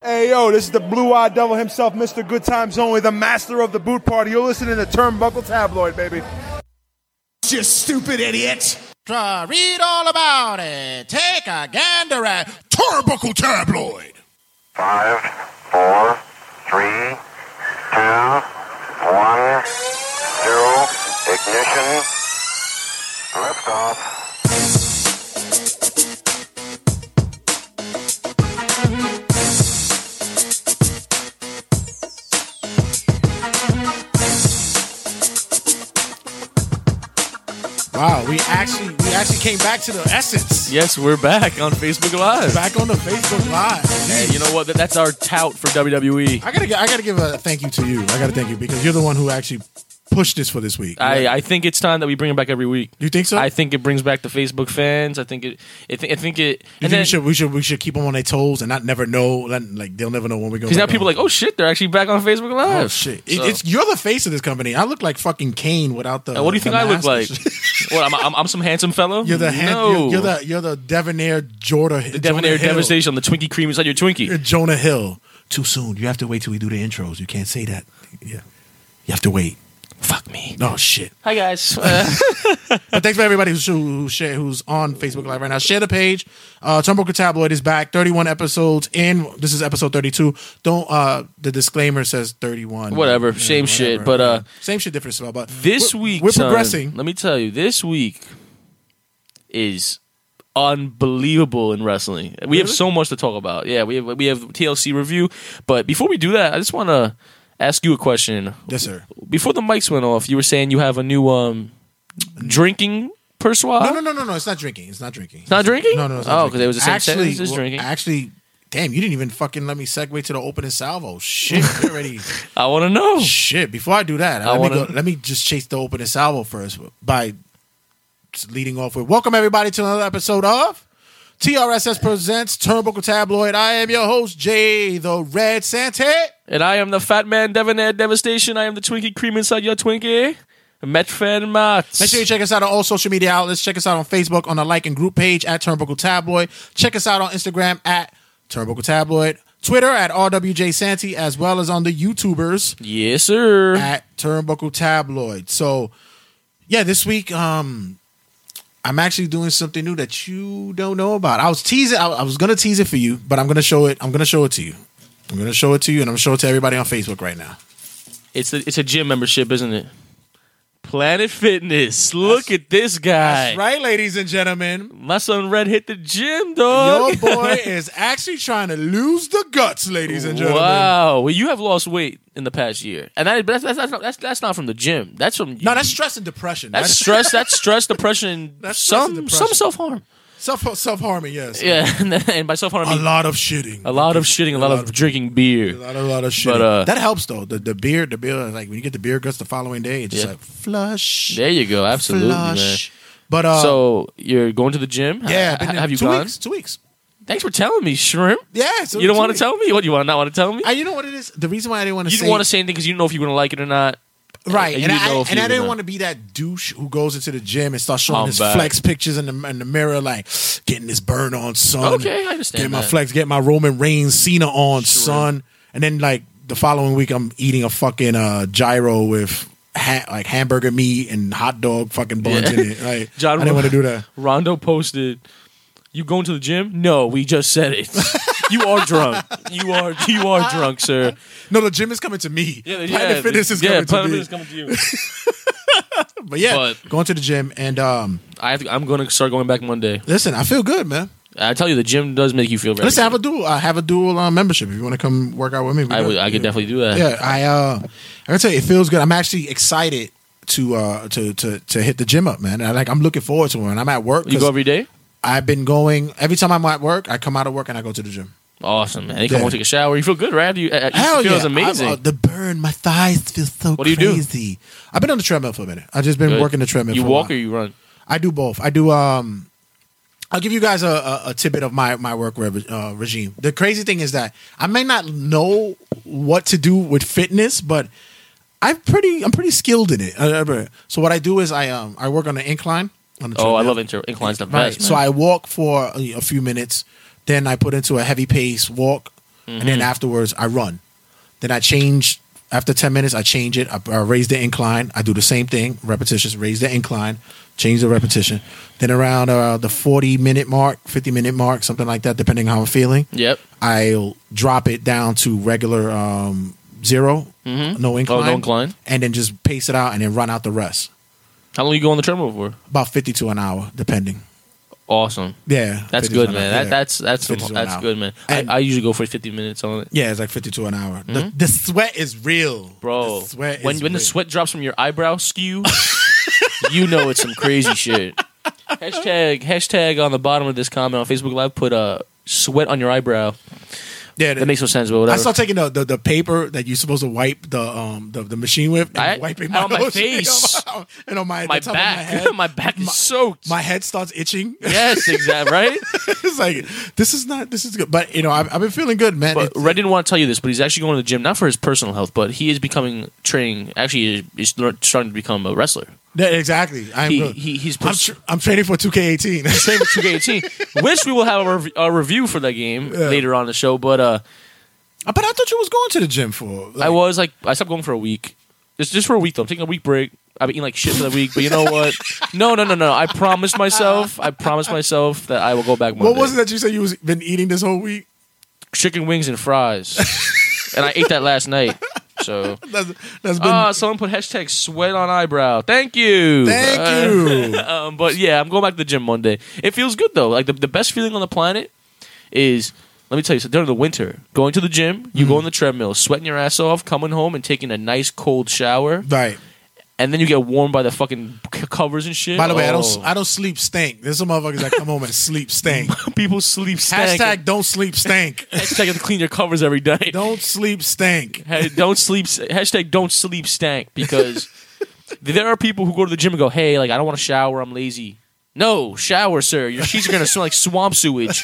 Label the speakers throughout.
Speaker 1: Hey yo, this is the blue-eyed devil himself, Mr. Good Times Only, the master of the boot party. You're listening to Turnbuckle Tabloid, baby.
Speaker 2: You stupid idiot.
Speaker 3: Try, read all about it. Take a gander at
Speaker 2: Turbuckle Tabloid.
Speaker 4: Five, four, three, two, one, zero, ignition, liftoff.
Speaker 3: Wow, we actually we actually came back to the essence.
Speaker 5: Yes, we're back on Facebook Live.
Speaker 3: Back on the Facebook Live.
Speaker 5: Hey, you know what? That- That's our tout for E. WWE.
Speaker 3: I gotta gi- I gotta give a thank you to you. I gotta thank you because you're the one who actually pushed this for this week.
Speaker 5: I, I think it's time that we bring it back every week.
Speaker 3: you think so?
Speaker 5: I think it brings back the Facebook fans. I think it. I think, I think it.
Speaker 3: you
Speaker 5: And
Speaker 3: think we
Speaker 5: then,
Speaker 3: should we should we should keep them on their toes and not never know let- like they'll never know when we're going.
Speaker 5: because now people are like, oh shit, they're actually back on Facebook Live.
Speaker 3: Oh shit! It-
Speaker 5: So-
Speaker 3: it's you're the face of this company. I look like fucking Kane without the.
Speaker 5: Now, what do you think
Speaker 3: the
Speaker 5: I look like?
Speaker 3: mask.
Speaker 5: what? I'm, I'm, I'm some handsome fellow.
Speaker 3: You're the hand,
Speaker 5: no.
Speaker 3: you're, you're the you're the debonair Jordan.
Speaker 5: The debonair devastation. The Twinkie cream inside your Twinkie.
Speaker 3: Jonah Hill. Too soon. You have to wait till we do the intros. You can't say that. Yeah, you have to wait.
Speaker 5: Fuck me.
Speaker 3: Oh shit!
Speaker 5: Hi guys. Uh,
Speaker 3: But thanks for everybody who's who share, who's on Facebook Live right now. Share the page. Uh, Turnbuckle Tabloid is back. Thirty-one episodes in. This is episode thirty-two. Don't. Uh, the disclaimer says thirty-one.
Speaker 5: Whatever. Same shit, but, uh,
Speaker 3: same shit, different spell. But
Speaker 5: this
Speaker 3: we're-
Speaker 5: week,
Speaker 3: we're
Speaker 5: son,
Speaker 3: progressing.
Speaker 5: Let me tell you, this week is unbelievable in wrestling. We have so much to talk about. Yeah, we have, we have TLC review, but before we do that, I just want to ask you a question.
Speaker 3: Yes, sir.
Speaker 5: Before the mics went off, you were saying you have a new um drinking persuade.
Speaker 3: Oh, No, no, no, no, no. It's not drinking. It's not drinking. It's
Speaker 5: not drinking?
Speaker 3: No, no. It's
Speaker 5: Oh,
Speaker 3: not
Speaker 5: 'cause it was the same sentence as
Speaker 3: well,
Speaker 5: drinking.
Speaker 3: Actually, damn, you didn't even fucking let me segue to the opening salvo. Shit, we already.
Speaker 5: I want to know.
Speaker 3: shit. Before I do that,
Speaker 5: I
Speaker 3: let me
Speaker 5: wanna-
Speaker 3: go, let me just chase the opening salvo first by leading off with welcome everybody to another episode of. TRSS presents Turnbuckle Tabloid. I am your host, Jay the Red Sante.
Speaker 5: And I am the fat man, debonair devastation. I am the Twinkie cream inside your Twinkie. Metfan Mats.
Speaker 3: Make sure you check us out on all social media outlets. Check us out on Facebook on the like and group page at Turnbuckle Tabloid. Check us out on Instagram at Turnbuckle Tabloid. Twitter at RWJ Santee, as well as on the YouTubers
Speaker 5: yes, sir.
Speaker 3: at Turnbuckle Tabloid. So, yeah, this week um, I'm actually doing something new that you don't know about. I was teasing. I, I was gonna tease it for you, but I'm gonna show it. I'm gonna show it to you. I'm gonna show it to you, and I'm gonna show it to everybody on Facebook right now.
Speaker 5: It's a, it's a gym membership, isn't it? Planet Fitness. Look at this guy.
Speaker 3: Right, ladies and gentlemen.
Speaker 5: My son Red hit the gym, dog.
Speaker 3: Your boy is actually trying to lose the guts, ladies and gentlemen.
Speaker 5: Wow. Well, you have lost weight in the past year, and that, but that's, that's, that's, not, that's that's not from the gym. That's from
Speaker 3: No, that's stress and depression.
Speaker 5: that's stress. That's stress, depression, and
Speaker 3: That's stress
Speaker 5: some
Speaker 3: and
Speaker 5: some
Speaker 3: depression.
Speaker 5: self harm.
Speaker 3: self self harming. Yes,
Speaker 5: Yeah, and by self harm, I
Speaker 3: a
Speaker 5: mean
Speaker 3: lot of shitting.
Speaker 5: a lot of shitting, a lot of drinking beer.
Speaker 3: A lot, a lot of shitting.
Speaker 5: But, uh,
Speaker 3: that helps though. The the beer, the beer. Like when you get the beer guts the following day, it's just
Speaker 5: Yeah.
Speaker 3: like flush.
Speaker 5: There you go. Absolutely, man.
Speaker 3: flush. But uh,
Speaker 5: So you're going to the gym?
Speaker 3: yeah,
Speaker 5: Ha-
Speaker 3: I've been
Speaker 5: ha-
Speaker 3: there
Speaker 5: have you
Speaker 3: two
Speaker 5: gone?
Speaker 3: Weeks, two weeks.
Speaker 5: Thanks for telling me, shrimp.
Speaker 3: Yeah, so
Speaker 5: you don't
Speaker 3: two
Speaker 5: want to
Speaker 3: weeks.
Speaker 5: tell me what you want. Not want to tell me.
Speaker 3: I, you know what it is? The reason why I didn't want to
Speaker 5: you
Speaker 3: say
Speaker 5: didn't want to say anything because you didn't know if you were going to like it or not.
Speaker 3: Right,
Speaker 5: And
Speaker 3: and,
Speaker 5: you didn't know
Speaker 3: I
Speaker 5: if
Speaker 3: and
Speaker 5: you
Speaker 3: I
Speaker 5: were
Speaker 3: didn't
Speaker 5: gonna-
Speaker 3: want to be that douche who goes into the gym and starts showing
Speaker 5: I'm
Speaker 3: his
Speaker 5: back.
Speaker 3: flex pictures in the in the mirror, like getting this burn on, son.
Speaker 5: Okay, I understand
Speaker 3: Get my
Speaker 5: that.
Speaker 3: flex, get my Roman Reigns Cena on, son. And then like the following week, I'm eating a fucking uh, gyro with ha- like hamburger meat and hot dog fucking buns
Speaker 5: Yeah.
Speaker 3: in it. Like,
Speaker 5: John
Speaker 3: I didn't
Speaker 5: Ro-
Speaker 3: want to do that.
Speaker 5: Rondo posted, "You going to the gym? No, we just said it. you are drunk. You are you are drunk, sir.
Speaker 3: No, the gym is coming to me.
Speaker 5: Yeah,
Speaker 3: Planet
Speaker 5: yeah,
Speaker 3: Fitness is
Speaker 5: yeah,
Speaker 3: coming
Speaker 5: Planet
Speaker 3: to me.
Speaker 5: Fitness coming to you.
Speaker 3: But yeah,
Speaker 5: But-
Speaker 3: going to the gym and um,
Speaker 5: I have to, I'm going to start going back Monday.
Speaker 3: listen, I feel good, man.
Speaker 5: I tell you, the gym does make you feel very.
Speaker 3: Listen, I have a dual. I have a dual uh, membership. If you want to come work out with me, we
Speaker 5: I
Speaker 3: good.
Speaker 5: would- I
Speaker 3: Yeah.
Speaker 5: could definitely do that.
Speaker 3: Yeah, I uh, I gotta tell you, it feels good. I'm actually excited to uh to to to hit the gym up, man. I, like I'm looking forward to it. And I'm at work.
Speaker 5: You
Speaker 3: 'cause
Speaker 5: go every day.
Speaker 3: I've been going every time I'm at work. I come out of work and I go to the gym.
Speaker 5: Awesome, man. You come
Speaker 3: Yeah.
Speaker 5: home, take a shower. You feel good, right? After you, uh,
Speaker 3: Hell
Speaker 5: you feel
Speaker 3: yeah!
Speaker 5: it's amazing.
Speaker 3: I'm, uh, the burn, my thighs feel so
Speaker 5: What do you do?
Speaker 3: crazy. I've been on the treadmill for a minute. I've just been
Speaker 5: Good.
Speaker 3: working the treadmill.
Speaker 5: You
Speaker 3: for
Speaker 5: walk
Speaker 3: a
Speaker 5: or
Speaker 3: while.
Speaker 5: you run.
Speaker 3: I do both. I do. um I'll give you guys a, a, a tidbit of my my work re- uh, regime. The crazy thing is that I may not know what to do with fitness, but I'm pretty I'm pretty skilled in it. Uh, uh, So what I do is I um I work on an incline. On the
Speaker 5: Oh, I
Speaker 3: treadmill.
Speaker 5: love inter- inclines the best.
Speaker 3: Right. So
Speaker 5: man.
Speaker 3: I walk for a, a few minutes, then I put into a heavy pace walk. and then afterwards I run. Then I change after ten minutes. I change it. I, I raise the incline. I do the same thing, repetitious. Raise the incline, change the repetition. Then around uh, the forty minute mark, fifty minute mark, something like that, depending how I'm feeling.
Speaker 5: Yep.
Speaker 3: I'll drop it down to regular um, 0 no incline,
Speaker 5: incline.
Speaker 3: and then just pace it out and then run out the rest.
Speaker 5: How long you go on the treadmill for?
Speaker 3: About fifty to an hour, depending.
Speaker 5: Awesome.
Speaker 3: Yeah, 50
Speaker 5: That's
Speaker 3: to
Speaker 5: good,
Speaker 3: an
Speaker 5: man.
Speaker 3: hour,
Speaker 5: That,
Speaker 3: yeah.
Speaker 5: that's that's some,
Speaker 3: 50 to an
Speaker 5: that's
Speaker 3: hour.
Speaker 5: good, man.
Speaker 3: And-
Speaker 5: I, I usually go for 50 minutes on it.
Speaker 3: Yeah, it's like fifty to an hour. The, the sweat is real,
Speaker 5: Bro,
Speaker 3: The sweat
Speaker 5: when
Speaker 3: is
Speaker 5: when the
Speaker 3: real.
Speaker 5: sweat drops from your eyebrow skew, you know it's some crazy shit. Hashtag hashtag on the bottom of this comment on Facebook Live put uh, sweat on your eyebrow.
Speaker 3: yeah,
Speaker 5: That makes no sense, but whatever.
Speaker 3: I started taking the, the, the paper that you're supposed to wipe the um the, the machine with and
Speaker 5: I-
Speaker 3: wiping
Speaker 5: and
Speaker 3: my,
Speaker 5: on my
Speaker 3: nose
Speaker 5: face.
Speaker 3: and on my, and on my,
Speaker 5: my
Speaker 3: the top of my
Speaker 5: back,
Speaker 3: head.
Speaker 5: my, back is soaked.
Speaker 3: My head starts itching.
Speaker 5: yes, exactly. Right.
Speaker 3: it's like this is not this is good, but you know I've, I've been feeling good, man.
Speaker 5: But
Speaker 3: It's-
Speaker 5: Red didn't want to tell you this, but he's actually going to the gym not for his personal health, but he is becoming training. Actually, is is starting to become a wrestler.
Speaker 3: Yeah, exactly. I'm
Speaker 5: He-
Speaker 3: good.
Speaker 5: he- he's
Speaker 3: I'm,
Speaker 5: pers-
Speaker 3: tr- I'm training for 2K18.
Speaker 5: Same with 2K18, which we will have a, rev- a review for that game later on in the show. But uh,
Speaker 3: but I thought you was going to the gym for.
Speaker 5: I
Speaker 3: Like,
Speaker 5: was like, I stopped going for a week. It's just for a week though. I'm taking a week break. I've been eating like shit for the week, but you know what? No, no, no, no. I promised myself. I promised myself that I will go back. Monday.
Speaker 3: what was it that you said you was been eating this whole week?
Speaker 5: Chicken wings and fries, and I ate that last night. So,
Speaker 3: That's, that's been.
Speaker 5: ah, someone put hashtag sweat on eyebrow. Thank you.
Speaker 3: thank
Speaker 5: Uh,
Speaker 3: you.
Speaker 5: um, but yeah, I'm going back to the gym Monday. It feels good though. Like the, the best feeling on the planet is let me tell you, so during the winter, going to the gym, you
Speaker 3: Mm.
Speaker 5: go on the treadmill, sweating your ass off, coming home and taking a nice cold shower,
Speaker 3: right.
Speaker 5: and then you get warmed by the fucking c- covers and shit.
Speaker 3: By the way, I
Speaker 5: Oh.
Speaker 3: don't. I don't sleep stank. There's some motherfuckers that come home and sleep stank.
Speaker 5: people sleep stank.
Speaker 3: Hashtag don't sleep stank.
Speaker 5: hashtag have to clean your covers every day.
Speaker 3: don't sleep stank.
Speaker 5: Hey, don't sleep. Hashtag don't sleep stank because there are people who go to the gym and go, hey, like I don't want to shower. I'm lazy. No, shower, sir. Your sheets are gonna smell like swamp sewage.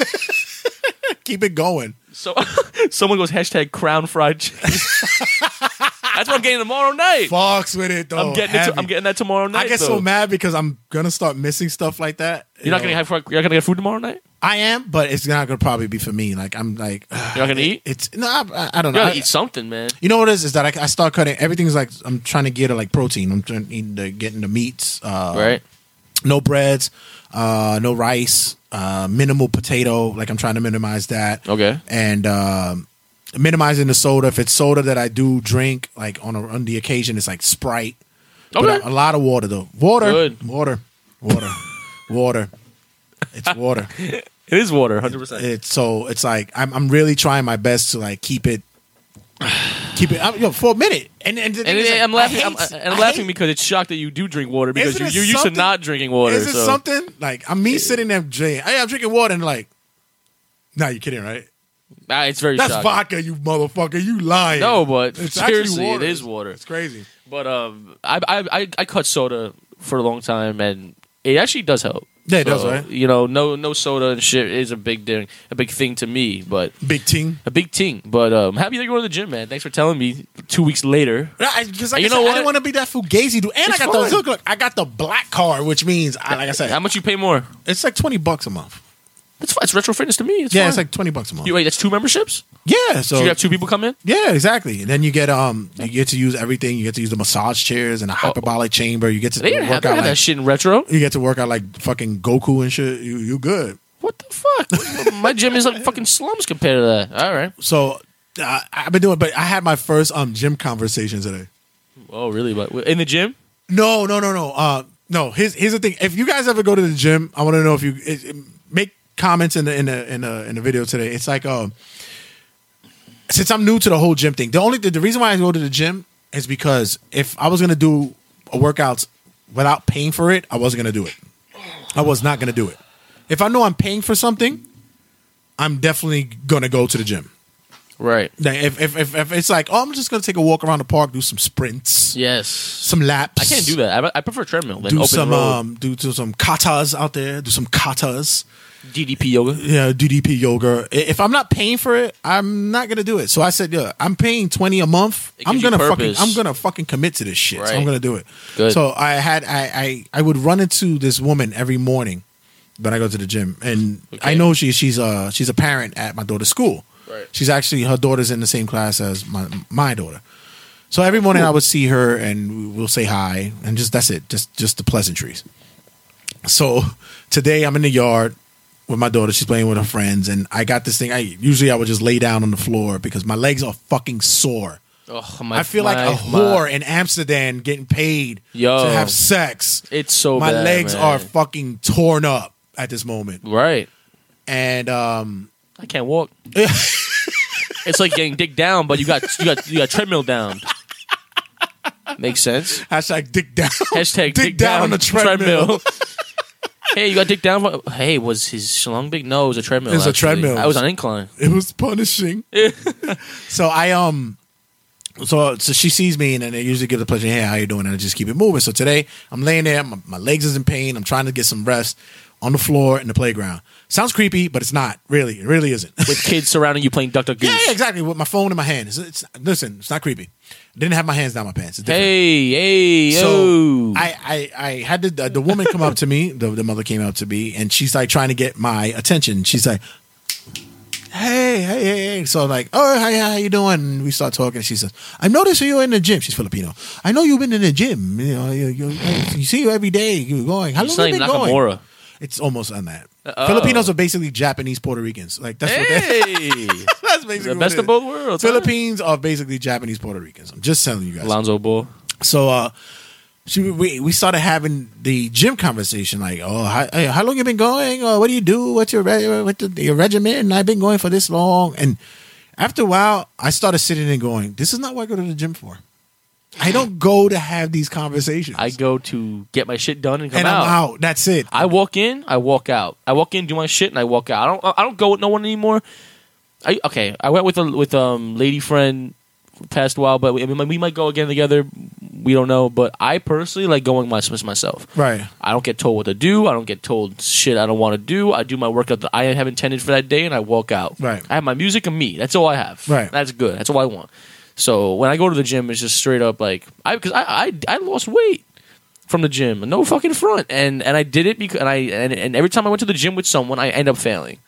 Speaker 3: Keep it going.
Speaker 5: So someone goes hashtag crown fried chicken. That's what I'm getting tomorrow night.
Speaker 3: Fox with it though.
Speaker 5: I'm getting it to-
Speaker 3: oh, Heavy.
Speaker 5: I'm getting that tomorrow night.
Speaker 3: I get
Speaker 5: though.
Speaker 3: so mad because I'm gonna start missing stuff like that.
Speaker 5: You're not gonna have you're not gonna get food tomorrow night.
Speaker 3: I am, but it's not gonna probably be for me. Like I'm like
Speaker 5: You're not gonna eat.
Speaker 3: it's no. I, I don't
Speaker 5: You
Speaker 3: know.
Speaker 5: gotta
Speaker 3: I-
Speaker 5: eat something, man.
Speaker 3: You know what it is? Is that I, I start cutting everything's like I'm trying to get to like protein. I'm trying eating the, getting the meats. Uh,
Speaker 5: right?
Speaker 3: No breads. Uh, no rice. Uh, minimal potato. Like I'm trying to minimize that.
Speaker 5: Okay.
Speaker 3: And um, minimizing the soda. If it's soda that I do drink, like on a, on the occasion, it's like Sprite. But
Speaker 5: Okay.
Speaker 3: a, a lot of water though. Water.
Speaker 5: Good.
Speaker 3: Water. Water. water. It's water.
Speaker 5: It is water, hundred percent.
Speaker 3: It's so it's like I'm I'm really trying my best to like keep it keep it I'm, you know, for a minute. And and, the thing
Speaker 5: And
Speaker 3: is, like,
Speaker 5: I'm laughing.
Speaker 3: I
Speaker 5: I'm,
Speaker 3: hate-
Speaker 5: and
Speaker 3: I
Speaker 5: I'm laughing
Speaker 3: hate-
Speaker 5: because it's shocked that you do drink water because
Speaker 3: Isn't
Speaker 5: you,
Speaker 3: it
Speaker 5: you're used to
Speaker 3: something-
Speaker 5: not drinking water.
Speaker 3: Is it
Speaker 5: so
Speaker 3: something like I'm me sitting there drinking? Hey, I'm drinking water and like, nah, you kidding, right?
Speaker 5: Ah, it's very
Speaker 3: That's
Speaker 5: shocking.
Speaker 3: vodka, you motherfucker. You lying?
Speaker 5: No, but
Speaker 3: actually
Speaker 5: seriously, it is water.
Speaker 3: It's crazy.
Speaker 5: But um, I, I I I cut soda for a long time, and it actually does help.
Speaker 3: Yeah, it does, right?
Speaker 5: You know, no no soda and shit is a big thing, a big thing to me, but
Speaker 3: Big ting.
Speaker 5: a big thing. But um, happy to go to the gym, man. Thanks for telling me. Two weeks later,
Speaker 3: Because like
Speaker 5: You
Speaker 3: you
Speaker 5: know
Speaker 3: know I, said, I
Speaker 5: what?
Speaker 3: didn't want to be that fugazi dude. And
Speaker 5: It's
Speaker 3: I got the
Speaker 5: fine.
Speaker 3: look, look, I got the black card, which means I like I said,
Speaker 5: how much you pay more?
Speaker 3: it's like twenty bucks a month.
Speaker 5: It's fine. It's retro fitness to me. It's
Speaker 3: yeah,
Speaker 5: fine.
Speaker 3: it's like twenty bucks a month.
Speaker 5: you wait. That's two memberships.
Speaker 3: yeah, so
Speaker 5: So you have two people come in.
Speaker 3: Yeah, exactly. And then you get um, you get to use everything. You get to use the massage chairs and a hyperbolic chamber. You get to
Speaker 5: Oh. They didn't have,
Speaker 3: work
Speaker 5: they
Speaker 3: out
Speaker 5: had
Speaker 3: like
Speaker 5: that shit in retro.
Speaker 3: you get to work out like fucking Goku and shit. You you good?
Speaker 5: What the fuck? My gym is like fucking slums compared to that. All right.
Speaker 3: So uh, I've been doing, but I had my first um gym conversation today.
Speaker 5: Oh really? But in the gym,
Speaker 3: No, no, no, no. Uh, no. Here's here's the thing. If you guys ever go to the gym, I want to know if you it, it- make comments in the in the in the in the video today. It's like um, since I'm new to the whole gym thing, the only the, the reason why I go to the gym is because if I was gonna do a workout without paying for it, I wasn't gonna do it. I was not gonna do it. If I know I'm paying for something, I'm definitely gonna go to the gym.
Speaker 5: right?
Speaker 3: Now, If if if, if it's like, oh, I'm just gonna take a walk around the park, do some sprints,
Speaker 5: Yes.
Speaker 3: some laps.
Speaker 5: I can't do that. I, I prefer treadmill. Than
Speaker 3: do
Speaker 5: open
Speaker 3: some
Speaker 5: road.
Speaker 3: um do, do some katas out there. Do some katas.
Speaker 5: DDP yoga.
Speaker 3: Yeah, DDP yoga. I- If I'm not paying for it, I'm not gonna do it. So I said, yeah, I'm paying twenty a month.
Speaker 5: It
Speaker 3: I'm
Speaker 5: gives you
Speaker 3: gonna fucking
Speaker 5: purpose.
Speaker 3: I'm gonna fucking commit to this shit. So
Speaker 5: Right.
Speaker 3: I'm gonna do it.
Speaker 5: Good.
Speaker 3: So I had I, I I would run into this woman every morning when I go to the gym, and
Speaker 5: Okay.
Speaker 3: Oh, I know she she's uh she's a parent at my daughter's school.
Speaker 5: Right.
Speaker 3: She's actually her daughter's in the same class as my my daughter. So every morning I would see her and we'll say hi and just that's it, just just the pleasantries. So today I'm in the yard with my daughter. She's playing with her friends and I got this thing. I usually I would just lay down on the floor because my legs are fucking sore.
Speaker 5: Oh, my,
Speaker 3: I feel like
Speaker 5: my-
Speaker 3: a
Speaker 5: my-
Speaker 3: whore in Amsterdam getting paid
Speaker 5: Yo.
Speaker 3: to have sex.
Speaker 5: It's so
Speaker 3: my
Speaker 5: bad,
Speaker 3: legs
Speaker 5: man.
Speaker 3: are fucking torn up at this moment,
Speaker 5: Right.
Speaker 3: and um,
Speaker 5: I can't walk. it's like getting dick down, but you got you got you got treadmill down. Makes sense.
Speaker 3: hashtag dick down. dick,
Speaker 5: Hashtag dick,
Speaker 3: down, on the treadmill.
Speaker 5: hey, you got dick down. Hey, was his shlong big? No, it was a treadmill.
Speaker 3: It was a
Speaker 5: actually.
Speaker 3: treadmill.
Speaker 5: I was on incline.
Speaker 3: It was punishing. so I um, so so she sees me, and then they usually give the pleasure. Hey, how you doing? And I just keep it moving. So today I'm laying there, my, my legs is in pain. I'm trying to get some rest on the floor in the playground. Sounds creepy, but it's not really. It really isn't.
Speaker 5: With kids surrounding you playing Duck Duck Goose.
Speaker 3: Yeah, yeah, exactly. With my phone in my hand. It's, it's listen. It's not creepy. I didn't have my hands down my pants. It's different.
Speaker 5: Hey, hey,
Speaker 3: So
Speaker 5: yo.
Speaker 3: I, I, I had the, the woman come up to me. The, the mother came up to me, and she's like trying to get my attention. She's like, "Hey, hey, hey!" hey." So I'm like, "Oh, hi, hi, how you doing?" And we start talking. She says, "I noticed you in the gym." She's Filipino. I know you've been in the gym. You know, you, you, you see you every day. You're going. How long
Speaker 5: It's
Speaker 3: have
Speaker 5: not
Speaker 3: you
Speaker 5: even
Speaker 3: been going?
Speaker 5: Nakamura.
Speaker 3: It's almost on that.
Speaker 5: Uh-oh.
Speaker 3: Filipinos are basically Japanese Puerto Ricans. Like that's what they.
Speaker 5: Hey.
Speaker 3: that's basically
Speaker 5: the
Speaker 3: what
Speaker 5: best
Speaker 3: it
Speaker 5: of
Speaker 3: is.
Speaker 5: both worlds. huh?
Speaker 3: Philippines are basically Japanese Puerto Ricans. I'm just telling you guys.
Speaker 5: Lonzo Ball.
Speaker 3: So uh she, we we started having the gym conversation like oh how, hey, how long you been going or what do you do what's your re- what the, your regimen I've been going for this long and after a while I started sitting and going this is not what I go to the gym for I don't go to have these conversations
Speaker 5: I go to get my shit done and come
Speaker 3: and
Speaker 5: out.
Speaker 3: I'm out that's it
Speaker 5: I walk in, I walk out. I walk in, do my shit, and I walk out. I don't I don't go with no one anymore. I okay. I went with a with um lady friend past a while, but we, I mean, we might go again together. We don't know, but I personally like going my myself.
Speaker 3: right
Speaker 5: I don't get told what to do. I don't get told shit I don't want to do. I do my workout that I have intended for that day, and I walk out.
Speaker 3: Right.
Speaker 5: I have my music and me. That's all I have.
Speaker 3: Right.
Speaker 5: That's good. That's all I want. So when I go to the gym, it's just straight up like I because I, I I lost weight from the gym, no fucking front, and and I did it because and I and, and every time I went to the gym with someone, I end up failing.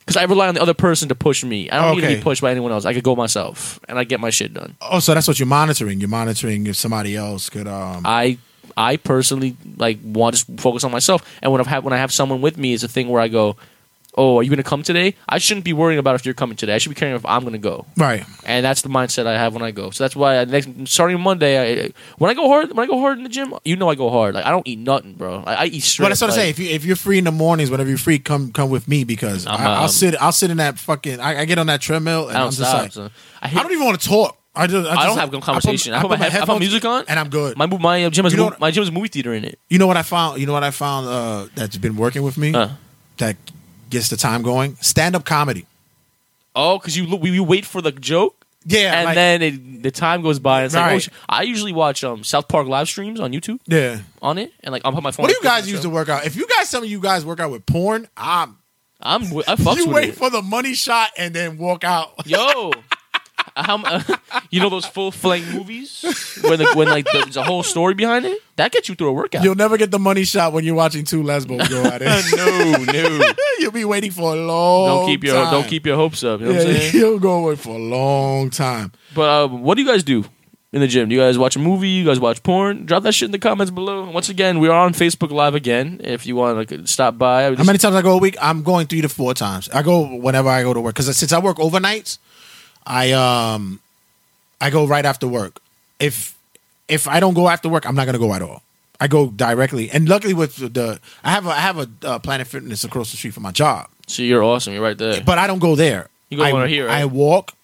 Speaker 5: Because I rely on the other person to push me. I don't need to
Speaker 3: Okay.
Speaker 5: be pushed by anyone else. I could go myself, and I get my shit done.
Speaker 3: oh so that's what you're monitoring you're monitoring if somebody else could um
Speaker 5: I I personally like want to just focus on myself. And when I have when I have someone with me, it's a thing where I go, "Oh, are you going to come today?" I shouldn't be worrying about if you're coming today. I should be caring if I'm going to go.
Speaker 3: right
Speaker 5: And that's the mindset I have when I go. So that's why I, next starting Monday, I, when I go hard, when I go hard in the gym, you know I go hard. Like I don't eat nothing, bro. Like, I eat straight.
Speaker 3: Well, that's what I
Speaker 5: like,
Speaker 3: say. If you if you're free in the mornings, whenever you're free, come come with me because
Speaker 5: I'm,
Speaker 3: I, I'll
Speaker 5: um,
Speaker 3: sit I'll sit in that fucking. I, I get on that treadmill and
Speaker 5: I
Speaker 3: I
Speaker 5: don't
Speaker 3: am just
Speaker 5: stop.
Speaker 3: like
Speaker 5: son. I, hit,
Speaker 3: I don't even want to talk. I just I,
Speaker 5: I
Speaker 3: just-
Speaker 5: don't have
Speaker 3: I
Speaker 5: good
Speaker 3: put-
Speaker 5: conversation. I put, my, head, I put
Speaker 3: headphones
Speaker 5: music on,
Speaker 3: and I'm good.
Speaker 5: My my gym is
Speaker 3: You know
Speaker 5: mov-
Speaker 3: what-
Speaker 5: my gym is a movie theater in it.
Speaker 3: you know what I found? You know what I found uh, that's been working with me
Speaker 5: Huh.
Speaker 3: that gets the time going. Stand up comedy.
Speaker 5: Oh, because you look, you wait for the joke.
Speaker 3: Yeah,
Speaker 5: and
Speaker 3: like-
Speaker 5: then it, the time goes by. And it's like, oh,
Speaker 3: Right.
Speaker 5: sh- I usually watch um, South Park live streams on YouTube
Speaker 3: Yeah.
Speaker 5: on it, and like I'm on my phone.
Speaker 3: What do
Speaker 5: like,
Speaker 3: you guys
Speaker 5: cooking
Speaker 3: use
Speaker 5: show.
Speaker 3: to work out? If you guys, some of you guys work out with porn, I'm.
Speaker 5: I'm wi- I fucks
Speaker 3: You
Speaker 5: with
Speaker 3: wait
Speaker 5: it.
Speaker 3: for the money shot and then walk out.
Speaker 5: Yo, how, m- you know those full flank movies when the, when like there's a whole story behind it that gets you through a workout.
Speaker 3: You'll never get the money shot when you're watching two lesbos go at it.
Speaker 5: no, no.
Speaker 3: You'll be waiting for a long.
Speaker 5: Don't keep your
Speaker 3: time.
Speaker 5: don't keep your hopes up. You know
Speaker 3: Yeah,
Speaker 5: what I'm saying?
Speaker 3: you'll go away for a long time.
Speaker 5: But uh, what do you guys do in the gym? Do you guys watch a movie? You guys watch porn? Drop that shit in the comments below. Once again, we are on Facebook Live again. If you want to stop by,
Speaker 3: How many times I go a week? I'm going three to four times. I go whenever I go to work because since I work overnights, I um, I go right after work. If if I don't go after work, I'm not gonna go at all. I go directly, and luckily with the I have a, I have a uh, Planet Fitness across the street from my job,
Speaker 5: So you're awesome. You're right there.
Speaker 3: but I don't go there.
Speaker 5: You go
Speaker 3: I,
Speaker 5: over here, right?
Speaker 3: I walk.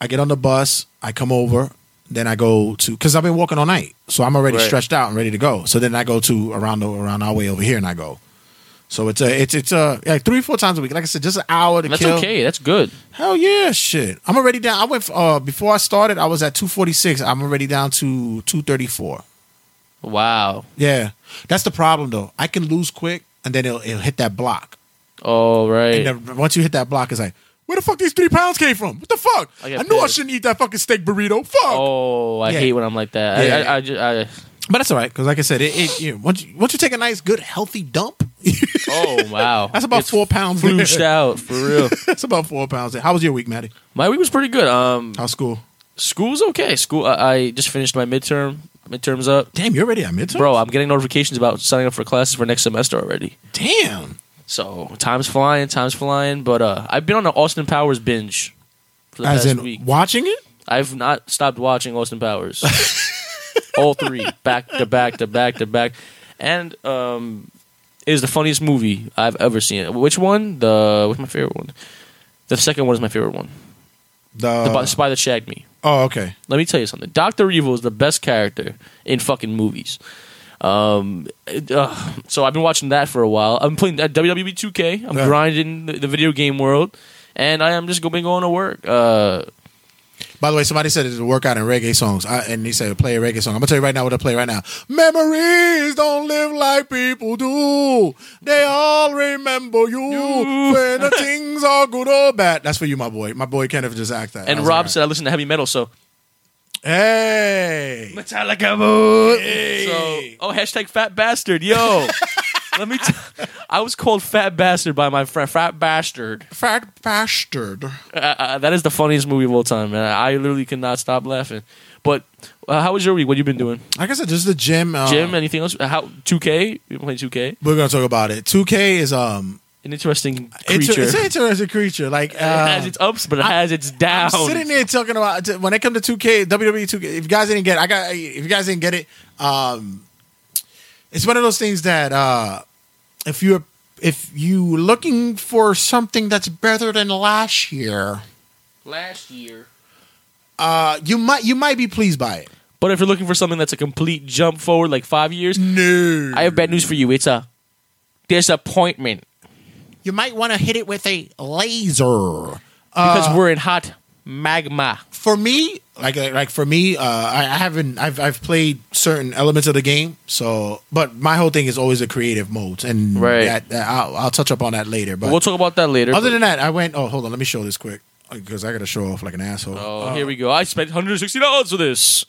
Speaker 3: I get on the bus. I come over. Then I go to because I've been walking all night, so I'm already
Speaker 5: Right.
Speaker 3: stretched out and ready to go. So then I go to around the, around our way over here, and I go. So it's a it's it's a like three four times a week. Like I said, just an hour to
Speaker 5: That's
Speaker 3: kill.
Speaker 5: okay. That's good.
Speaker 3: Hell yeah, shit. I'm already down. I went uh before I started. I was at two forty six. I'm already down to two thirty four.
Speaker 5: Wow.
Speaker 3: Yeah, that's the problem though. I can lose quick, and then it'll, it'll hit that block.
Speaker 5: All right.
Speaker 3: And then once you hit that block, it's like, where the fuck these three pounds came from? What the fuck?
Speaker 5: I
Speaker 3: I,
Speaker 5: get
Speaker 3: knew I
Speaker 5: pissed.
Speaker 3: shouldn't eat that fucking steak burrito. Fuck.
Speaker 5: oh, I
Speaker 3: Yeah.
Speaker 5: hate when I'm like that. I-
Speaker 3: Yeah.
Speaker 5: I, I, just, I
Speaker 3: But that's all right because, like I said, it, it you know, once you, once you take a nice, good, healthy dump,
Speaker 5: Oh wow,
Speaker 3: That's about
Speaker 5: It's
Speaker 3: four pounds there.
Speaker 5: Flushed out for real.
Speaker 3: That's about four pounds. How was your week, Maddie?
Speaker 5: My week was pretty good. Um,
Speaker 3: How's school?
Speaker 5: school's okay. School. I, I just finished my midterm. Midterms up,
Speaker 3: Damn, you're already at midterm,
Speaker 5: bro. I'm getting notifications about signing up for classes for next semester already.
Speaker 3: Damn.
Speaker 5: So time's flying, time's flying. But uh, I've been on an Austin Powers binge for the
Speaker 3: As
Speaker 5: past
Speaker 3: in
Speaker 5: week.
Speaker 3: watching it.
Speaker 5: I've not stopped watching Austin Powers. All three, back to back to back to back, and um, it is the funniest movie I've ever seen. Which one? The what's my favorite one? The second one is my favorite one. The
Speaker 3: Uh,
Speaker 5: bu- spy that shagged me.
Speaker 3: oh, okay.
Speaker 5: Let me tell you something. Doctor Evil is the best character in fucking movies. Um, it- ugh. so I've been watching that for a while. I'm playing at WWE 2K. I'm
Speaker 3: Yeah.
Speaker 5: grinding the, the video game world, and I am just going going to work. Uh,
Speaker 3: By the way, somebody said it's a workout in reggae songs, I, and they said play a reggae song. I'm gonna tell you right now what I play right now. Memories don't live like people do. They all remember you, when the things are good or bad. That's for you, my boy. My boy Kenneth just act that. I
Speaker 5: and
Speaker 3: was
Speaker 5: Rob
Speaker 3: like,
Speaker 5: said I listen to heavy metal, so
Speaker 3: "Hey,
Speaker 5: Metallica mood.
Speaker 3: Hey.
Speaker 5: So, oh, hashtag fat bastard, yo. Let me. T- I was called fat bastard by my friend. Fat bastard.
Speaker 3: fat bastard."
Speaker 5: Uh, uh, that is the funniest movie of all time, man. I literally could not stop laughing. But uh, how was your week? What you been doing?
Speaker 3: Like I said, this is the gym. Uh,
Speaker 5: Jim, anything else? Uh, How two K? You playing two K?
Speaker 3: We're gonna talk about it. 2K is um,
Speaker 5: An interesting
Speaker 3: it's,
Speaker 5: creature.
Speaker 3: a, it's an interesting creature. Like uh,
Speaker 5: it has its ups, but it has its
Speaker 3: I'm
Speaker 5: downs.
Speaker 3: sitting there talking about t- when it comes to 2K, WWE 2K. E If you guys didn't get, I got. If you guys didn't get it, um, it's one of those things that uh, if you're if you looking for something that's better than last year,
Speaker 5: Last year.
Speaker 3: uh, you might you might be pleased by it.
Speaker 5: But if you're looking for something that's a complete jump forward, like five years,
Speaker 3: No,
Speaker 5: I have bad news for you. It's a disappointment
Speaker 3: you might want to hit it with a laser. Uh,
Speaker 5: because we're in hot magma.
Speaker 3: for me, like like for me, uh, I, I haven't I've I've played certain elements of the game. So, but my whole thing is always the creative modes, and
Speaker 5: Right.
Speaker 3: that, that- I'll, I'll touch up on that later. But
Speaker 5: We'll talk about that later.
Speaker 3: other than that, I went. Oh, hold on, let me show this quick because I got to show off like an asshole.
Speaker 5: oh, here
Speaker 3: uh,
Speaker 5: we go. I spent 160 dollars for this.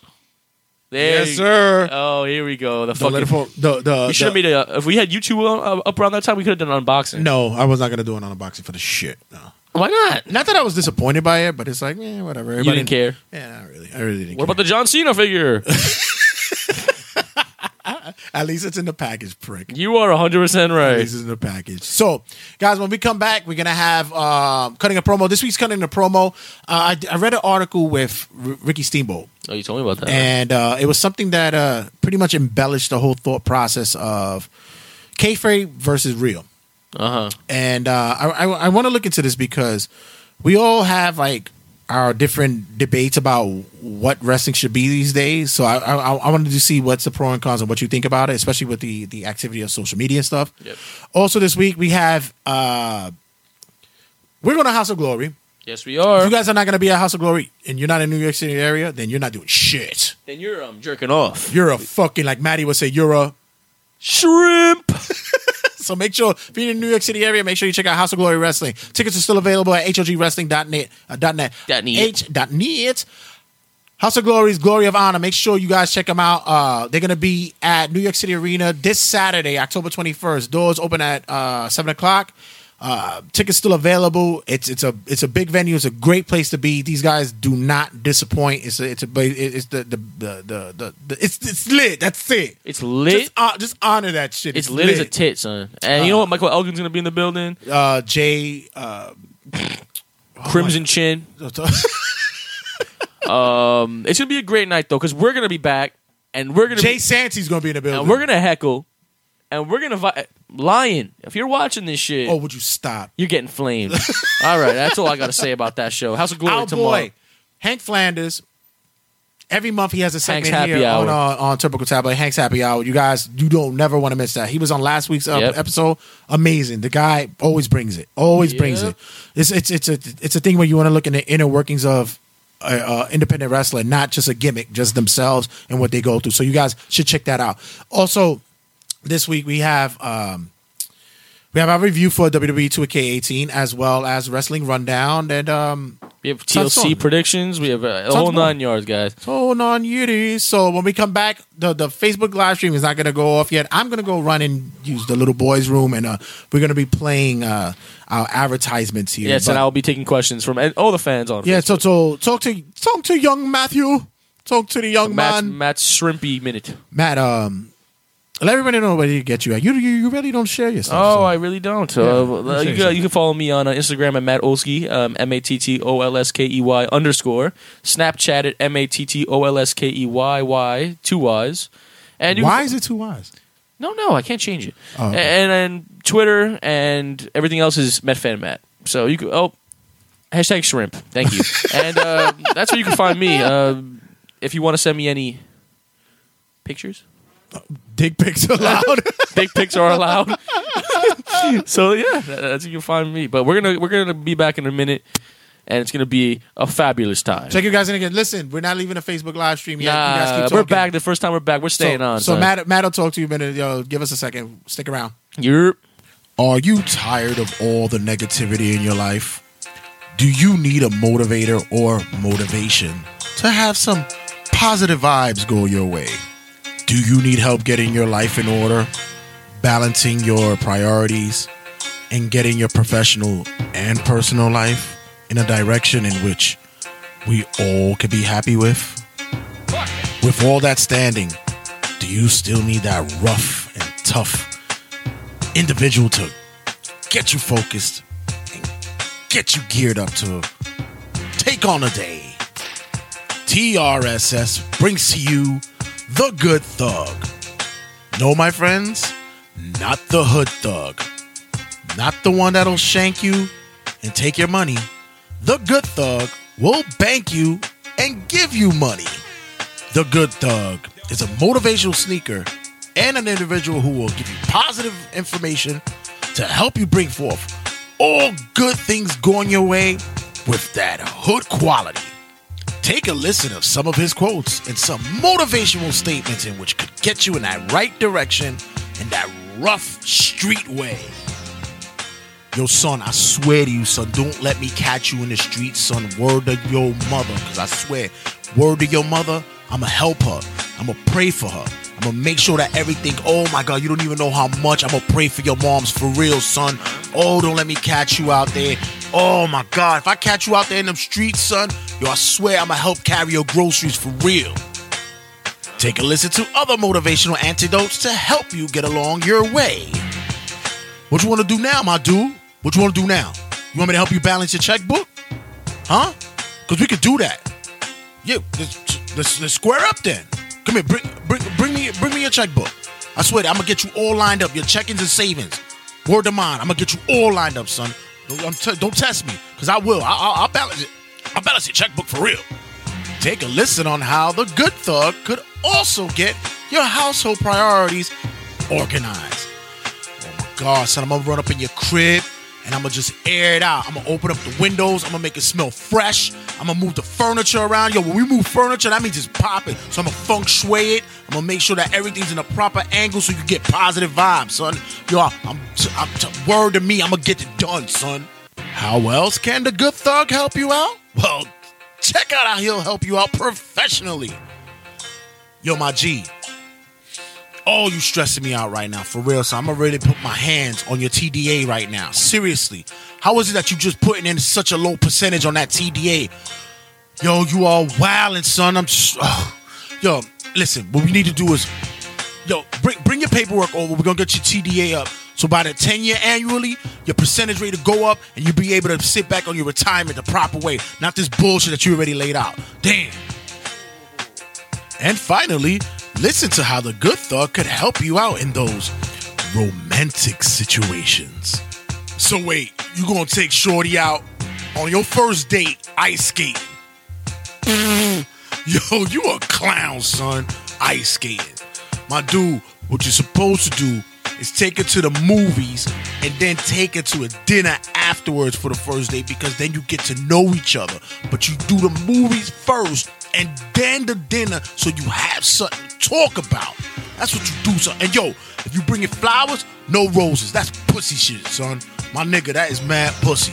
Speaker 5: There you-
Speaker 3: sir.
Speaker 5: Oh, here we go. The
Speaker 3: The,
Speaker 5: fucking.
Speaker 3: letter for- the, the,
Speaker 5: we should have
Speaker 3: the-
Speaker 5: made a. If we had YouTube uh, up around that time, we could have done an unboxing.
Speaker 3: no, I was not gonna do an unboxing for the shit. No,
Speaker 5: Why not?
Speaker 3: not that I was disappointed by it, but it's like, eh, whatever.
Speaker 5: You
Speaker 3: Everybody-
Speaker 5: didn't care.
Speaker 3: Yeah, not really. I really didn't.
Speaker 5: What
Speaker 3: care.
Speaker 5: about the John Cena figure?
Speaker 3: At least it's in the package, prick.
Speaker 5: you are 100% right.
Speaker 3: This is the package. So, guys, when we come back, we're gonna have um, cutting a promo. This week's cutting a promo. Uh, I, I read an article with R- Ricky Steamboat,
Speaker 5: Oh, you told me about that.
Speaker 3: and uh, it was something that uh, pretty much embellished the whole thought process of kayfabe versus real.
Speaker 5: uh huh.
Speaker 3: And uh, I, I, I want to look into this because we all have like our different debates about what wrestling should be these days. So I, I, I wanted to see what's the pro and cons and what you think about it, especially with the the activity of social media and stuff.
Speaker 5: Yep.
Speaker 3: Also, this week we have uh, we're going to House of Glory.
Speaker 5: Yes, we are.
Speaker 3: If you guys are not going to be at House of Glory and you're not in New York City area, then you're not doing shit.
Speaker 5: then you're um, jerking off.
Speaker 3: You're a fucking like Maddie would say. You're a
Speaker 5: Shrimp.
Speaker 3: So make sure if you're in the New York City area, make sure you check out House of Glory Wrestling. Tickets are still available at hogwrestling.net. Uh, dot net.
Speaker 5: Dot net.
Speaker 3: H, dot net. House of Glory's Glory of Honor. Make sure you guys check them out. Uh, they're going to be at New York City Arena this Saturday, October 21st. Doors open at uh, 7 o'clock. Uh, tickets still available. It's it's a it's a big venue. It's a great place to be. These guys do not disappoint. It's a, it's a it's the the the the, the, the it's it's lit. That's it.
Speaker 5: It's lit.
Speaker 3: Just, Uh-huh. uh, just honor that shit.
Speaker 5: it's lit, as a tit, son. And you know what? Michael Elgin's gonna be in the building.
Speaker 3: uh, Jay. Uh,
Speaker 5: Crimson Chin. Um, it's gonna be a great night though, because we're gonna be back and we're gonna
Speaker 3: Jay
Speaker 5: be,
Speaker 3: Santee's gonna be in the building.
Speaker 5: and we're gonna heckle and we're gonna vi- lion. If you're watching this shit,
Speaker 3: oh, would you stop?
Speaker 5: you're getting flamed. all right, that's all I gotta say about that show. House of Glory
Speaker 3: Our
Speaker 5: tomorrow.
Speaker 3: boy, Hank Flanders. Every month he has a segment
Speaker 5: Hank's Happy
Speaker 3: here on
Speaker 5: Hour.
Speaker 3: uh, on Typical Tablet. Hank's Happy Hour. You guys, you don't never want to miss that. He was on last week's uh,
Speaker 5: Yep.
Speaker 3: episode. Amazing. The guy always brings it. Always brings
Speaker 5: Yep.
Speaker 3: it. It's it's it's a it's a thing where you want to look in the inner workings of. Uh, uh, independent wrestler, not just a gimmick, just themselves and what they go through. So you guys should check that out. Also, this week we have um, We have our review for E WWE 2K18 as well as Wrestling Rundown and um
Speaker 5: We have
Speaker 3: Sounds
Speaker 5: TLC
Speaker 3: fun.
Speaker 5: predictions. We have uh, the
Speaker 3: Sounds
Speaker 5: whole
Speaker 3: fun.
Speaker 5: nine yards, guys.
Speaker 3: Hold on, Yuri. So when we come back, the, the Facebook live stream is not going to go off yet. I'm going to go run and use the little boys' room, and uh, we're going to be playing uh, our advertisements here.
Speaker 5: Yes,
Speaker 3: But-
Speaker 5: and I'll be taking questions from and all the fans on.
Speaker 3: yeah. So, so talk to talk to young Matthew. Talk to the young
Speaker 5: Matt's,
Speaker 3: man,
Speaker 5: Matt's shrimpy minute.
Speaker 3: Matt. Um, let everybody know where to get you at. You you, you really don't share yourself.
Speaker 5: Oh,
Speaker 3: so.
Speaker 5: I really don't.
Speaker 3: Yeah,
Speaker 5: uh,
Speaker 3: I'm
Speaker 5: well,
Speaker 3: sure
Speaker 5: you,
Speaker 3: you
Speaker 5: can,
Speaker 3: should.
Speaker 5: you can follow me on uh, Instagram at Matt Olsky, um, M A T T O L S K E Y underscore. Snapchat at M A T T O L S K E Y Y, two Y's. And you can-
Speaker 3: why is it two Y's?
Speaker 5: No, no, I can't change it.
Speaker 3: Oh, okay.
Speaker 5: And and Twitter and everything else is MetFan Matt. So you can oh hashtag shrimp. Thank you. and uh, that's where you can find me. Uh, if you want to send me any pictures,
Speaker 3: Dick pics allowed.
Speaker 5: big pics are allowed. so yeah, that- that's where you can find me. But we're gonna we're gonna be back in a minute, and it's gonna be a fabulous time.
Speaker 3: Check you guys in again. Listen, we're not leaving the Facebook live stream yet. you guys
Speaker 5: Nah,
Speaker 3: keep
Speaker 5: we're
Speaker 3: talking.
Speaker 5: back. The first time we're back, we're staying
Speaker 3: so,
Speaker 5: on.
Speaker 3: So
Speaker 5: son.
Speaker 3: Matt, Matt will talk to you a minute. Yo, give us a second. Stick around.
Speaker 5: you're
Speaker 3: Are you tired of all the negativity in your life? Do you need a motivator or motivation to have some positive vibes go your way? Do you need help getting your life in order, balancing your priorities, and getting your professional and personal life in a direction in which we all can be happy with? With all that standing, do you still need that rough and tough? individual to get you focused and get you geared up to take on a day. TRSS brings to you The Good Thug. No, my friends, not the hood thug. Not the one that'll shank you and take your money. The Good Thug will bank you and give you money. The Good Thug is a motivational sneaker and an individual who will give you positive information to help you bring forth all good things going your way with that hood quality. Take a listen of some of his quotes and some motivational statements in which could get you in that right direction in that rough street way. Yo, son, I swear to you, son, don't let me catch you in the street, son. Word to your mother, because I swear, word to your mother, I'ma help her. I'ma pray for her. I'ma make sure that everything, oh my God, you don't even know how much. I'ma pray for your moms for real, son. Oh, don't let me catch you out there. Oh my God, if I catch you out there in them streets, son, yo, I swear I'ma help carry your groceries for real. Take a listen to other motivational antidotes to help you get along your way. What you want to do now, my dude? What you want to do now? You want me to help you balance your checkbook? Huh? Because we could do that. Yeah, let's, let's, let's square up then. Come here, bring, bring, bring me bring me your checkbook. I swear, I'm gonna get you all lined up. Your check-ins and savings. Word to mine, I'm gonna get you all lined up, son. Don't, I'm t- don't test me, cause I will. I, I, I'll balance it. I'll balance your checkbook for real. Take a listen on how the good thug could also get your household priorities organized. God, son, I'm gonna run up in your crib and I'm gonna just air it out. I'm gonna open up the windows. I'm gonna make it smell fresh. I'm gonna move the furniture around. Yo, when we move furniture, that means it's popping. So I'm gonna feng shui it. I'm gonna make sure that everything's in a proper angle so you get positive vibes, son. Yo, I'm, I'm word to me, I'm gonna get it done, son. How else can the good thug help you out? Well, check out how he'll help you out professionally. Yo, my G, Oh, you stressing me out right now, for real. So I'm gonna really put my hands on your TDA right now. Seriously, how is it that you just putting in such a low percentage on that TDA? Yo, you all wildin', son. I'm just, ugh. yo. Listen, what we need to do is, yo, bring bring your paperwork over. We're gonna get your TDA up. So by the 10 year annually, your percentage rate will go up, and you'll be able to sit back on your retirement the proper way, not this bullshit that you already laid out. Damn. And finally, listen to how the good thug could help you out in those romantic situations. So wait, you gonna take Shorty out on your first date ice skating? Mm. Yo, you a clown, son. Ice skating. My dude, what you're supposed to do is take her to the movies and then take her to a dinner afterwards for the first date because then you get to know each other. But you do the movies first and then the dinner so you have something to talk about. That's what you do, son. And yo, if you bringing flowers, no roses. That's pussy shit, son. My nigga, that is mad pussy.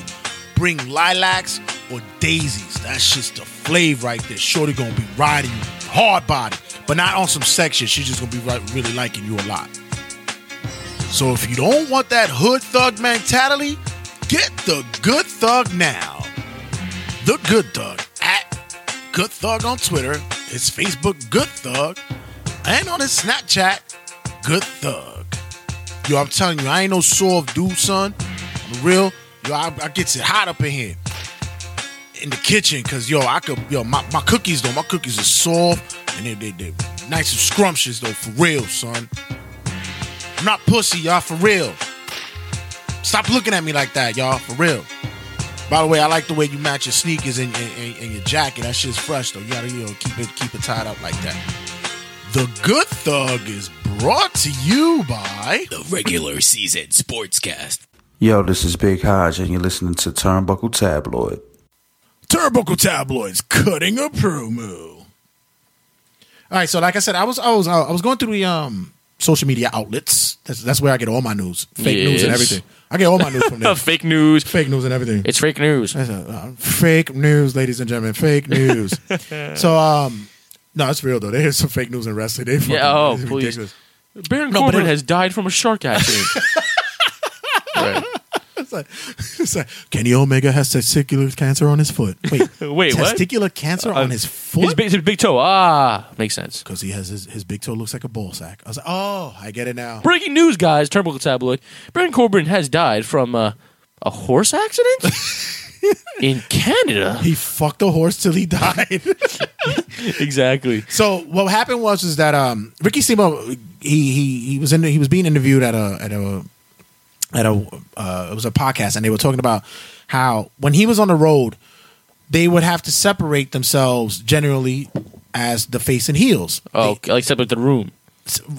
Speaker 3: Bring lilacs or daisies. That shit's the flavor right there. Shorty gonna be riding you hard body, but not on some sex shit. She's just gonna be right, really liking you a lot. So if you don't want that hood thug mentality, get the good thug now. The Good Thug at Good Thug on Twitter, his Facebook Good Thug, and on his Snapchat Good Thug. Yo, I'm telling you, I ain't no soft dude, son. I'm real. Yo, I, I gets it hot up in here in the kitchen because yo, I could yo my, my cookies though, my cookies are soft and they they they nice and scrumptious though, for real, son. I'm not pussy, y'all, for real. Stop looking at me like that, y'all, for real. By the way, I like the way you match your sneakers and, and, and- and your jacket. That shit's fresh though. You gotta you know keep it keep it tied up like that. The Good Thug is brought to you by
Speaker 2: The regular season sportscast.
Speaker 6: Yo, this is Big Hodge, and you're listening to Turnbuckle Tabloid.
Speaker 2: Turbuckle tabloids cutting a promo.
Speaker 3: All right, so like I said, I was I was uh, I was going through the um social media outlets. That's that's where I get all my news, fake news and
Speaker 5: Yes.
Speaker 3: everything. I get all my news from there.
Speaker 5: fake news.
Speaker 3: fake news and everything.
Speaker 5: It's fake news.
Speaker 3: That's a- uh, fake news, ladies and gentlemen. Fake news. so um, no, it's real though. There's some fake news in wrestling. They fucking-
Speaker 5: Yeah, oh,
Speaker 3: it's
Speaker 5: please.
Speaker 3: ridiculous.
Speaker 5: Baron
Speaker 3: No, but
Speaker 5: Corbin
Speaker 3: it-
Speaker 5: has died from a shark accident. Right.
Speaker 3: It's like, it's like Kenny Omega has testicular cancer on his foot. Wait,
Speaker 5: Wait, what?
Speaker 3: testicular cancer on his
Speaker 5: His
Speaker 3: foot
Speaker 5: big, his big toe. Ah, makes sense.
Speaker 3: because he has his, his big toe looks like a ball sack. I was like, oh, I get it now.
Speaker 5: Breaking news, guys. Turnbuckle tabloid. Baron Corbin has died from uh, a horse accident in Canada.
Speaker 3: He fucked a horse till he died.
Speaker 5: Exactly.
Speaker 3: so what happened was is that um, Ricky Steamboat he he he was in he was being interviewed at a at a at a uh, it was a podcast and they were talking about how when he was on the road they would have to separate themselves generally as the face and heels
Speaker 5: Oh, like separate the room.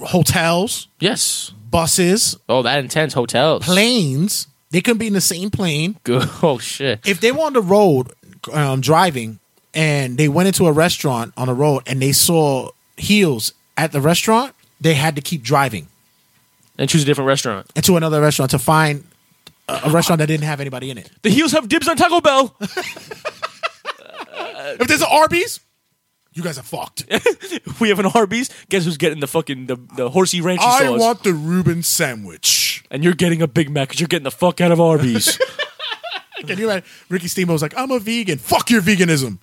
Speaker 3: hotels
Speaker 5: Yes.
Speaker 3: buses
Speaker 5: Oh, that intense hotels.
Speaker 3: planes. They couldn't be in the same plane.
Speaker 5: Good. Oh shit.
Speaker 3: If they were on the road um, driving and they went into a restaurant on the road and they saw heels at the restaurant, they had to keep driving
Speaker 5: And choose a different restaurant.
Speaker 3: into another restaurant to find a, a restaurant that didn't have anybody in it.
Speaker 5: The heels have dibs on Taco Bell.
Speaker 3: If there's an Arby's, you guys are fucked.
Speaker 5: we have an Arby's. Guess who's getting the fucking the, the horsey ranch
Speaker 3: I
Speaker 5: sauce?
Speaker 3: want the Reuben sandwich.
Speaker 5: and you're getting a Big Mac because you're getting the fuck out of Arby's.
Speaker 3: Can you imagine? Ricky Steamboat's like, I'm a vegan. Fuck your veganism.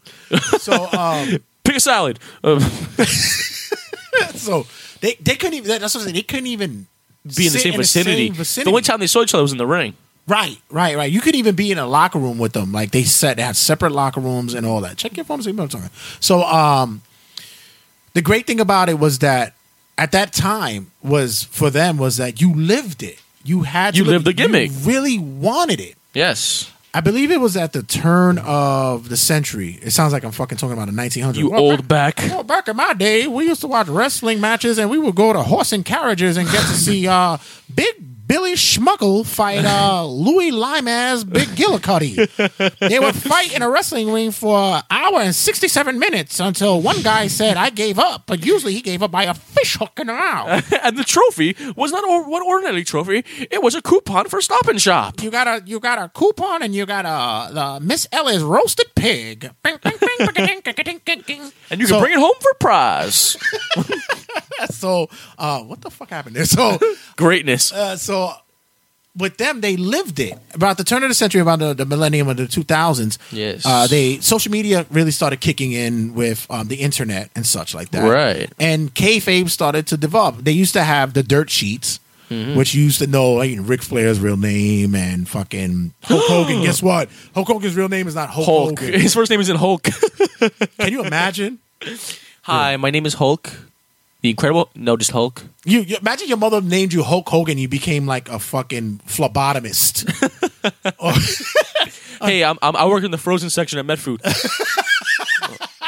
Speaker 3: So, um,
Speaker 5: Pick a salad. Uh,
Speaker 3: so they, they couldn't even. That's what I'm saying. They couldn't even
Speaker 5: be in the
Speaker 3: sit
Speaker 5: same vicinity.
Speaker 3: vicinity.
Speaker 5: The only time they saw each other was in the ring.
Speaker 3: Right, right, right. You could even be in a locker room with them. Like they said, they have separate locker rooms and all that. Check your phone to see what I'm talking. So, um, the great thing about it was that at that time was for them was that you lived it. You had to
Speaker 5: You
Speaker 3: live
Speaker 5: lived the
Speaker 3: it. You
Speaker 5: gimmick.
Speaker 3: really wanted it.
Speaker 5: Yes.
Speaker 3: I believe it was at the turn of the century. It sounds like I'm fucking talking about the 1900s.
Speaker 5: You
Speaker 3: Well,
Speaker 5: old back.
Speaker 3: well, back in my day, we used to watch wrestling matches and we would go to horse and carriages and get to see uh, Big Billy Schmuckle fight uh, Louis Lima's Big Gillicuddy. They would fight in a wrestling ring for an hour and 67 minutes until one guy said, I gave up. But usually he gave up by a fish hook in the mouth.
Speaker 5: and the trophy was not or- one ordinary trophy. It was a coupon for Stop and Shop.
Speaker 3: You got a you got a coupon and you got a the Miss Ella's roasted pig. Bing, bing, bing, bing, bing, bing, bing, bing.
Speaker 5: And you
Speaker 3: So-
Speaker 5: can bring it home for prize.
Speaker 3: So uh, what the fuck happened there? So
Speaker 5: Greatness.
Speaker 3: Uh, so with them, they lived it. About the turn of the century, about the, the millennium of the 2000s,
Speaker 5: Yes.
Speaker 3: uh, they social media really started kicking in with um, the internet and such like that.
Speaker 5: Right.
Speaker 3: And kayfabe started to develop. They used to have the dirt sheets,
Speaker 5: Mm-hmm.
Speaker 3: which you used to know like, Ric Flair's real name and fucking Hulk Hogan. Guess what? Hulk Hogan's real name is not Hulk,
Speaker 5: Hulk.
Speaker 3: Hogan.
Speaker 5: His first name is in Hulk.
Speaker 3: Can you imagine?
Speaker 5: Hi, my name is Hulk. The Incredible. No, just Hulk.
Speaker 3: You, you imagine your mother named you Hulk Hogan. You became like a fucking phlebotomist. Uh,
Speaker 5: hey, I'm, I'm, I work in the frozen section at MedFood.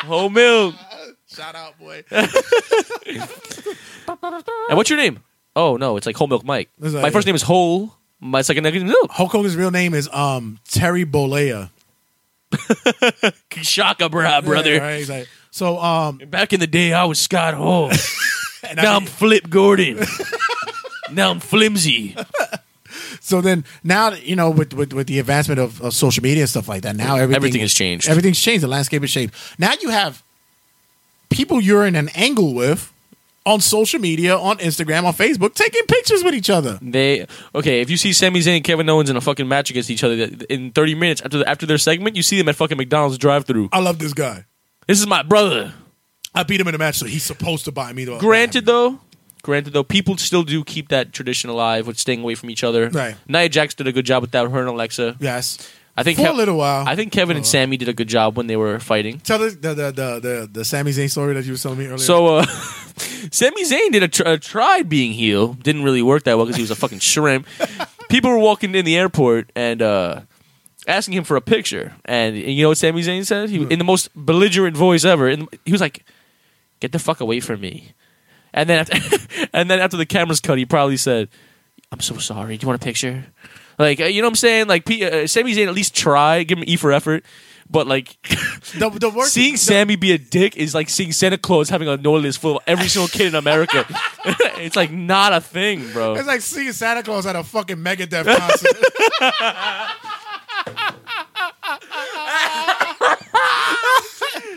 Speaker 5: Whole milk.
Speaker 3: Shout out, boy.
Speaker 5: And what's your name? Oh no, it's like whole milk Mike.
Speaker 3: It's like-
Speaker 5: my first name is whole. My second name is milk.
Speaker 3: Hulk Hogan's real name is um Terry Bollea.
Speaker 5: Shaka bra, brother.
Speaker 3: Yeah, right? He's like- so um
Speaker 5: Back in the day, I was Scott Hall.
Speaker 3: And I
Speaker 5: Now I'm
Speaker 3: mean-
Speaker 5: Flip Gordon. now I'm flimsy.
Speaker 3: so then now that, you know with, with with the advancement of, of social media and stuff like that now everything
Speaker 5: Everything has changed.
Speaker 3: everything's changed the landscape has changed now you have people you're in an angle with on social media on instagram on facebook taking pictures with each other
Speaker 5: They okay. If you see Sami Zayn and Kevin Owens in a fucking match against each other that- in 30 minutes after the, after their segment, you see them at fucking McDonald's drive-through.
Speaker 3: i love this guy
Speaker 5: This is my brother.
Speaker 3: i beat him in a match so he's supposed to buy me the
Speaker 5: Granted, though, granted though, people still do keep that tradition alive with staying away from each other.
Speaker 3: Right.
Speaker 5: Nia Jax did a good job with that. Her and Alexa.
Speaker 3: yes
Speaker 5: I think
Speaker 3: for a
Speaker 5: Kev-
Speaker 3: little while Oh.
Speaker 5: I think Kevin and Sammy did a good job when they were fighting.
Speaker 3: tell us the the the the, the Sami Zayn story that you were telling me earlier
Speaker 5: So, uh, Sami Zayn did a, tr- a try being heel. Didn't really work that well because he was a fucking shrimp. People were walking in the airport and uh, asking him for a picture. And, and you know what Sami Zayn said? He, in the most belligerent voice ever. And he was like, "Get the fuck away from me." And then, after, and then after the cameras cut, he probably said, "I'm so sorry. Do you want a picture?" Like, uh, you know what I'm saying? Like, P- uh, Sami Zayn at least try, give him E for effort. But like,
Speaker 3: the, the worst
Speaker 5: Seeing
Speaker 3: the-
Speaker 5: Sammy be a dick is like seeing Santa Claus having a naughty list full of every single kid in America. it's like not a thing, bro.
Speaker 3: It's like seeing Santa Claus at a fucking Megadeth concert.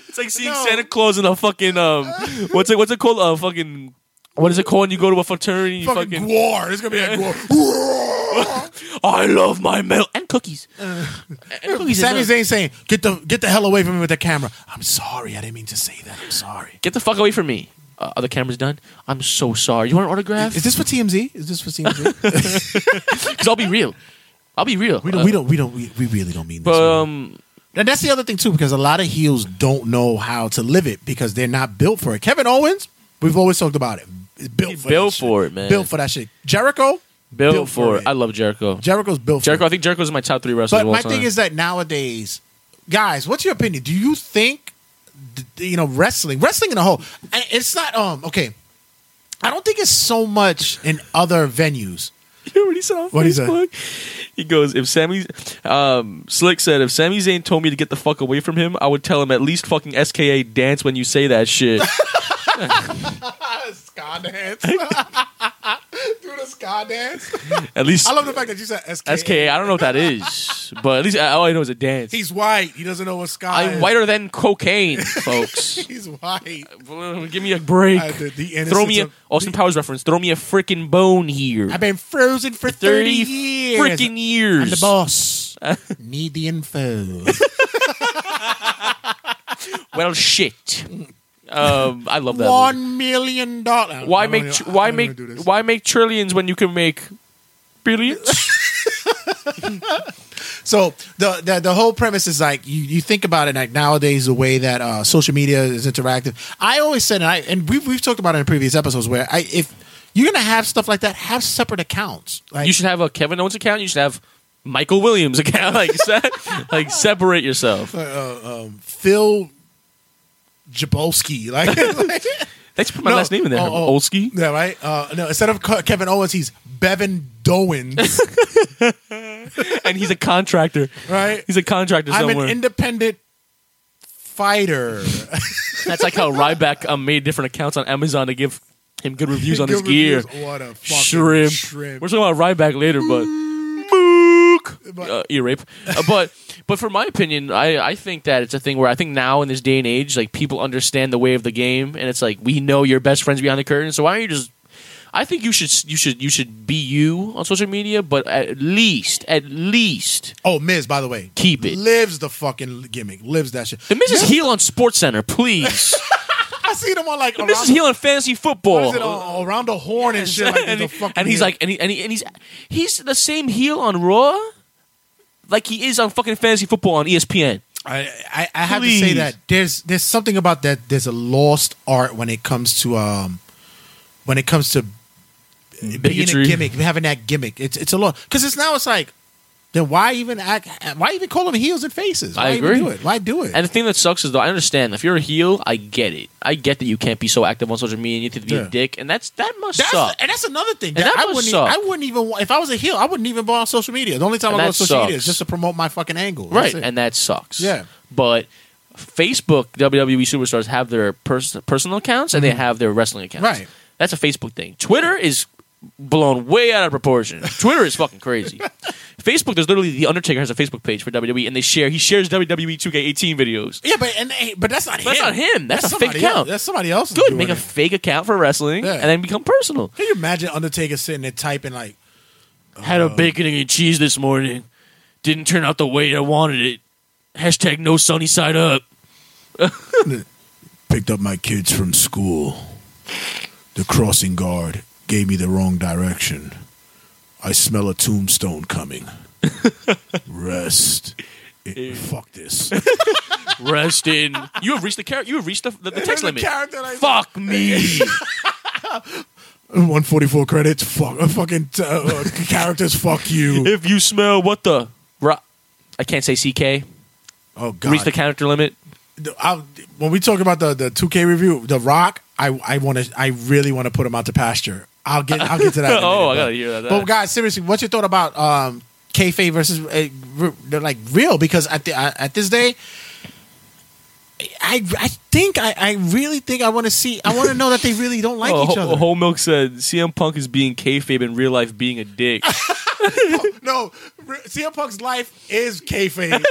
Speaker 5: It's like seeing
Speaker 3: No.
Speaker 5: Santa Claus in a fucking um, what's it what's it called? A fucking what is it called? When you go to a fraternity, you
Speaker 3: fucking,
Speaker 5: fucking.
Speaker 3: war. It's gonna be like war.
Speaker 5: I love my mail and cookies.
Speaker 3: Uh,
Speaker 5: and cookies.
Speaker 3: Sami
Speaker 5: as well.
Speaker 3: Zayn saying, "Get the get the hell away from me with the camera." I'm sorry, I didn't mean to say that. I'm sorry.
Speaker 5: Get the fuck away from me. Uh, are the cameras done? I'm so sorry. You want an autograph?
Speaker 3: Is this for TMZ? Is this for TMZ?
Speaker 5: Because I'll be real. I'll be real.
Speaker 3: we don't. We don't. We don't. We, we really don't mean this.
Speaker 5: But
Speaker 3: man.
Speaker 5: um,
Speaker 3: and that's the other thing too, because a lot of heels don't know how to live it because they're not built for it. Kevin Owens, we've always talked about it. Is Built for,
Speaker 5: built
Speaker 3: that shit.
Speaker 5: for it, man.
Speaker 3: Built for that shit. Jericho,
Speaker 5: Bill, for it. I love Jericho.
Speaker 3: Jericho's built.
Speaker 5: Jericho.
Speaker 3: for
Speaker 5: I
Speaker 3: it.
Speaker 5: think Jericho's in my top three wrestlers.
Speaker 3: But
Speaker 5: of all
Speaker 3: my
Speaker 5: time.
Speaker 3: thing is that nowadays, guys, what's your opinion? Do you think, th- you know, wrestling, wrestling in a whole, I- it's not, um, okay, I don't think it's so much in other venues.
Speaker 5: You know what he said on
Speaker 3: What'd he say?
Speaker 5: Facebook? He goes, if Sammy, um, Slick said, if Sami Zayn told me to get the fuck away from him, I would tell him at least fucking SKA dance when you say that shit.
Speaker 3: Ah, Ska dance. Do the ska dance.
Speaker 5: at least
Speaker 3: I love the fact that you said SK.
Speaker 5: SKA. I don't know what that is, but at least uh, all I know is a dance.
Speaker 3: He's white. He doesn't know what ska
Speaker 5: I'm
Speaker 3: is.
Speaker 5: whiter than cocaine, folks.
Speaker 3: He's white.
Speaker 5: Give me a break.
Speaker 3: I- the- the
Speaker 5: Throw me
Speaker 3: innocence
Speaker 5: a
Speaker 3: of-
Speaker 5: Austin Powers reference. Throw me a freaking bone here.
Speaker 3: I've been frozen for 30 years.
Speaker 5: freaking years.
Speaker 3: I'm the boss. Need the info.
Speaker 5: Well, shit. Um, I love that. movie.
Speaker 3: Mm. One million dollars.
Speaker 5: Why make tr- why make why make trillions when you can make billions?
Speaker 3: So the, the the whole premise is like you, you think about it like nowadays the way that uh, social media is interactive. I always said and I and we've we've talked about it in previous episodes where I if you're gonna have stuff like that, have separate accounts. Like
Speaker 5: you should have a Kevin Owens account. You should have Michael Williams account. Like se- like separate yourself.
Speaker 3: Phil Jabolski. Like, like
Speaker 5: Thanks for putting my
Speaker 3: No.
Speaker 5: last name in there.
Speaker 3: Oh, oh.
Speaker 5: Olski.
Speaker 3: yeah, right. Uh, no, instead of Ke- Kevin Owens, he's Bevin Dowens.
Speaker 5: and he's a contractor.
Speaker 3: Right.
Speaker 5: He's a contractor
Speaker 3: I'm
Speaker 5: somewhere.
Speaker 3: an independent fighter.
Speaker 5: That's like how Ryback um, made different accounts on Amazon to give him good reviews on his
Speaker 3: Good reviews.
Speaker 5: gear.
Speaker 3: What a fucking
Speaker 5: Shrimp.
Speaker 3: shrimp.
Speaker 5: We're talking about Ryback later, but. Mook.
Speaker 3: But-
Speaker 5: uh, ear rape. Uh, but but for my opinion, I, I think that it's a thing where I think now in this day and age, like people understand the way of the game, and it's like we know your best friends behind the curtain. So why don't you just? I think you should you should you should be you on social media, but at least at least
Speaker 3: Oh, Miz, by the way.
Speaker 5: Keep it.
Speaker 3: Lives the fucking gimmick. Lives that shit.
Speaker 5: the Miz is heel on Sports Center, please.
Speaker 3: I see them on like
Speaker 5: the
Speaker 3: around,
Speaker 5: Miz is heel on fantasy
Speaker 3: what
Speaker 5: football.
Speaker 3: is it, on- around the horn and shit. Like
Speaker 5: and,
Speaker 3: the
Speaker 5: he-
Speaker 3: fucking
Speaker 5: and he's
Speaker 3: heel.
Speaker 5: like, and, he, and, he, and he's he's the same heel on Raw, like he is on fucking fantasy football on E ESPN.
Speaker 3: I, I, I have to say
Speaker 5: Please.
Speaker 3: that there's there's something about that. There's a lost art when it comes to um when it comes to being a
Speaker 5: Bigotry.
Speaker 3: gimmick, having that gimmick. It's it's a lot because it's now it's like then why even act? Why even call them heels and faces? Why
Speaker 5: I
Speaker 3: even
Speaker 5: agree.
Speaker 3: do it? Why do it?
Speaker 5: And the thing that sucks is though, I understand if you're a heel, I get it. I get that you can't be so active on social media and you have to be
Speaker 3: Yeah.
Speaker 5: a dick, and that's that must
Speaker 3: that's,
Speaker 5: suck.
Speaker 3: and that's another thing.
Speaker 5: And
Speaker 3: That
Speaker 5: that
Speaker 3: I
Speaker 5: must
Speaker 3: wouldn't.
Speaker 5: suck.
Speaker 3: Even, I wouldn't even. If I was a heel, I wouldn't even go on social media. The only time
Speaker 5: And
Speaker 3: I go on
Speaker 5: that
Speaker 3: social media
Speaker 5: sucks.
Speaker 3: is just to promote my fucking angle.
Speaker 5: right,
Speaker 3: That's it.
Speaker 5: and that sucks.
Speaker 3: Yeah.
Speaker 5: but E Facebook WWE superstars have their pers- personal accounts and they have their wrestling accounts.
Speaker 3: Mm-hmm. Right.
Speaker 5: That's a Facebook thing. Twitter is blown way out of proportion. Twitter is fucking crazy. Facebook, there's literally the Undertaker has a Facebook page for WWE, and they share. He shares E WWE 2K18 videos.
Speaker 3: Yeah, but and eh, but that's not
Speaker 5: But that's
Speaker 3: him.
Speaker 5: not him. That's a fake
Speaker 3: somebody
Speaker 5: account.
Speaker 3: Else. That's somebody else.
Speaker 5: Good,
Speaker 3: doing
Speaker 5: make a
Speaker 3: it.
Speaker 5: fake account for wrestling,
Speaker 3: Yeah.
Speaker 5: and then become personal.
Speaker 3: Can you imagine Undertaker sitting there typing like,
Speaker 5: Had
Speaker 3: Uh-huh.
Speaker 5: a bacon and cheese this morning. Didn't turn out the way I wanted it. Hashtag no sunny side up.
Speaker 2: Picked up my kids from school. The crossing guard gave me the wrong direction. I smell a tombstone coming. Rest. It, fuck this.
Speaker 5: Rest in. You have reached the character. You have reached the, the, the text
Speaker 3: The
Speaker 5: limit.
Speaker 3: character like-
Speaker 5: Fuck me.
Speaker 2: 144 credits. Fuck. Uh, fucking uh, uh, characters. Fuck you.
Speaker 5: if you smell what the. Ro- I can't say CK.
Speaker 3: "Oh God!"
Speaker 5: Reach the character limit.
Speaker 3: The- I- when we talk about the the 2K review, The Rock, I I want to, I really want to put him out to pasture. I'll get I'll get to that. in a minute,
Speaker 5: Oh, I
Speaker 3: but-
Speaker 5: gotta hear that.
Speaker 3: But guys, seriously, what's your thought about um, kayfabe versus uh, re- they're like real? Because at the I- at this day. I, I think I, I really think I want to see I want to know that they really don't like
Speaker 5: Oh,
Speaker 3: each
Speaker 5: Ho-
Speaker 3: other.
Speaker 5: Whole Milk said CM Punk is being kayfabe in real life being a dick.
Speaker 3: No, re- CM Punk's life is kayfabe.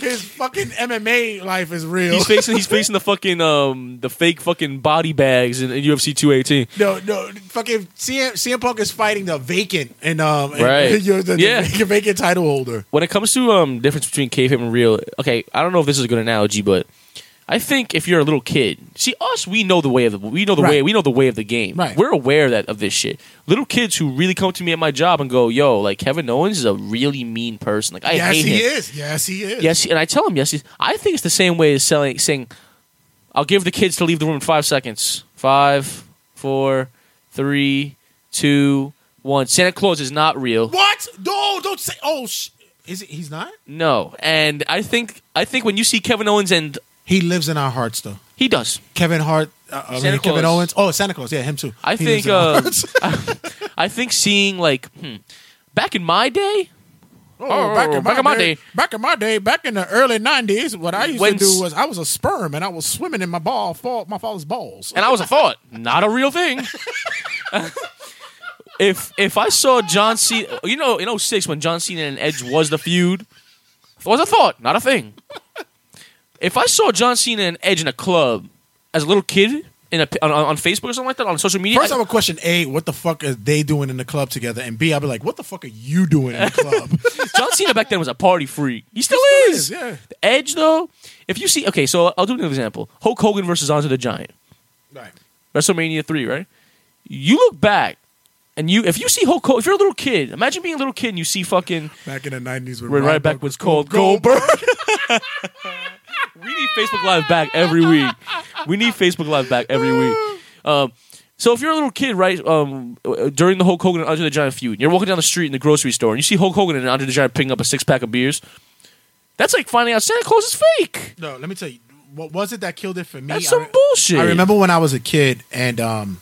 Speaker 3: His fucking MMA life is real.
Speaker 5: he's facing he's facing the fucking um the fake fucking body bags in, in UFC 218.
Speaker 3: No, no, fucking CM, CM Punk is fighting the vacant and um, and
Speaker 5: Right.
Speaker 3: you're the, the
Speaker 5: Yeah.
Speaker 3: vacant, vacant title holder.
Speaker 5: When it comes to um difference between kayfabe and real, okay, I don't know if this is a good analogy, but I think if you're a little kid, see us, we know the way of the we know the way
Speaker 3: Right.
Speaker 5: we know the way of the game.
Speaker 3: Right.
Speaker 5: We're aware of that of this shit. Little kids who really come to me at my job and go, "Yo, like Kevin Owens is a really mean person. Like I
Speaker 3: yes,
Speaker 5: hate
Speaker 3: he
Speaker 5: him."
Speaker 3: is. Yes, he is.
Speaker 5: Yes, and I tell him yes. he's- I think it's the same way as selling, saying, "I'll give the kids to leave the room in five seconds. Five, four, three, two, one. Santa Claus is not real.
Speaker 3: What? No, don't say. Oh, sh- is it, he's not?
Speaker 5: No, and I think I think when you see Kevin Owens and
Speaker 3: He lives in our hearts, though.
Speaker 5: he does,
Speaker 3: Kevin Hart, uh, I mean,
Speaker 5: Santa
Speaker 3: Kevin
Speaker 5: Claus.
Speaker 3: Owens. Oh, Santa Claus. Yeah, him too.
Speaker 5: I
Speaker 3: He lives
Speaker 5: think.
Speaker 3: in our
Speaker 5: Uh,
Speaker 3: hearts.
Speaker 5: I, think seeing like hmm, back in my day,
Speaker 3: Oh, back in,
Speaker 5: back
Speaker 3: my
Speaker 5: in my
Speaker 3: day,
Speaker 5: day.
Speaker 3: back in my day, back in the early '90s, what I used
Speaker 5: When
Speaker 3: to
Speaker 5: s-
Speaker 3: do was I was a sperm and I was swimming in my ball, fall, my father's balls.
Speaker 5: and I was a thought, not a real thing. if if I saw John Cena, you know, in 06 when John Cena and Edge was the feud, it was a thought, not a thing. If I saw John Cena and Edge in a club as a little kid in a, on, on Facebook or something like that on social media,
Speaker 3: First, I would question A, what the fuck are they doing in the club together? And B, I'd be like, what the fuck are you doing in the club?
Speaker 5: John Cena back then was a party freak. He still, is.
Speaker 3: is, yeah.
Speaker 5: The Edge though, if you see, okay, so I'll do an example: Hulk Hogan versus Andre the Giant.
Speaker 3: right.
Speaker 5: WrestleMania three, right? You look back and you if you see Hulk Hogan, if you're a little kid, imagine being a little kid and you see fucking
Speaker 3: Back in the 90s, when
Speaker 5: Ray
Speaker 3: Ryan
Speaker 5: Ryback
Speaker 3: Buck
Speaker 5: was called Goldberg. we need Facebook Live back every week. We need Facebook Live back every week. Um, so if you're a little kid, right, um, uh, during the Hulk Hogan and Andre the Giant feud, and you're walking down the street in the grocery store and you see Hulk Hogan and Andre the Giant picking up a six pack of beers. That's like finding out Santa Claus is fake.
Speaker 3: No, let me tell you, what was it that killed it for me?
Speaker 5: That's
Speaker 3: I
Speaker 5: some
Speaker 3: re-
Speaker 5: bullshit.
Speaker 3: I remember when I was a kid and um,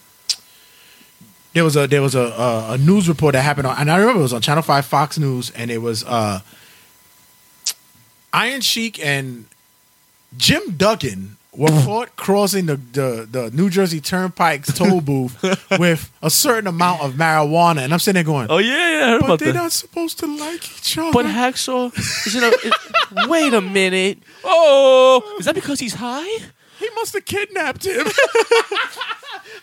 Speaker 3: there was a there was a, a, a news report that happened on, and I remember it was on Channel Five Fox News, and it was uh, Iron Sheik and Jim Duggan were caught crossing the, the the New Jersey Turnpike's toll booth with a certain amount of marijuana, and I'm sitting there going,
Speaker 5: Oh yeah, yeah, I heard
Speaker 3: "But
Speaker 5: about
Speaker 3: they're
Speaker 5: that.
Speaker 3: not supposed to like each other."
Speaker 5: But Hacksaw is in a. it- wait a minute. Oh, is that because he's high?
Speaker 3: He must have kidnapped him.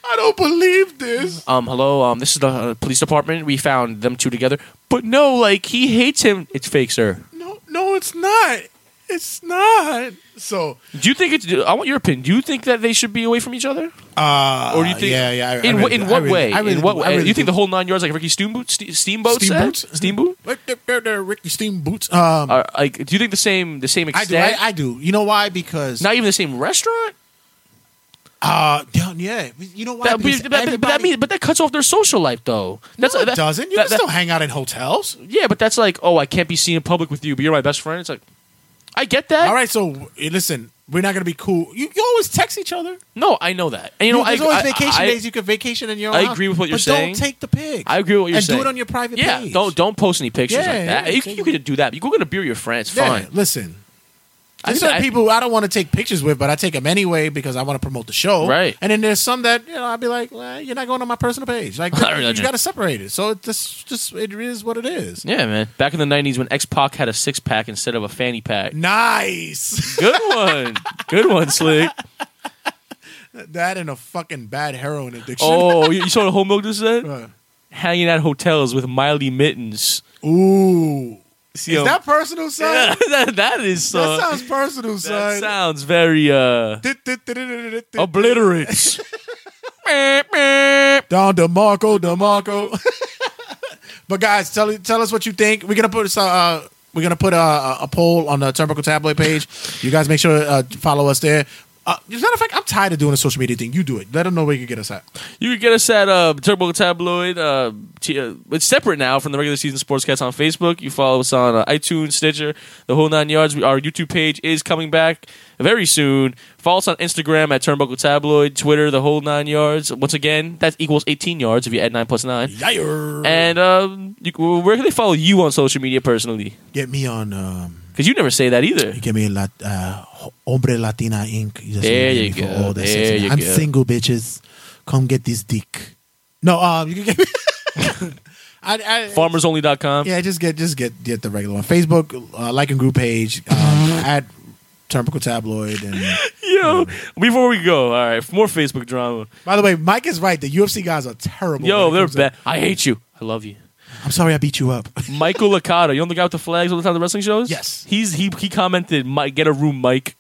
Speaker 3: I don't believe this.
Speaker 5: Um, hello. Um, this is the uh, police department. We found them two together. But no, like he hates him. It's fake, sir.
Speaker 3: No, no, it's not. It's not. So,
Speaker 5: Do you think it's? I want your opinion. Do you think that they should be away from each other?
Speaker 3: uh,
Speaker 5: Or do you think?
Speaker 3: Yeah, yeah. I- I
Speaker 5: in
Speaker 3: really
Speaker 5: what, in
Speaker 3: do. I
Speaker 5: what
Speaker 3: really-
Speaker 5: way?
Speaker 3: I really
Speaker 5: in what
Speaker 3: do.
Speaker 5: way?
Speaker 3: I really
Speaker 5: you think
Speaker 3: do.
Speaker 5: the whole nine yards, like Ricky Steamboat, Ste- Steamboat, said?
Speaker 3: Steamboat?
Speaker 5: Steamboat?
Speaker 3: Like, they're- they're- they're Ricky Steam boots. Um,
Speaker 5: Are, like, do you think the same? The same
Speaker 3: I do.
Speaker 5: extent?
Speaker 3: I, I do. You know why? Because
Speaker 5: Not even the same restaurant.
Speaker 3: uh, damn, yeah. You know why?
Speaker 5: That,
Speaker 3: Because
Speaker 5: but, but- but that
Speaker 3: everybody-
Speaker 5: means, but that cuts off their social life, though. That's
Speaker 3: no, it
Speaker 5: that-
Speaker 3: doesn't. You
Speaker 5: that-
Speaker 3: can
Speaker 5: that-
Speaker 3: still hang out in hotels.
Speaker 5: Yeah, but that's like, oh, I can't be seen in public with you, but you're my best friend. It's like, I get that.
Speaker 3: All right. So eh, listen, we're not gonna be cool. You, you always text each other.
Speaker 5: No, I know that. And you know, I,
Speaker 3: there's always
Speaker 5: I-
Speaker 3: vacation
Speaker 5: I-
Speaker 3: days. You can vacation in your. own
Speaker 5: I
Speaker 3: house,
Speaker 5: agree with what you're
Speaker 3: but
Speaker 5: saying.
Speaker 3: Don't take the pig.
Speaker 5: I agree with what you're
Speaker 3: and
Speaker 5: saying.
Speaker 3: do it on your private
Speaker 5: yeah,
Speaker 3: page.
Speaker 5: don't don't post any pictures
Speaker 3: Yeah,
Speaker 5: like that.
Speaker 3: yeah,
Speaker 5: you,
Speaker 3: take
Speaker 5: you could do that. You go get a beer with your friends. Fine.
Speaker 3: Yeah, listen, There's
Speaker 5: I-
Speaker 3: some people I don't want to take pictures with, but I take them anyway because I want to promote the show.
Speaker 5: Right.
Speaker 3: And then there's some that you know I'd be like, well, you're not going on my personal page. Like
Speaker 5: All right,
Speaker 3: you
Speaker 5: Roger.
Speaker 3: got to separate it. So it just just it is what it is.
Speaker 5: Yeah, man. Back in the '90s, when X Pac had a six pack instead of a fanny pack.
Speaker 3: Nice.
Speaker 5: Good one. Good one, Slick.
Speaker 3: that and a fucking bad heroin addiction.
Speaker 5: Oh, you you saw the whole milk just said?
Speaker 3: Right.
Speaker 5: Hanging at hotels with Miley mittens.
Speaker 3: Ooh.
Speaker 5: See,
Speaker 3: Is
Speaker 5: um,
Speaker 3: that personal, son?
Speaker 5: that- that is son.
Speaker 3: That sounds personal,
Speaker 5: that
Speaker 3: son.
Speaker 5: sounds very uh obliterates.
Speaker 3: Don DeMarco, DeMarco. but guys, tell tell us what you think. We're gonna put some, uh, we're gonna put a, a poll on the Turnbuckle Tabloid page. You guys make sure uh, to follow us there. Uh, as a matter of fact, I'm tired of doing the social media thing. You do it. Let them know where you can get us at.
Speaker 5: You can get us at uh, Turbo Tabloid. Uh, t- uh, it's separate now from the regular season Sportscast on Facebook. You follow us on uh, iTunes, Stitcher, the whole nine yards. We, our YouTube page is coming back very soon. Follow us on Instagram at Turnbuckle Tabloid, Twitter, the whole nine yards. Once again, that equals 18 yards if you add 9 plus 9. And um, you, where can they follow you on social media personally?
Speaker 3: Get me on. Um,
Speaker 5: Because you never say that either.
Speaker 3: get me lat, uh, Hombre Latina Inc. You just
Speaker 5: There
Speaker 3: get
Speaker 5: you
Speaker 3: me for
Speaker 5: go.
Speaker 3: all that
Speaker 5: There
Speaker 3: sex.
Speaker 5: you
Speaker 3: I'm
Speaker 5: go.
Speaker 3: single, bitches. Come get this dick. No, um, you can get me. I, I,
Speaker 5: FarmersOnly.com.
Speaker 3: Yeah, just get just get get the regular one. Facebook, uh, like and group page um, at Turnbuckle Tabloid. And
Speaker 5: Yo, before we go, all right, more Facebook drama.
Speaker 3: by the way, Mike is right. The UFC guys are terrible.
Speaker 5: Yo,
Speaker 3: when it
Speaker 5: they're
Speaker 3: comes to-
Speaker 5: bad. I hate you. I love you.
Speaker 3: I'm sorry I beat you up.
Speaker 5: Michael Licata. You know the guy with the flags all the time at the wrestling shows?
Speaker 3: Yes.
Speaker 5: He's he he commented, Mike, get a room, Mike.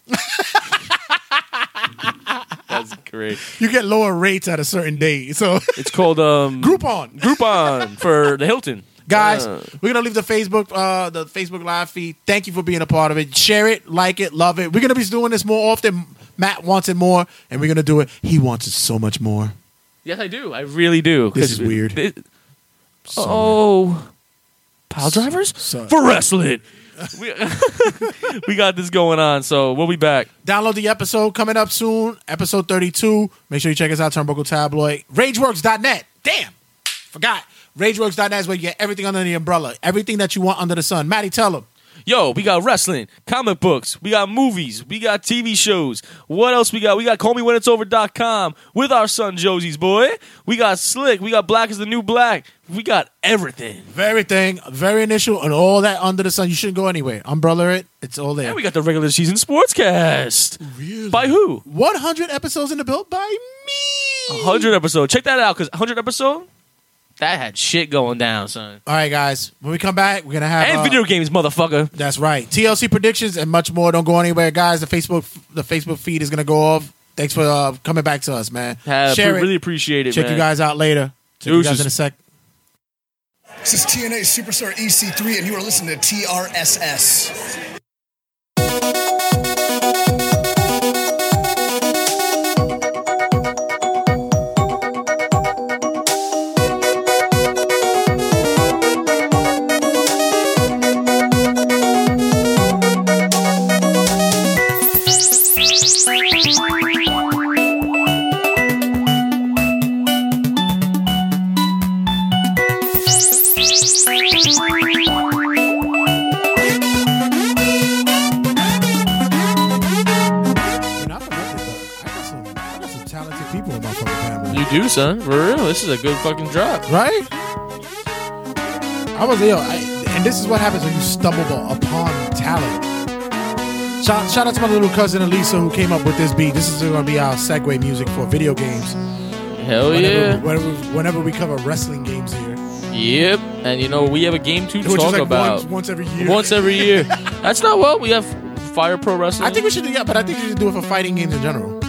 Speaker 5: That's great.
Speaker 3: you get lower rates at a certain date. So
Speaker 5: It's called um
Speaker 3: Groupon.
Speaker 5: Groupon for the Hilton.
Speaker 3: Guys,
Speaker 5: Uh,
Speaker 3: we're gonna leave the Facebook, uh, the Facebook live feed. Thank you for being a part of it. Share it, like it, love it. We're gonna be doing this more often. Matt wants it more, and we're gonna do it. He wants it so much more.
Speaker 5: yes, I do. I really do.
Speaker 3: This
Speaker 5: 'Cause
Speaker 3: is weird.
Speaker 5: it- oh. Pile drivers?
Speaker 3: so-
Speaker 5: For wrestling. we, we got this going on, so we'll be back.
Speaker 3: Download the episode coming up soon, episode 32. Make sure you check us out, Turnbuckle Tabloid. Rageworks.net. Damn. Forgot. Rageworks.net is where you get everything under the umbrella, everything that you want under the sun. Matty, tell them.
Speaker 5: Yo, we got wrestling, comic books, we got movies, we got TV shows. What else we got? We got callmewhenitsover.com with our son Josie's boy. We got Slick, we got Black is the New Black. We got everything.
Speaker 3: Everything, very initial, and all that under the sun. You shouldn't go anywhere. Umbrella it. It's all there.
Speaker 5: And we got the regular season sportscast.
Speaker 3: Really?
Speaker 5: By who?
Speaker 3: 100 episodes in the build by me.
Speaker 5: 100 episode. Check that out cuz 100 episode that had shit going down, son.
Speaker 3: All right, guys. When we come back, we're going to have.
Speaker 5: And
Speaker 3: uh,
Speaker 5: video games, motherfucker.
Speaker 3: That's right. TLC predictions and much more. Don't go anywhere, guys. The Facebook the Facebook feed is gonna go off. Thanks for uh, coming back to us, man.
Speaker 5: Have,
Speaker 3: Share it.
Speaker 5: really appreciate it,
Speaker 3: Check
Speaker 5: man.
Speaker 3: you guys out later. Check you guys
Speaker 5: Deuces.
Speaker 3: in a sec.
Speaker 7: This is TNA Superstar EC3, and you are listening to TRSS.
Speaker 3: Dude, I forgot this, but I got some, I got some talented people in my fucking family,
Speaker 5: You do, son. For real. This is a good fucking drop.
Speaker 3: right? I was ill, I, and this is what happens when you stumble upon talent. Shout, shout out to my little cousin Elisa who came up with this beat. This is going to be our segue music for video games.
Speaker 5: Hell
Speaker 3: Whenever,
Speaker 5: Oh, yeah.
Speaker 3: whenever, whenever we cover wrestling games here,
Speaker 5: Yep. And you know, we have a game to
Speaker 3: which
Speaker 5: talk
Speaker 3: is like
Speaker 5: about.
Speaker 3: once, once every year.
Speaker 5: Once every year. That's not what we have. Fire Pro Wrestling.
Speaker 3: I think we should do that, but I think we should do it for fighting games in general.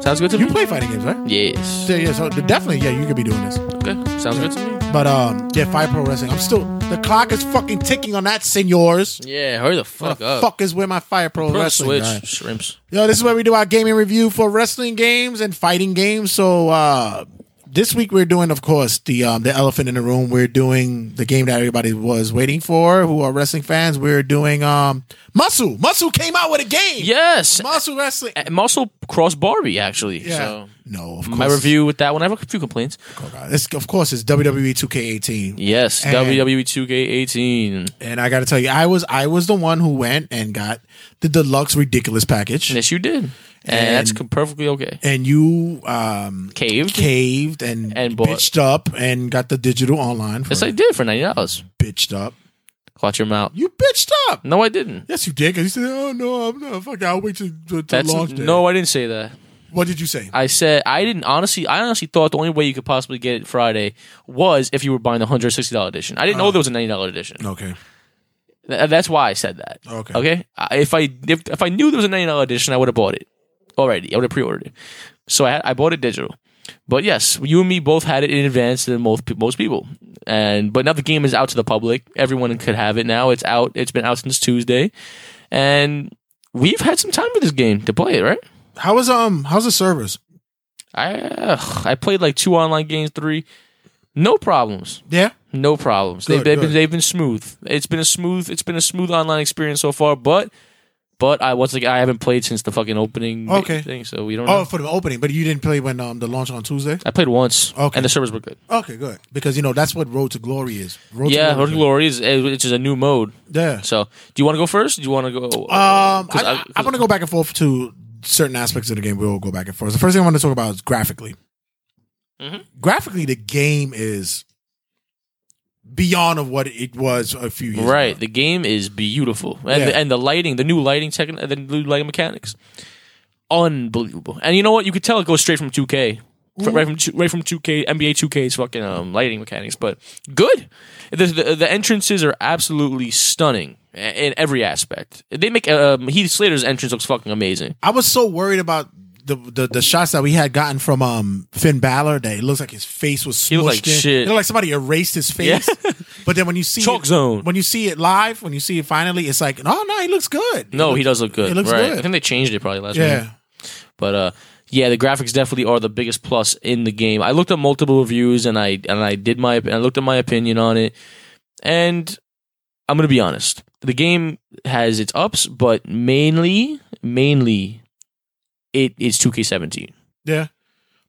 Speaker 5: sounds good to
Speaker 3: You
Speaker 5: me.
Speaker 3: play fighting games, right?
Speaker 5: Yes.
Speaker 3: So, yeah, so definitely, yeah, you could be doing this.
Speaker 5: Okay. Sounds good to me.
Speaker 3: But um, yeah, Fire Pro Wrestling. I'm still the clock is fucking ticking on that, senors.
Speaker 5: Yeah. Hurry the
Speaker 3: What
Speaker 5: fuck
Speaker 3: the
Speaker 5: up.
Speaker 3: fuck is where my Fire Pro
Speaker 5: Put on the
Speaker 3: Wrestling? guy?
Speaker 5: Switch shrimps.
Speaker 3: Yo, this is where we do our gaming review for wrestling games and fighting games. So uh, this week we're doing, of course, the um, the elephant in the room. We're doing the game that everybody was waiting for, who are wrestling fans. We're doing um, Muscle. Muscle came out with a game.
Speaker 5: Yes.
Speaker 3: Muscle wrestling.
Speaker 5: And also cross Barbie actually.
Speaker 3: Yeah.
Speaker 5: Eh, So
Speaker 3: No, of course.
Speaker 5: my review with that one, I have a few complaints.
Speaker 3: It's, of course, it's E WWE 2K18.
Speaker 5: Yes, E
Speaker 3: And-
Speaker 5: WWE 2K18.
Speaker 3: And I got to tell you, I was I was the one who went and got the deluxe ridiculous package.
Speaker 5: Yes, you did, and, that's
Speaker 3: And-
Speaker 5: perfectly okay.
Speaker 3: And you um,
Speaker 5: Caved.
Speaker 3: caved and,
Speaker 5: And bought-
Speaker 3: bitched up and got the digital online. For
Speaker 5: yes, I did for ninety dollars.
Speaker 3: bitched up.
Speaker 5: Watch your mouth.
Speaker 3: You bitched up.
Speaker 5: No, I didn't.
Speaker 3: Yes, you did. 'cause you said, "Oh no, I'm not fucking. I'll wait till till- till
Speaker 5: That's
Speaker 3: launch day."
Speaker 5: no, I didn't say that.
Speaker 3: What did you say?
Speaker 5: I said I didn't honestly. I honestly thought the only way you could possibly get it Friday was if you were buying the hundred sixty dollar edition. I didn't know there was a ninety dollar edition.
Speaker 3: okay.
Speaker 5: Th- that's why I said that.
Speaker 3: Okay.
Speaker 5: Okay. I- If I if, if I knew there was a ninety dollar edition, I would have bought it already. I would have pre ordered it. So I had, I bought it digital. But yes, you and me both had it in advance than most pe- most people. And but now the game is out to the public. Everyone could have it now. It's out. It's been out since Tuesday, and we've had some time with this game to play it. Right.
Speaker 3: How was um? How's the servers?
Speaker 5: I ugh, I played like two online games, three, no problems,
Speaker 3: Yeah.
Speaker 5: no problems. They've,
Speaker 3: Good,
Speaker 5: they've
Speaker 3: good.
Speaker 5: been they've been smooth. It's been a smooth it's been a smooth online experience so far. But but I once again I haven't played since the fucking opening
Speaker 3: Okay.
Speaker 5: thing, so we don't.
Speaker 3: Oh,
Speaker 5: know.
Speaker 3: for the opening, but you didn't play when um the launch on Tuesday.
Speaker 5: I played once,
Speaker 3: Okay.
Speaker 5: and the servers were good.
Speaker 3: Okay, good because you know that's what Road to Glory is. Road
Speaker 5: yeah, Road to Glory is eh, which is a new mode.
Speaker 3: Yeah.
Speaker 5: So do you want to go first? Do you want to go?
Speaker 3: Um, I,
Speaker 5: 'cause
Speaker 3: I, am gonna go back and forth to certain aspects of the game. We'll go back and forth. The first thing I want to talk about is graphically.
Speaker 5: Mm-hmm.
Speaker 3: Graphically, the game is beyond of what it was a few years.
Speaker 5: Right,
Speaker 3: ago.
Speaker 5: the game is beautiful, and
Speaker 3: Yeah.
Speaker 5: the, and the lighting, the new lighting tech, the new lighting mechanics, unbelievable. And you know what? You could tell it goes straight from 2K, Fr- right from two- right from 2K NBA 2K's fucking um, lighting mechanics. But good. The, the the entrances are absolutely stunning i- in every aspect. They make um, Heath Slater's entrance looks fucking amazing.
Speaker 3: I was so worried about the, the the shots that we had gotten from um Finn Balor that it looks like his face was smushed
Speaker 5: He looked like
Speaker 3: in.
Speaker 5: shit.
Speaker 3: It looked like somebody erased his face. but then when you see
Speaker 5: Chalk
Speaker 3: it,
Speaker 5: zone.
Speaker 3: when you see it live, when you see it finally, it's like, oh no, he looks good.
Speaker 5: No, he does look good.
Speaker 3: It looks
Speaker 5: right.
Speaker 3: good.
Speaker 5: I think they changed it probably last year.
Speaker 3: yeah.
Speaker 5: But uh, yeah, the graphics definitely are the biggest plus in the game. I looked at multiple reviews and I and I did my I looked at my opinion on it, and I'm gonna be honest. The game has its ups, but mainly mainly it is 2K17.
Speaker 3: Yeah.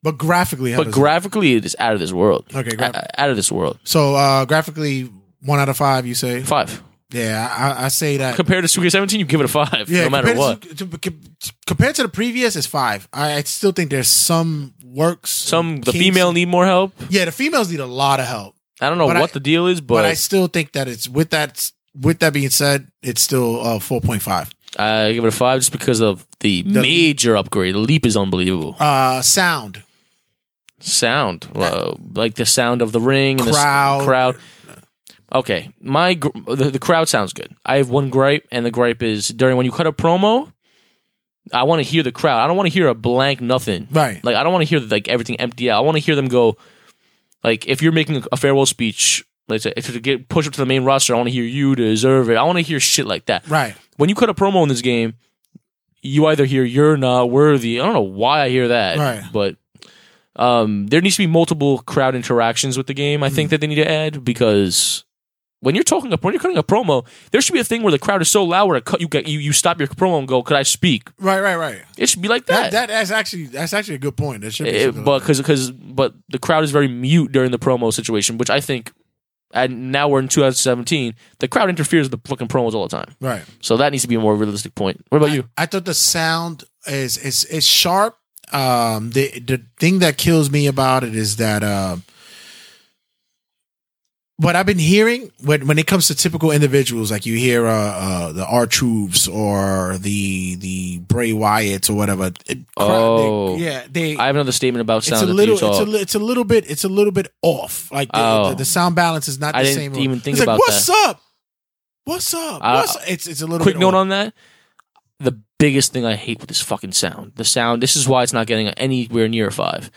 Speaker 3: But graphically, how
Speaker 5: But
Speaker 3: does it-
Speaker 5: graphically, it is out of this world.
Speaker 3: Okay, graph-
Speaker 5: A- out of this world.
Speaker 3: so uh, graphically, one out of five, you say?
Speaker 5: Five
Speaker 3: Yeah, I, I say that.
Speaker 5: compared to 2K17, you give it a five,
Speaker 3: yeah,
Speaker 5: no matter
Speaker 3: compared
Speaker 5: what.
Speaker 3: to, to- to- compared to the previous, it's five. I, I still think there's some works.
Speaker 5: Some the
Speaker 3: kinks.
Speaker 5: female need more help.
Speaker 3: Yeah, the females need a lot of help.
Speaker 5: I don't know
Speaker 3: But I-
Speaker 5: what the deal is,
Speaker 3: but I
Speaker 5: but,
Speaker 3: still think that it's with that with that being said, it's still uh, four point five.
Speaker 5: I, give it a five just because of the, major upgrade. The leap is unbelievable.
Speaker 3: Uh, sound
Speaker 5: sound, uh, like the sound of the ring and the s-
Speaker 3: Crowd.
Speaker 5: crowd. Okay, my gr- the, the crowd sounds good. I have one gripe, and the gripe is during when you cut a promo, I want to hear the crowd. I don't want to hear a blank nothing.
Speaker 3: Right.
Speaker 5: Like I don't want to hear like everything empty out. I want to hear them go. Like if you're making a farewell speech, like say, if you get pushed up to the main roster, I want to hear you deserve it. I want to hear shit like that.
Speaker 3: Right.
Speaker 5: When you cut a promo in this game, you either hear you're not worthy. I don't know why I hear that.
Speaker 3: Right.
Speaker 5: But um, there needs to be multiple crowd interactions with the game. I
Speaker 3: Mm.
Speaker 5: think that they need to add because when you're talking, when you're cutting a promo, there should be a thing where the crowd is so loud where it cut, you get you you stop your promo and go, "Could I speak?"
Speaker 3: Right, right, right.
Speaker 5: It should be like
Speaker 3: That,
Speaker 5: that.
Speaker 3: that that's actually that's actually a good point. That should be
Speaker 5: It-
Speaker 3: something
Speaker 5: but
Speaker 3: like
Speaker 5: because but the crowd is very mute during the promo situation, which I think. And now we're in 2017. The crowd interferes with the fucking promos all the time,
Speaker 3: that. right.
Speaker 5: so that needs to be a more realistic point. What about you?
Speaker 3: I thought the sound is is is sharp. Um, the the thing that kills me about it is that um, what I've been hearing when when it comes to typical individuals, like you hear uh, uh the R Troops or the the Bray Wyatts or whatever. it-
Speaker 5: Oh.
Speaker 3: they- yeah, they.
Speaker 5: I have another statement about
Speaker 3: it's
Speaker 5: sound.
Speaker 3: a
Speaker 5: that
Speaker 3: little,
Speaker 5: you
Speaker 3: it's a,
Speaker 5: saw.
Speaker 3: li- it's a little bit, it's a little bit off. Like the,
Speaker 5: Oh.
Speaker 3: the, the sound balance is not
Speaker 5: I
Speaker 3: the
Speaker 5: didn't
Speaker 3: same.
Speaker 5: even think
Speaker 3: it's
Speaker 5: about
Speaker 3: like, What's up? What's up?
Speaker 5: I-
Speaker 3: What's up? It's it's a little
Speaker 5: quick
Speaker 3: bit
Speaker 5: note
Speaker 3: off.
Speaker 5: on that. The biggest thing I hate with this fucking sound, the sound. This is why it's not getting anywhere near a five.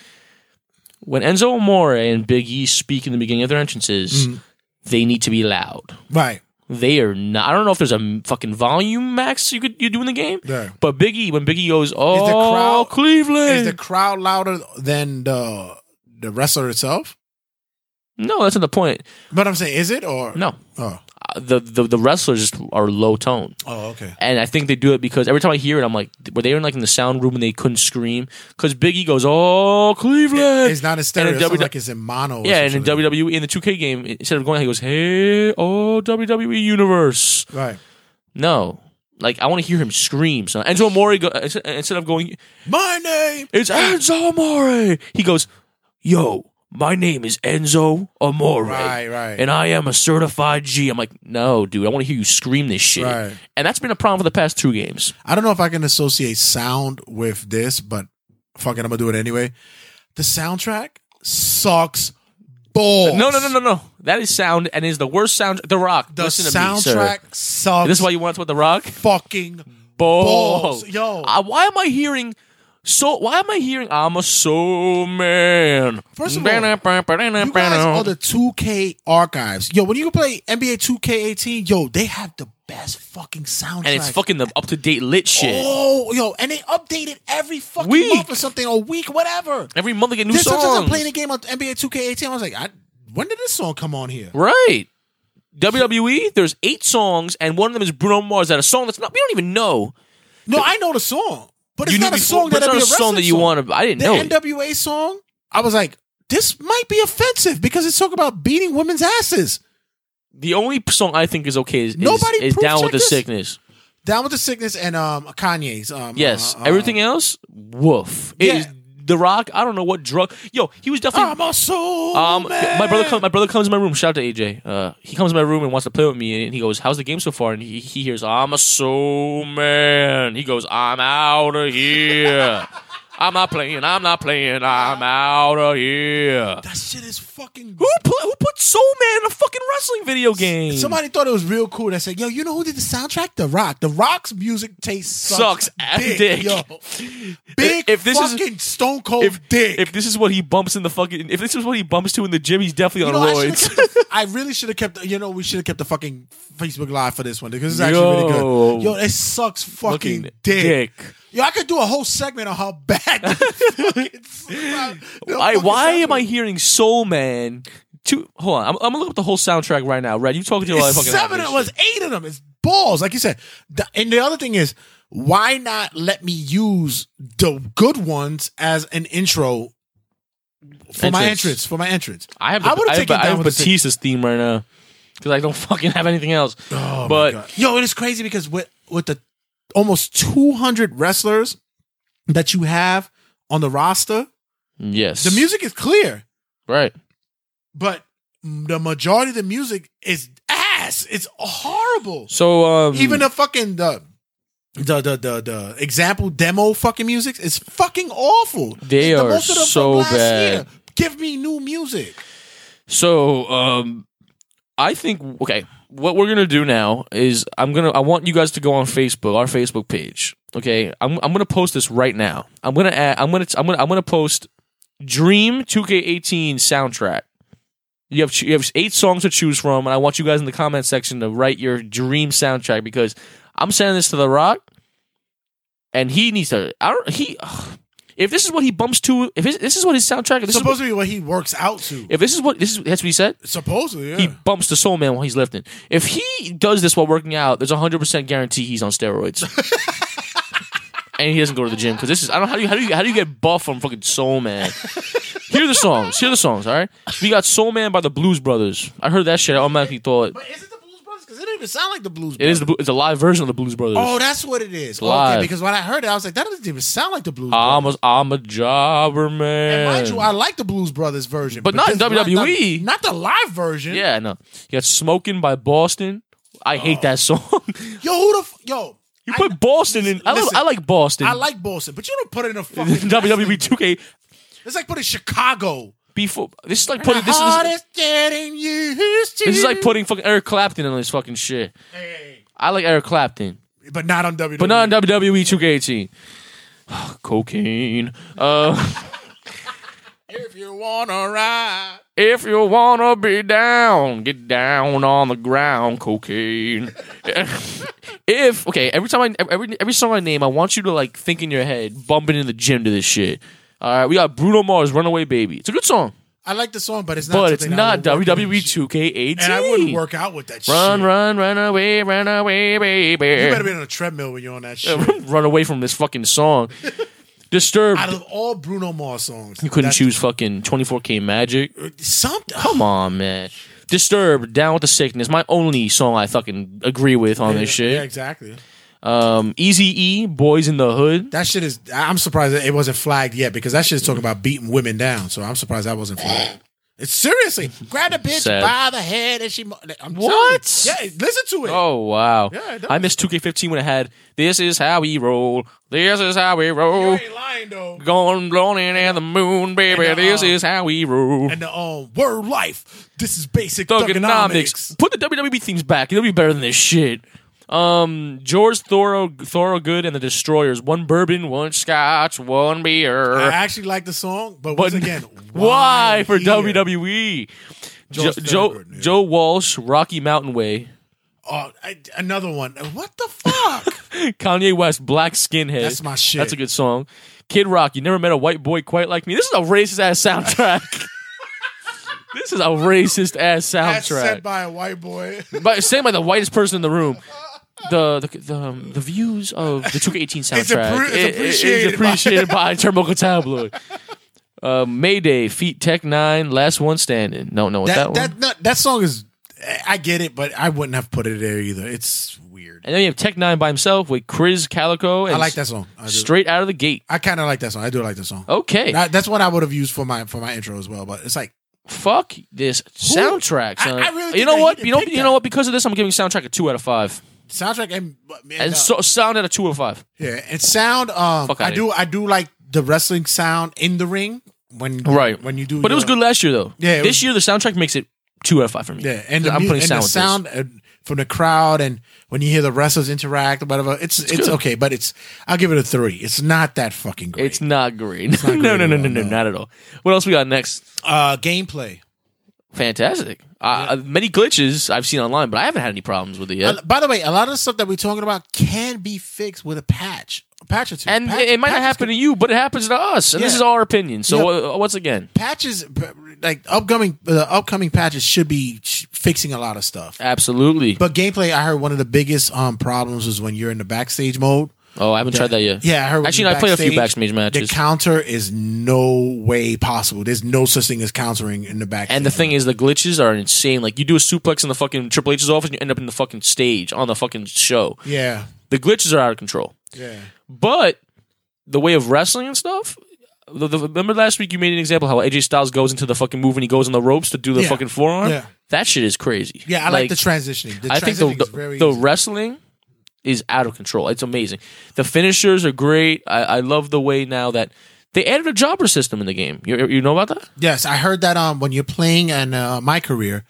Speaker 5: When Enzo Amore and Big E speak in the beginning of their entrances,
Speaker 3: Mm.
Speaker 5: they need to be loud.
Speaker 3: right.
Speaker 5: They are not. I don't know if there's a fucking volume max you could you do in the game,
Speaker 3: Yeah.
Speaker 5: but Big E when Big E goes,
Speaker 3: crowd-
Speaker 5: oh
Speaker 3: is
Speaker 5: Cleveland,
Speaker 3: the crowd louder than the the wrestler itself?
Speaker 5: No, that's not the point.
Speaker 3: But I'm saying, is it or
Speaker 5: No,
Speaker 3: Oh,
Speaker 5: Uh, the the, the wrestlers just are low tone.
Speaker 3: oh, okay.
Speaker 5: And I think they do it because every time I hear it, I'm like, were they in like in the sound room and they couldn't scream? Because Biggie goes, "Oh, Cleveland!"
Speaker 3: It's not in
Speaker 5: And
Speaker 3: stereo.
Speaker 5: in
Speaker 3: It's not
Speaker 5: WW
Speaker 3: like it's in mono. or
Speaker 5: yeah, and in
Speaker 3: something.
Speaker 5: WWE in the 2K game, instead of going, he goes, "Hey, oh WWE Universe."
Speaker 3: right.
Speaker 5: No, like I want to hear him scream. So Enzo Amore go, instead- instead of going,
Speaker 3: My name.
Speaker 5: "It's Enzo Amore," he goes, "Yo." My name is Enzo Amore,
Speaker 3: Right, right.
Speaker 5: and I am a certified G. I'm like, no, dude, I want to hear you scream this shit,
Speaker 3: Right.
Speaker 5: and that's been a problem for the past two games.
Speaker 3: I don't know if I can associate sound with this, but fucking, I'm gonna do it anyway. The soundtrack sucks balls.
Speaker 5: No, no, no, no, no. That is sound and is the worst sound. The Rock.
Speaker 3: The
Speaker 5: Listen to me, sir.
Speaker 3: soundtrack sucks.
Speaker 5: This is why you want to put The Rock.
Speaker 3: fucking
Speaker 5: Balls,
Speaker 3: Balls. Yo.
Speaker 5: Uh, why am I hearing? So why am I hearing? I'm a soul man.
Speaker 3: First of all, you guys are the 2K archives. Yo, when you play NBA 2K18, yo, they have the best fucking soundtrack.
Speaker 5: and it's fucking the up to date lit shit.
Speaker 3: Oh, yo, and they update it every fucking
Speaker 5: Week.
Speaker 3: month or something, or week, whatever.
Speaker 5: Every month they get new
Speaker 3: There's sometimes I'm
Speaker 5: songs.
Speaker 3: playing a game on NBA 2K18. I was like, I, when did this song come on here?
Speaker 5: right. WWE. There's eight songs, and one of them is Bruno Mars. That a song that's not. We don't even know.
Speaker 3: No, I know the song, but it's
Speaker 5: you
Speaker 3: not
Speaker 5: knew
Speaker 3: a
Speaker 5: before,
Speaker 3: song
Speaker 5: but
Speaker 3: that
Speaker 5: it's
Speaker 3: I'd
Speaker 5: not
Speaker 3: be
Speaker 5: a song that you
Speaker 3: arrested
Speaker 5: want to. I didn't
Speaker 3: The
Speaker 5: know. it.
Speaker 3: NWA song, I was like, this might be offensive because it's talking about beating women's asses.
Speaker 5: The only song I think is okay is is,
Speaker 3: Nobody
Speaker 5: is
Speaker 3: proof
Speaker 5: down with the
Speaker 3: checked this?
Speaker 5: sickness.
Speaker 3: Down with the sickness and um Kanye's. Um,
Speaker 5: Yes.
Speaker 3: uh, uh,
Speaker 5: Everything else, woof. It
Speaker 3: Yeah.
Speaker 5: is The Rock. I don't know what drug. Yo, he was
Speaker 3: I'm
Speaker 5: definitely.
Speaker 3: a soul.
Speaker 5: Um,
Speaker 3: man.
Speaker 5: my brother, come, my brother comes in my room. Shout out to AJ. Uh, he comes in my room and wants to play with me, and he goes, "How's the game so far?" And he, he hears, "I'm a soul man." He goes, "I'm out of here. I'm not playing. I'm not playing. I'm out of here."
Speaker 3: That shit is fucking.
Speaker 5: Who put who put Soul Man in a fucking wrestling video game?
Speaker 3: Somebody thought it was real cool. That said, yo, you know who did the soundtrack? The Rock. The Rock's music taste sucks.
Speaker 5: Sucks ass dick.
Speaker 3: Yo. Big
Speaker 5: If this is-
Speaker 3: fucking Stone Cold
Speaker 5: if,
Speaker 3: dick.
Speaker 5: if this is what he bumps in the fucking, if this is what he bumps to in the gym, he's definitely
Speaker 3: You
Speaker 5: on
Speaker 3: know, I, should've
Speaker 5: roids.
Speaker 3: kept the- I really should have kept. the- You know, we should have kept the fucking Facebook Live for this one because it's actually
Speaker 5: Yo.
Speaker 3: really good. Yo, it sucks fucking
Speaker 5: Looking
Speaker 3: dick.
Speaker 5: dick.
Speaker 3: Yo, I could do a whole segment on how bad. the fucking- the
Speaker 5: I,
Speaker 3: fucking
Speaker 5: why am I
Speaker 3: soundtrack-
Speaker 5: hearing Soul Man? To, hold on, I'm, I'm gonna look up the whole soundtrack right now. Red, you talking to a lot of
Speaker 3: It's
Speaker 5: fucking
Speaker 3: seven.
Speaker 5: others.
Speaker 3: It was eight of them. It's balls, like you said. The- and the other thing is, why not let me use the good ones as an intro for my
Speaker 5: Entrance.
Speaker 3: entrance? For my entrance,
Speaker 5: I have.
Speaker 3: I
Speaker 5: I,
Speaker 3: would've
Speaker 5: have,
Speaker 3: taken
Speaker 5: I have
Speaker 3: down with the-
Speaker 5: Batista's theme right now because I don't fucking have anything else.
Speaker 3: Oh
Speaker 5: but
Speaker 3: my God. yo, it is crazy because with with the almost 200 wrestlers that you have on the roster,
Speaker 5: yes,
Speaker 3: the music is clear,
Speaker 5: right?
Speaker 3: but the majority of the music is ass. It's horrible.
Speaker 5: So um,
Speaker 3: Even the fucking the the the the, the example demo fucking music is fucking awful.
Speaker 5: They
Speaker 3: The
Speaker 5: are
Speaker 3: most of them from
Speaker 5: so
Speaker 3: last
Speaker 5: bad.
Speaker 3: year. Give me new music.
Speaker 5: So, um, I think okay. What we're gonna do now is I'm gonna I want you guys to go on Facebook, our Facebook page. Okay, I'm I'm gonna post this right now. I'm gonna add, I'm gonna I'm gonna I'm gonna post Dream 2K18 soundtrack. You have you have eight songs to choose from, and I want you guys in the comment section to write your dream soundtrack because I'm sending this to The Rock, and he needs to. I don't, he ugh. if this is what he bumps to, if his, this is what his soundtrack, if this is what,
Speaker 3: Supposed to be what he works out to.
Speaker 5: if this is what this is that's what he said
Speaker 3: Supposedly, yeah.
Speaker 5: he bumps the soul man while he's lifting. If he does this while working out, there's a hundred percent guarantee he's on steroids. and he doesn't go to the gym because this is I don't how do you how do you how do you get buff from fucking soul man? Hear the songs. Hear the songs. All right, we got Soul Man by the Blues Brothers. I heard that shit. I automatically thought
Speaker 3: but is it the Blues Brothers? Because it didn't even sound like the Blues
Speaker 5: it
Speaker 3: Brothers.
Speaker 5: is the, Blu- it's a live version of the Blues Brothers.
Speaker 3: Oh, that's what it is.
Speaker 5: Live. Ah,
Speaker 3: Okay, because when I heard it, I was like, that doesn't even sound like the Blues
Speaker 5: I'm
Speaker 3: Brothers.
Speaker 5: a, I'm a jobber
Speaker 3: And
Speaker 5: man.
Speaker 3: mind you, I like the Blues Brothers version,
Speaker 5: But not in
Speaker 3: this-
Speaker 5: WWE.
Speaker 3: Not, the live version.
Speaker 5: yeah, no. You got Smoking by Boston. I
Speaker 3: Oh.
Speaker 5: hate that song.
Speaker 3: Yo, who the f- yo?
Speaker 5: you put Boston in. I, love-
Speaker 3: listen,
Speaker 5: I like Boston. E.
Speaker 3: I like Boston, but you don't put it in a fucking
Speaker 5: WWE 2K
Speaker 3: It's like putting Chicago.
Speaker 5: before this is like putting this
Speaker 3: My heart
Speaker 5: is,
Speaker 3: is getting used to.
Speaker 5: this is like putting fucking Eric Clapton on this fucking shit. I like Eric Clapton,
Speaker 3: but not on E. WWE.
Speaker 5: but not on WWE 2K18. Cocaine. Uh,
Speaker 3: if you wanna ride.
Speaker 5: if you wanna be down, get down on the ground. Cocaine. if okay, every time I every every song I name, I want you to like think in your head, bumping in the gym to this shit. All right, we got Bruno Mars "Runaway Baby." It's a good song,
Speaker 3: I like the song, but it's not.
Speaker 5: but it's
Speaker 3: something I
Speaker 5: not E
Speaker 3: would work in
Speaker 5: WWE
Speaker 3: shit.
Speaker 5: 2K18.
Speaker 3: And I wouldn't work out with that
Speaker 5: Run,
Speaker 3: shit.
Speaker 5: run, run away, run away, baby.
Speaker 3: You better be on a treadmill when you're on that shit.
Speaker 5: run away from this fucking song. Disturbed.
Speaker 3: Out of all Bruno Mars songs,
Speaker 5: You couldn't
Speaker 3: that's-
Speaker 5: choose fucking 24K Magic.
Speaker 3: something.
Speaker 5: Come on, man. Disturbed, Down with the Sickness. My only song I fucking agree with on this
Speaker 3: Yeah,
Speaker 5: shit.
Speaker 3: exactly.
Speaker 5: Um, Easy E, Boys in the Hood.
Speaker 3: That shit is. I- I'm surprised that it wasn't flagged yet because that shit's talking about beating women down. So I'm surprised that wasn't flagged. It's seriously grab the bitch
Speaker 5: Sad.
Speaker 3: by the head and she. mo- I'm telling you.
Speaker 5: What?
Speaker 3: Yeah, listen to it.
Speaker 5: Oh, wow.
Speaker 3: Yeah, that
Speaker 5: I missed 2K15 when it had This Is How We Roll. This is how we
Speaker 3: You
Speaker 5: roll.
Speaker 3: ain't lying though.
Speaker 5: Going blowing in the moon, baby.
Speaker 3: And, uh,
Speaker 5: This is how we roll.
Speaker 3: And the um word life. This is basic thugonomics.
Speaker 5: Thugonomics. Put the WWE themes back. It'll be better than this shit. Um, George Thorough, Thorogood and the Destroyers. One bourbon, one scotch, one beer.
Speaker 3: I actually like the song, but, Ah,
Speaker 5: but
Speaker 3: once again,
Speaker 5: why, for
Speaker 3: here?
Speaker 5: WWE? Jo-
Speaker 3: George
Speaker 5: Joe
Speaker 3: Thorogood, yeah.
Speaker 5: Joe Walsh, Rocky Mountain Way,
Speaker 3: Oh, I, another one. What the fuck?
Speaker 5: Kanye West, Black Skinhead.
Speaker 3: That's my shit.
Speaker 5: That's a good song. Kid Rock, you never met a white boy quite like me. This is a racist ass soundtrack. this is a racist ass soundtrack.
Speaker 3: That's said by a white boy.
Speaker 5: But saying by the whitest person in the room, the the the, um, the views of the 2K18 soundtrack
Speaker 3: It's appre- it's
Speaker 5: i- i-
Speaker 3: appreciated
Speaker 5: is appreciated by Turnbuckle Tabloid. Uh, Mayday, Feet Tech Nine, Last One Standing. No, no, that,
Speaker 3: that
Speaker 5: one.
Speaker 3: that that, that song is. I get it, but I wouldn't have put it there either. It's weird.
Speaker 5: and then you have Tech Nine by himself with Chris Calico. And
Speaker 3: I like that song. I do.
Speaker 5: Straight out of the gate.
Speaker 3: I kind of like that song. I do like that song.
Speaker 5: Okay,
Speaker 3: That- that's what I would have used for my for my intro as well. But it's like
Speaker 5: fuck this soundtrack,
Speaker 3: I-
Speaker 5: son.
Speaker 3: I really
Speaker 5: you
Speaker 3: think
Speaker 5: know
Speaker 3: that he
Speaker 5: what?
Speaker 3: did
Speaker 5: You know,
Speaker 3: pick
Speaker 5: you
Speaker 3: that.
Speaker 5: know what? Because of this, I'm giving soundtrack a two out of five,
Speaker 3: soundtrack and and,
Speaker 5: and
Speaker 3: uh,
Speaker 5: so, sound at a two out of five.
Speaker 3: yeah, and sound. Um,
Speaker 5: Fuck
Speaker 3: I
Speaker 5: outta
Speaker 3: do I do like the wrestling sound in the ring when
Speaker 5: Right.
Speaker 3: when you do.
Speaker 5: But it was
Speaker 3: your-
Speaker 5: good last year, though.
Speaker 3: Yeah, it
Speaker 5: This
Speaker 3: was-
Speaker 5: year, the soundtrack makes it two out of five for me.
Speaker 3: Yeah, and the,
Speaker 5: I'm
Speaker 3: mu-
Speaker 5: putting
Speaker 3: and
Speaker 5: sound
Speaker 3: the
Speaker 5: with
Speaker 3: sound uh, from the crowd, and when you hear the wrestlers interact, whatever, it's it's,
Speaker 5: good.
Speaker 3: okay. But it's I'll give it a three. It's not that fucking great.
Speaker 5: It's not great.
Speaker 3: not
Speaker 5: no,
Speaker 3: great
Speaker 5: no,
Speaker 3: at
Speaker 5: no,
Speaker 3: all,
Speaker 5: no,
Speaker 3: no.
Speaker 5: no, not at all. What else we got next?
Speaker 3: uh, gameplay.
Speaker 5: Fantastic. Uh, Many glitches I've seen online, but I haven't had any problems with it yet.
Speaker 3: Uh, by the way, a lot of the stuff that we're talking about can be fixed with a patch, a patch or two,
Speaker 5: and
Speaker 3: Patch-
Speaker 5: it, it might not
Speaker 3: patches
Speaker 5: happen to you, but it happens to us, and this
Speaker 3: Yeah.
Speaker 5: is our opinion. So uh, once again,
Speaker 3: patches like upcoming the upcoming patches should be sh- fixing a lot of stuff.
Speaker 5: absolutely.
Speaker 3: But gameplay, I heard one of the biggest um problems is when you're in the backstage mode.
Speaker 5: oh, I haven't tried that yet.
Speaker 3: Yeah, I heard. when
Speaker 5: Actually,
Speaker 3: you're
Speaker 5: I played a few backstage
Speaker 3: The
Speaker 5: matches.
Speaker 3: counter is no way possible. There's no such thing as countering in the backstage.
Speaker 5: and the thing is, the glitches are insane. Like you do a suplex in the fucking Triple H's office, and you end up in the fucking stage on the fucking show.
Speaker 3: yeah,
Speaker 5: The glitches are out of control.
Speaker 3: yeah,
Speaker 5: But the way of wrestling and stuff. The, the, remember last week you made an example how AJ Styles goes into the fucking move and he goes on the ropes to do the
Speaker 3: Yeah.
Speaker 5: fucking forearm.
Speaker 3: Yeah.
Speaker 5: That shit is crazy.
Speaker 3: yeah. I like, the transitioning. The
Speaker 5: I think the
Speaker 3: transitioning is
Speaker 5: the,
Speaker 3: very
Speaker 5: the
Speaker 3: easy.
Speaker 5: wrestling is out of control. It's amazing. The finishers are great. I, I love the way now that they added a jobber system in the game. You, you know about that?
Speaker 3: Yes, I heard that. Um, when you're playing in uh, my career,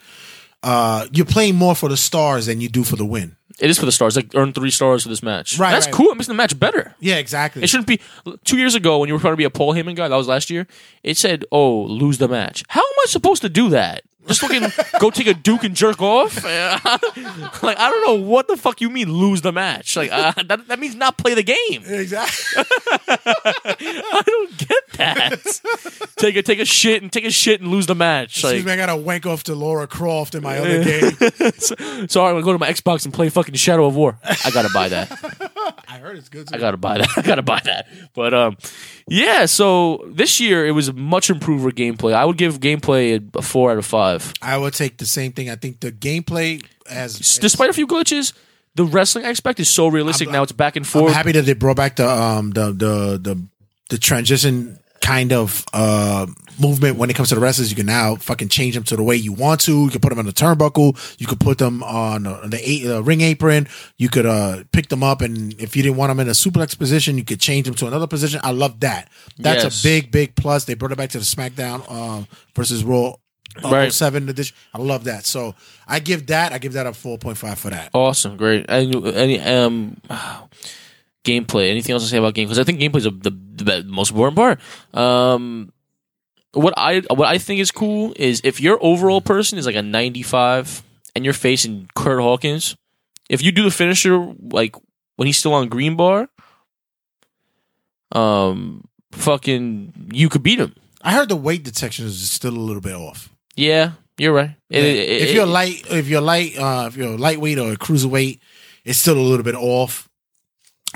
Speaker 3: uh, you're playing more for the stars than you do for the win.
Speaker 5: It is for the stars. Like earn three stars for this match.
Speaker 3: Right,
Speaker 5: That's
Speaker 3: right.
Speaker 5: cool. It makes the match better.
Speaker 3: Yeah, exactly.
Speaker 5: It shouldn't be two years ago when you were trying to be a Paul Heyman guy. That was last year. It said, "Oh, lose the match." How am I supposed to do that? Just fucking go take a duke and jerk off? like I don't know what the fuck you mean lose the match. Like uh, that, that means not play the game.
Speaker 3: exactly.
Speaker 5: I don't get that. take a take a shit and take a shit and lose the match. Like,
Speaker 3: Excuse me, I gotta wank off to Laura Croft in my other game.
Speaker 5: sorry, I'm gonna go to my Xbox and play fucking Shadow of War. I gotta buy that.
Speaker 3: I heard it's good.
Speaker 5: I gotta buy that. I gotta buy that. But um, yeah. So this year it was much improved for gameplay. I would give gameplay a- a four out of five,
Speaker 3: I would take the same thing. I think the gameplay
Speaker 5: S-
Speaker 3: as
Speaker 5: despite a few glitches. The wrestling aspect is so realistic now. It's back and
Speaker 3: I'm
Speaker 5: forth.
Speaker 3: happy that they brought back the um the the the the transition kind of uh movement when it comes to the wrestlers. You can now fucking change them to the way you want to. You can put them on the turnbuckle. You could put them on the, the, a- the ring apron. You could uh pick them up, and if you didn't want them in a suplex position, you could change them to another position. I love that. That's
Speaker 5: Yes.
Speaker 3: a big big plus. They brought it back to the SmackDown um versus Raw. Uh,
Speaker 5: Right.
Speaker 3: 07 edition. I love that. So I give that. I give that a four point five for that.
Speaker 5: awesome, great. And any um, gameplay. Anything else to say about game? Because I think gameplay is the, the, the most important part. Um, what I what I think is cool is if your overall person is like a 95 and you're facing Kurt Hawkins, if you do the finisher like when he's still on green bar, um, fucking you could beat him.
Speaker 3: I heard the weight detection is still a little bit off.
Speaker 5: Yeah, you're right. It- it-
Speaker 3: if
Speaker 5: it-
Speaker 3: you're light, if you're light, uh, if you're lightweight or a cruiserweight, it's still a little bit off.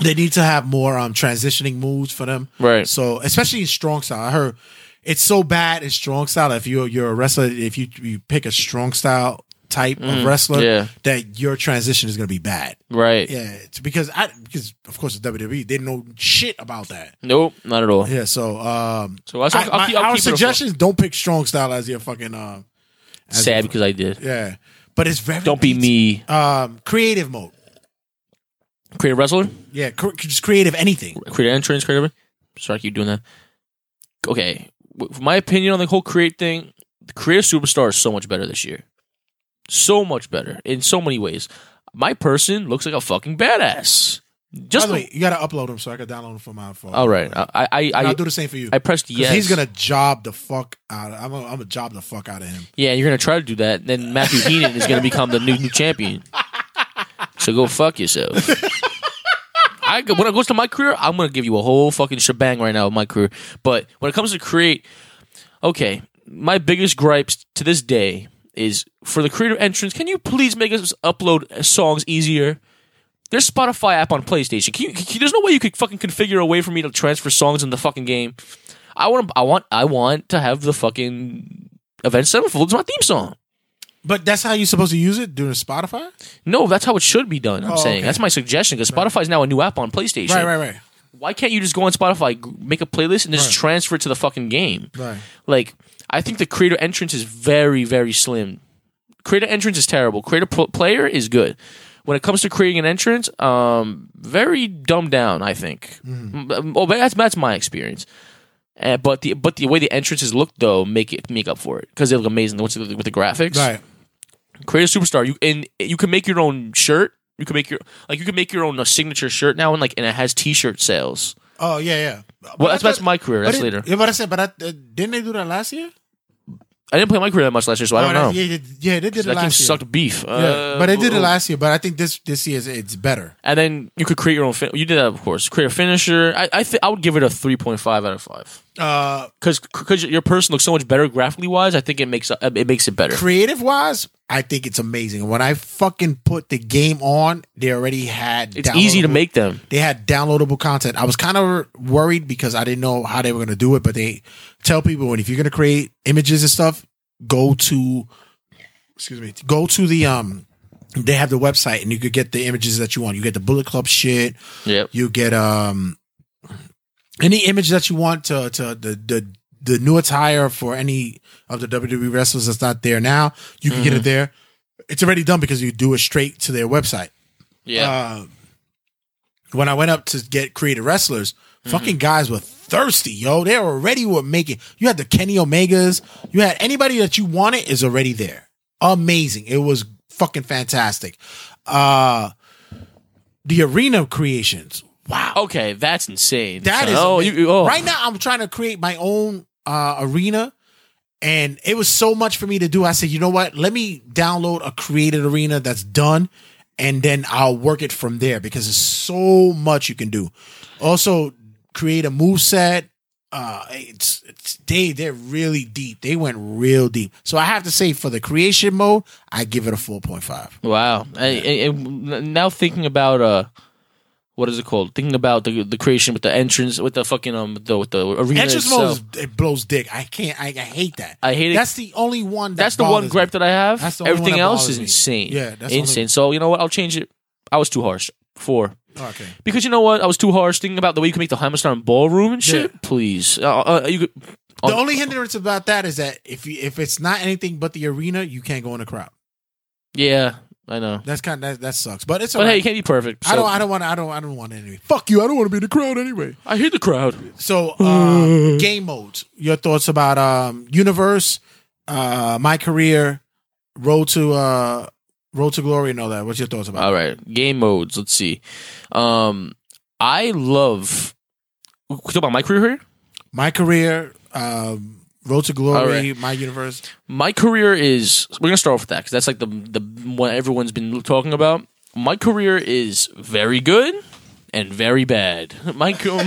Speaker 3: They need to have more um, transitioning moves for them,
Speaker 5: Right.
Speaker 3: So especially in strong style, I heard it's so bad in strong style. If you're you're a wrestler, if you you pick a strong style type of wrestler,
Speaker 5: Mm, yeah.
Speaker 3: that your transition is gonna be bad.
Speaker 5: right.
Speaker 3: Yeah, it's because I because of course the WWE they know shit about that.
Speaker 5: Nope, not at all.
Speaker 3: Yeah, so um,
Speaker 5: So I'll-
Speaker 3: I-
Speaker 5: I'll
Speaker 3: my-
Speaker 5: keep- I'll
Speaker 3: our
Speaker 5: keep it a-
Speaker 3: suggestions don't pick strong style as your fucking um. as your-
Speaker 5: Sad because I did.
Speaker 3: yeah, but it's very
Speaker 5: Don't be me,
Speaker 3: Um, creative mode.
Speaker 5: creative wrestler,
Speaker 3: Yeah, cr- just creative anything.
Speaker 5: creative entrance, creative. Sorry, I keep doing that. Okay, w- my opinion on the whole create thing, the creative superstar is so much better this year. So much better in so many ways. My person looks like a fucking badass.
Speaker 3: By
Speaker 5: Just
Speaker 3: the way, you gotta upload them so I can download them for my phone.
Speaker 5: all right. I I I,
Speaker 3: And
Speaker 5: I,
Speaker 3: I'll do the same for you.
Speaker 5: Oh, I pressed
Speaker 3: 'Cause
Speaker 5: yes.
Speaker 3: He's gonna job the fuck out. Of, I'm gonna, I'm gonna job the fuck out of him.
Speaker 5: Yeah, you're gonna try to do that. Then Matthew Heenan is gonna become the new new champion. So go fuck yourself. I go- when it goes to my career, I'm gonna give you a whole fucking shebang right now of my career. But when it comes to create, okay, my biggest gripes to this day is for the creative entrance. Can you please make us upload songs easier? There's Spotify app on PlayStation. Can you, can you- there's no way you could fucking configure a way for me to transfer songs in the fucking game. I want, I want, I want to have the fucking Event Sevenfold is my theme song.
Speaker 3: But that's how you're supposed to use it during Spotify.
Speaker 5: No, that's how it should be done. I'm
Speaker 3: Oh,
Speaker 5: saying
Speaker 3: okay.
Speaker 5: that's my suggestion because Spotify is now a new app on PlayStation.
Speaker 3: Right, right, right,
Speaker 5: Why can't you just go on Spotify, g- make a playlist, and just transfer it to the fucking game?
Speaker 3: right.
Speaker 5: Like, I think the creator entrance is very, very slim. Creator entrance is terrible. Creator pl- player is good. When it comes to creating an entrance, um, very dumbed down. I think.
Speaker 3: Mm-hmm.
Speaker 5: Mm, Oh, but that's that's my experience. Uh, but the but the way the entrances look though make it make up for it because they look amazing with the, with the graphics.
Speaker 3: Right.
Speaker 5: Create a superstar. You and you can make your own shirt. You can make your like you can make your own uh, signature shirt now, and like and it has T-shirt sales.
Speaker 3: Oh yeah, yeah. But
Speaker 5: Well,
Speaker 3: I
Speaker 5: that's- that's
Speaker 3: thought-
Speaker 5: my career.
Speaker 3: but
Speaker 5: That's
Speaker 3: it-
Speaker 5: later.
Speaker 3: Yeah, but I said, but I, uh, didn't they do that last year?
Speaker 5: I didn't play my career that much last year, so I
Speaker 3: Oh,
Speaker 5: don't
Speaker 3: that's-
Speaker 5: know.
Speaker 3: Yeah, yeah, yeah, they did it
Speaker 5: that game
Speaker 3: last year.
Speaker 5: sucked beef. Uh,
Speaker 3: Yeah, but they did it last year. But I think this this year is it's better.
Speaker 5: And then you could create your own. Fin- you did that, of course. Create a finisher. I I, thi- I would give it a three point five out of five
Speaker 3: Uh,
Speaker 5: because because your person looks so much better graphically wise. I think it makes uh, it makes it better.
Speaker 3: creative wise, I think it's amazing. When I fucking put the game on, they already had.
Speaker 5: It's easy to
Speaker 3: downloadable-
Speaker 5: make them.
Speaker 3: They had downloadable content. I was kind of worried because I didn't know how they were going to do it, but they tell people when if you're going to create images and stuff, go to excuse me, go to the um. They have the website, and you could get the images that you want. You get the Bullet Club shit.
Speaker 5: Yep.
Speaker 3: You get um any image that you want to to the the the new attire for any of the WWE wrestlers that's not there now. You can get it there. It's already done because you do it straight to their website.
Speaker 5: Yeah.
Speaker 3: Uh, when I went up to get creative wrestlers, fucking guys were thirsty, yo. They already were making. You had the Kenny Omegas. You had anybody that you wanted is already there. Amazing. It was fucking fantastic. Uh the arena creations. Wow.
Speaker 5: okay, that's insane.
Speaker 3: That is
Speaker 5: oh,
Speaker 3: amazing.
Speaker 5: you, oh.
Speaker 3: right now. I'm trying to create my own uh, arena, and it was so much for me to do. I said, you know what? Let me download a created arena that's done, and then I'll work it from there because there's so much you can do. Also, create a move set. Uh, it's, it's they they're really deep. They went real deep. So I have to say, for the creation mode, I give it a four point five.
Speaker 5: Wow. And, and- and now thinking about uh what is it called? Thinking about the the creation with the entrance with the fucking um with the with the arena
Speaker 3: Entrance mode,
Speaker 5: itself.
Speaker 3: is- it blows dick. I can't. I, I hate that.
Speaker 5: I hate it.
Speaker 3: That's the only one. That
Speaker 5: that's the one
Speaker 3: bothers
Speaker 5: gripe
Speaker 3: me.
Speaker 5: that I have.
Speaker 3: That's the only
Speaker 5: Everything
Speaker 3: one that
Speaker 5: else is
Speaker 3: bothers me.
Speaker 5: insane.
Speaker 3: Yeah, that's the only-
Speaker 5: insane. So you know what? I'll change it. I was too harsh. Four.
Speaker 3: Okay.
Speaker 5: Because you know what? I was too harsh thinking about the way you can make the Heimerstein ballroom and shit.
Speaker 3: Yeah.
Speaker 5: Please. Uh, uh, you could,
Speaker 3: The
Speaker 5: Oh.
Speaker 3: only hindrance about that is that if you, if it's not anything but the arena, you can't go in the crowd.
Speaker 5: yeah, I know.
Speaker 3: That's kind of that, that sucks. But it's
Speaker 5: But hey, you
Speaker 3: alright.
Speaker 5: can't be perfect.
Speaker 3: I
Speaker 5: so-
Speaker 3: don't I don't want I don't I don't want anyway. Fuck you! I don't want to be in the crowd anyway.
Speaker 5: I hear the crowd.
Speaker 3: So
Speaker 5: um,
Speaker 3: uh, game modes. Your thoughts about um, universe, uh, my career, road to uh, road to glory, and all that. What's your thoughts about?
Speaker 5: All right, game modes. Let's see. Um, I love. we Talk about my career here.
Speaker 3: My career, um, road to glory,
Speaker 5: Alright.
Speaker 3: my universe.
Speaker 5: My career is. We're gonna start off with that because that's like the the one everyone's been talking about. My career is very good and very bad. My co-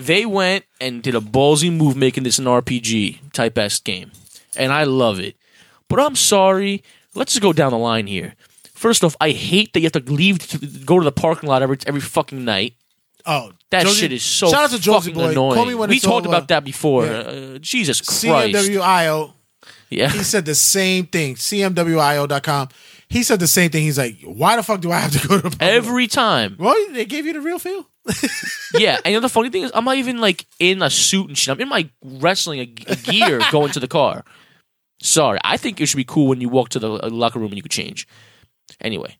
Speaker 5: They went and did a ballsy move making this an RPG type S game. And I love it. But I'm sorry. Let's just go down the line here. First off, I hate that you have to leave to go to the parking lot every every fucking night.
Speaker 3: Oh,
Speaker 5: That
Speaker 3: Josie-
Speaker 5: shit is so
Speaker 3: shout out to Josie
Speaker 5: fucking
Speaker 3: Boy.
Speaker 5: annoying.
Speaker 3: Call me when
Speaker 5: we
Speaker 3: it's
Speaker 5: talked
Speaker 3: over.
Speaker 5: about that before.
Speaker 3: Yeah.
Speaker 5: Uh, Jesus Christ.
Speaker 3: CMWIO.
Speaker 5: yeah.
Speaker 3: He said the same thing. CMWIO.com. He said the same thing. He's like, why the fuck do I have to go to the public?
Speaker 5: Every time.
Speaker 3: Well, they gave you the real feel.
Speaker 5: Yeah, and you know, the funny thing is, I'm not even like in a suit and shit. I'm in my wrestling a- gear going to the car. Sorry, I think it should be cool when you walk to the uh, locker room and you could change. Anyway,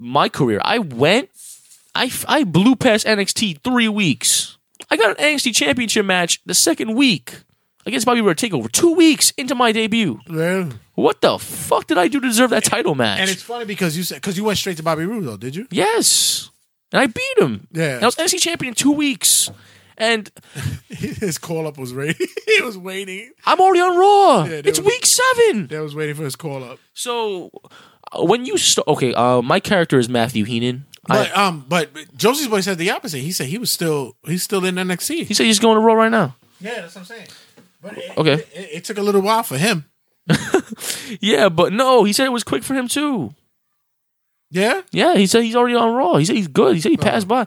Speaker 5: my career, I went, I, f- I blew past NXT three weeks. I got an NXT championship match the second week against Bobby Roode Takeover. Two weeks into my debut, what the fuck did I do to deserve that title match?
Speaker 3: And it's funny because you said because you went straight to Bobby Roode though, did you?
Speaker 5: yes, and I beat him.
Speaker 3: Yeah.
Speaker 5: and I was NXT champion in two weeks, and.
Speaker 3: His call up was ready. he was waiting.
Speaker 5: I'm already on Raw.
Speaker 3: Yeah, they
Speaker 5: it's
Speaker 3: were-
Speaker 5: week seven.
Speaker 3: They was waiting for his call up.
Speaker 5: So uh, when you start, okay, uh, my character is Matthew Heenan.
Speaker 3: But
Speaker 5: I,
Speaker 3: um, but Josie's boy said the opposite. He said he was still he's still in NXT.
Speaker 5: he said he's going to Raw right now.
Speaker 3: yeah, that's what I'm saying. But it,
Speaker 5: Okay.
Speaker 3: it, it took a little while for him.
Speaker 5: Yeah, but no, he said it was quick for him too.
Speaker 3: Yeah,
Speaker 5: Yeah, he said he's already on Raw. He said he's good. He said he passed by.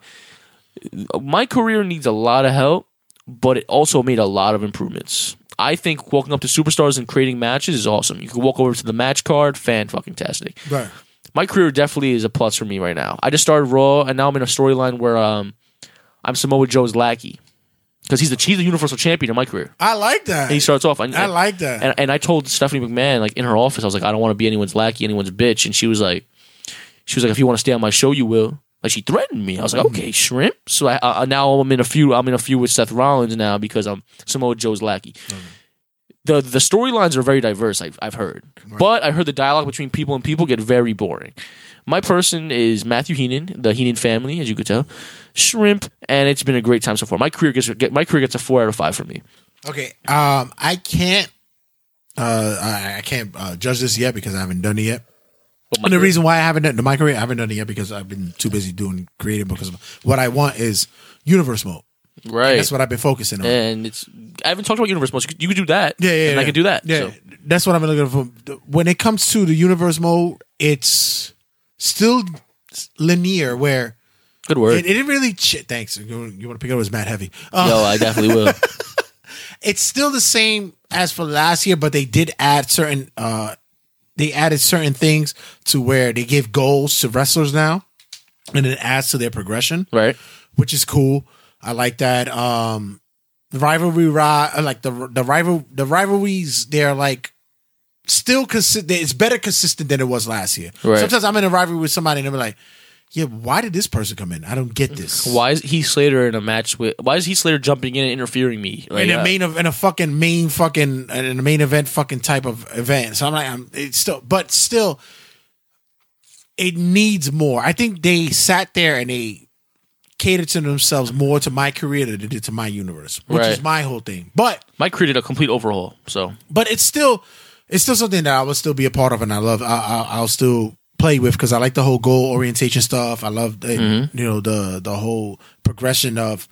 Speaker 5: Uh, My career needs a lot of help, but it also made a lot of improvements. I think walking up to superstars and creating matches is awesome. You can walk over to the match card, fan fucking tastic.
Speaker 3: right.
Speaker 5: my career definitely is a plus for me right now. I just started Raw, and now I'm in a storyline where um, I'm Samoa Joe's lackey because he's the he's the Universal Champion in my career.
Speaker 3: I like that.
Speaker 5: And he starts off. And,
Speaker 3: I like that.
Speaker 5: And, and I told Stephanie McMahon like in her office, I was like, I don't want to be anyone's lackey, anyone's bitch, and she was like, she was like, if you want to stay on my show, you will. Like she threatened me. I was like,
Speaker 3: Mm-hmm.
Speaker 5: okay, shrimp. So I, I I- now I'm in a few. I'm in a few with Seth Rollins now because I'm Samoa Joe's lackey.
Speaker 3: Mm-hmm.
Speaker 5: The the storylines are very diverse. I've I've heard, but I heard the dialogue between people and people get very boring. My person is Matthew Heenan, the Heenan family, as you could tell, shrimp, and it's been a great time so far. My career gets get, my career gets a four out of five for me.
Speaker 3: Okay. Um, I can't. Uh, I, I can't uh, judge this yet because I haven't done it yet. And the reason why I haven't done my career, I haven't done it yet because I've been too busy doing creative. Because what I want is universe mode.
Speaker 5: Right.
Speaker 3: That's what I've been focusing on.
Speaker 5: and it's I haven't talked about universe much. You could do that.
Speaker 3: Yeah, yeah,
Speaker 5: And I
Speaker 3: yeah.
Speaker 5: could do that.
Speaker 3: Yeah,
Speaker 5: So.
Speaker 3: that's what I'm looking for. When it comes to the universe mode, it's still linear. Where
Speaker 5: Good word.
Speaker 3: it, it didn't really. Ch- thanks. You, want to pick it up? It's Matt Heavy. Uh,
Speaker 5: Yo, I definitely will.
Speaker 3: it's still the same as for last year, but they did add certain uh they added certain things to where they give goals to wrestlers now and it adds to their progression,
Speaker 5: right.
Speaker 3: which is cool. I like that. Um the rivalry ri- uh, like the the rival the rivalries they're like still consistent it's better consistent than it was last year.
Speaker 5: Right.
Speaker 3: Sometimes I'm in a rivalry with somebody and they're like, Yeah, why did this person come in? I don't get this.
Speaker 5: Why is Heath Slater in a match with? Why is Heath Slater jumping in and interfering me? Like,
Speaker 3: in
Speaker 5: uh,
Speaker 3: a main of in a fucking main fucking in a main event fucking type of event. So I'm like, I'm it's still, but still, it needs more. I think they sat there and they catered to themselves more to my career than they did to my universe, which is
Speaker 5: Right.
Speaker 3: my whole thing. But
Speaker 5: my career did a complete overhaul. So
Speaker 3: but it's still it's still something that I will still be a part of and I love I, I I'll still play with because I like the whole goal orientation stuff. I love the you know the the whole progression of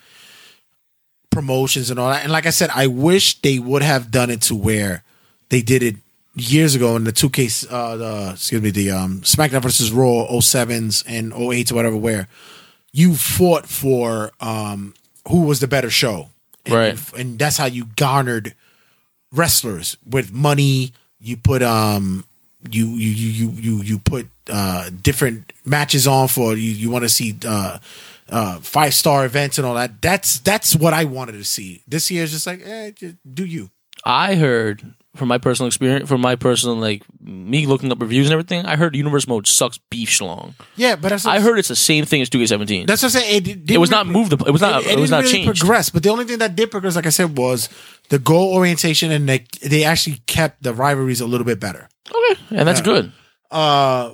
Speaker 3: promotions and all that. And like I said, I wish they would have done it to where they did it years ago in the two case uh the excuse me the um SmackDown versus Raw 07s and 08s or whatever where you fought for um who was the better show. And-
Speaker 5: Right.
Speaker 3: And that's how you garnered wrestlers with money. You put um you you you you you, you put uh different matches on for you you want to see uh uh five star events and all that. That's that's what I wanted to see. This year is just like eh, just do you.
Speaker 5: I heard from my personal experience, from my personal like me looking up reviews and everything, I heard Universe Mode sucks beef schlong.
Speaker 3: Yeah, but that's
Speaker 5: I heard it's the same thing as 2K17.
Speaker 3: that's what I'm saying. It, didn't
Speaker 5: it was
Speaker 3: really-
Speaker 5: not moved. It was not. It, was
Speaker 3: didn't
Speaker 5: not
Speaker 3: really
Speaker 5: changed.
Speaker 3: progress, but the only thing that did progress, like I said, was the goal orientation, and they they actually kept the rivalries a little bit better.
Speaker 5: Okay, and that's good.
Speaker 3: Uh,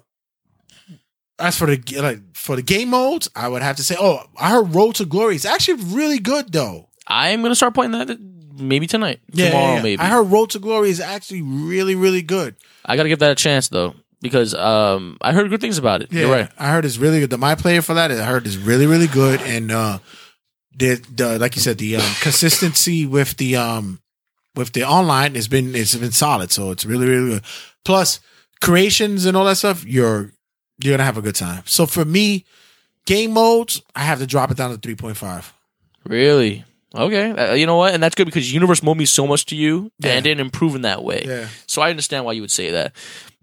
Speaker 3: as for the like for the game modes, I would have to say, oh, I heard Road to Glory is actually really good though.
Speaker 5: I'm gonna start playing that maybe tonight, tomorrow, maybe.
Speaker 3: I heard Road to Glory is actually really really good.
Speaker 5: I gotta give that a chance though, because um, I heard good things about it. You're right.
Speaker 3: I heard it's really good. The my player for that, I heard is really really good, and uh, the, the like you said, the um, consistency with the um with the online has been it's been solid. So it's really really good. Plus creations and all that stuff. You're you're gonna have a good time. So for me, game modes, I have to drop it down to three point five.
Speaker 5: Really? Okay. Uh, you know what? And that's good because universe moved me so much to you and it didn't improve in that way.
Speaker 3: Yeah.
Speaker 5: So I understand why you would say that.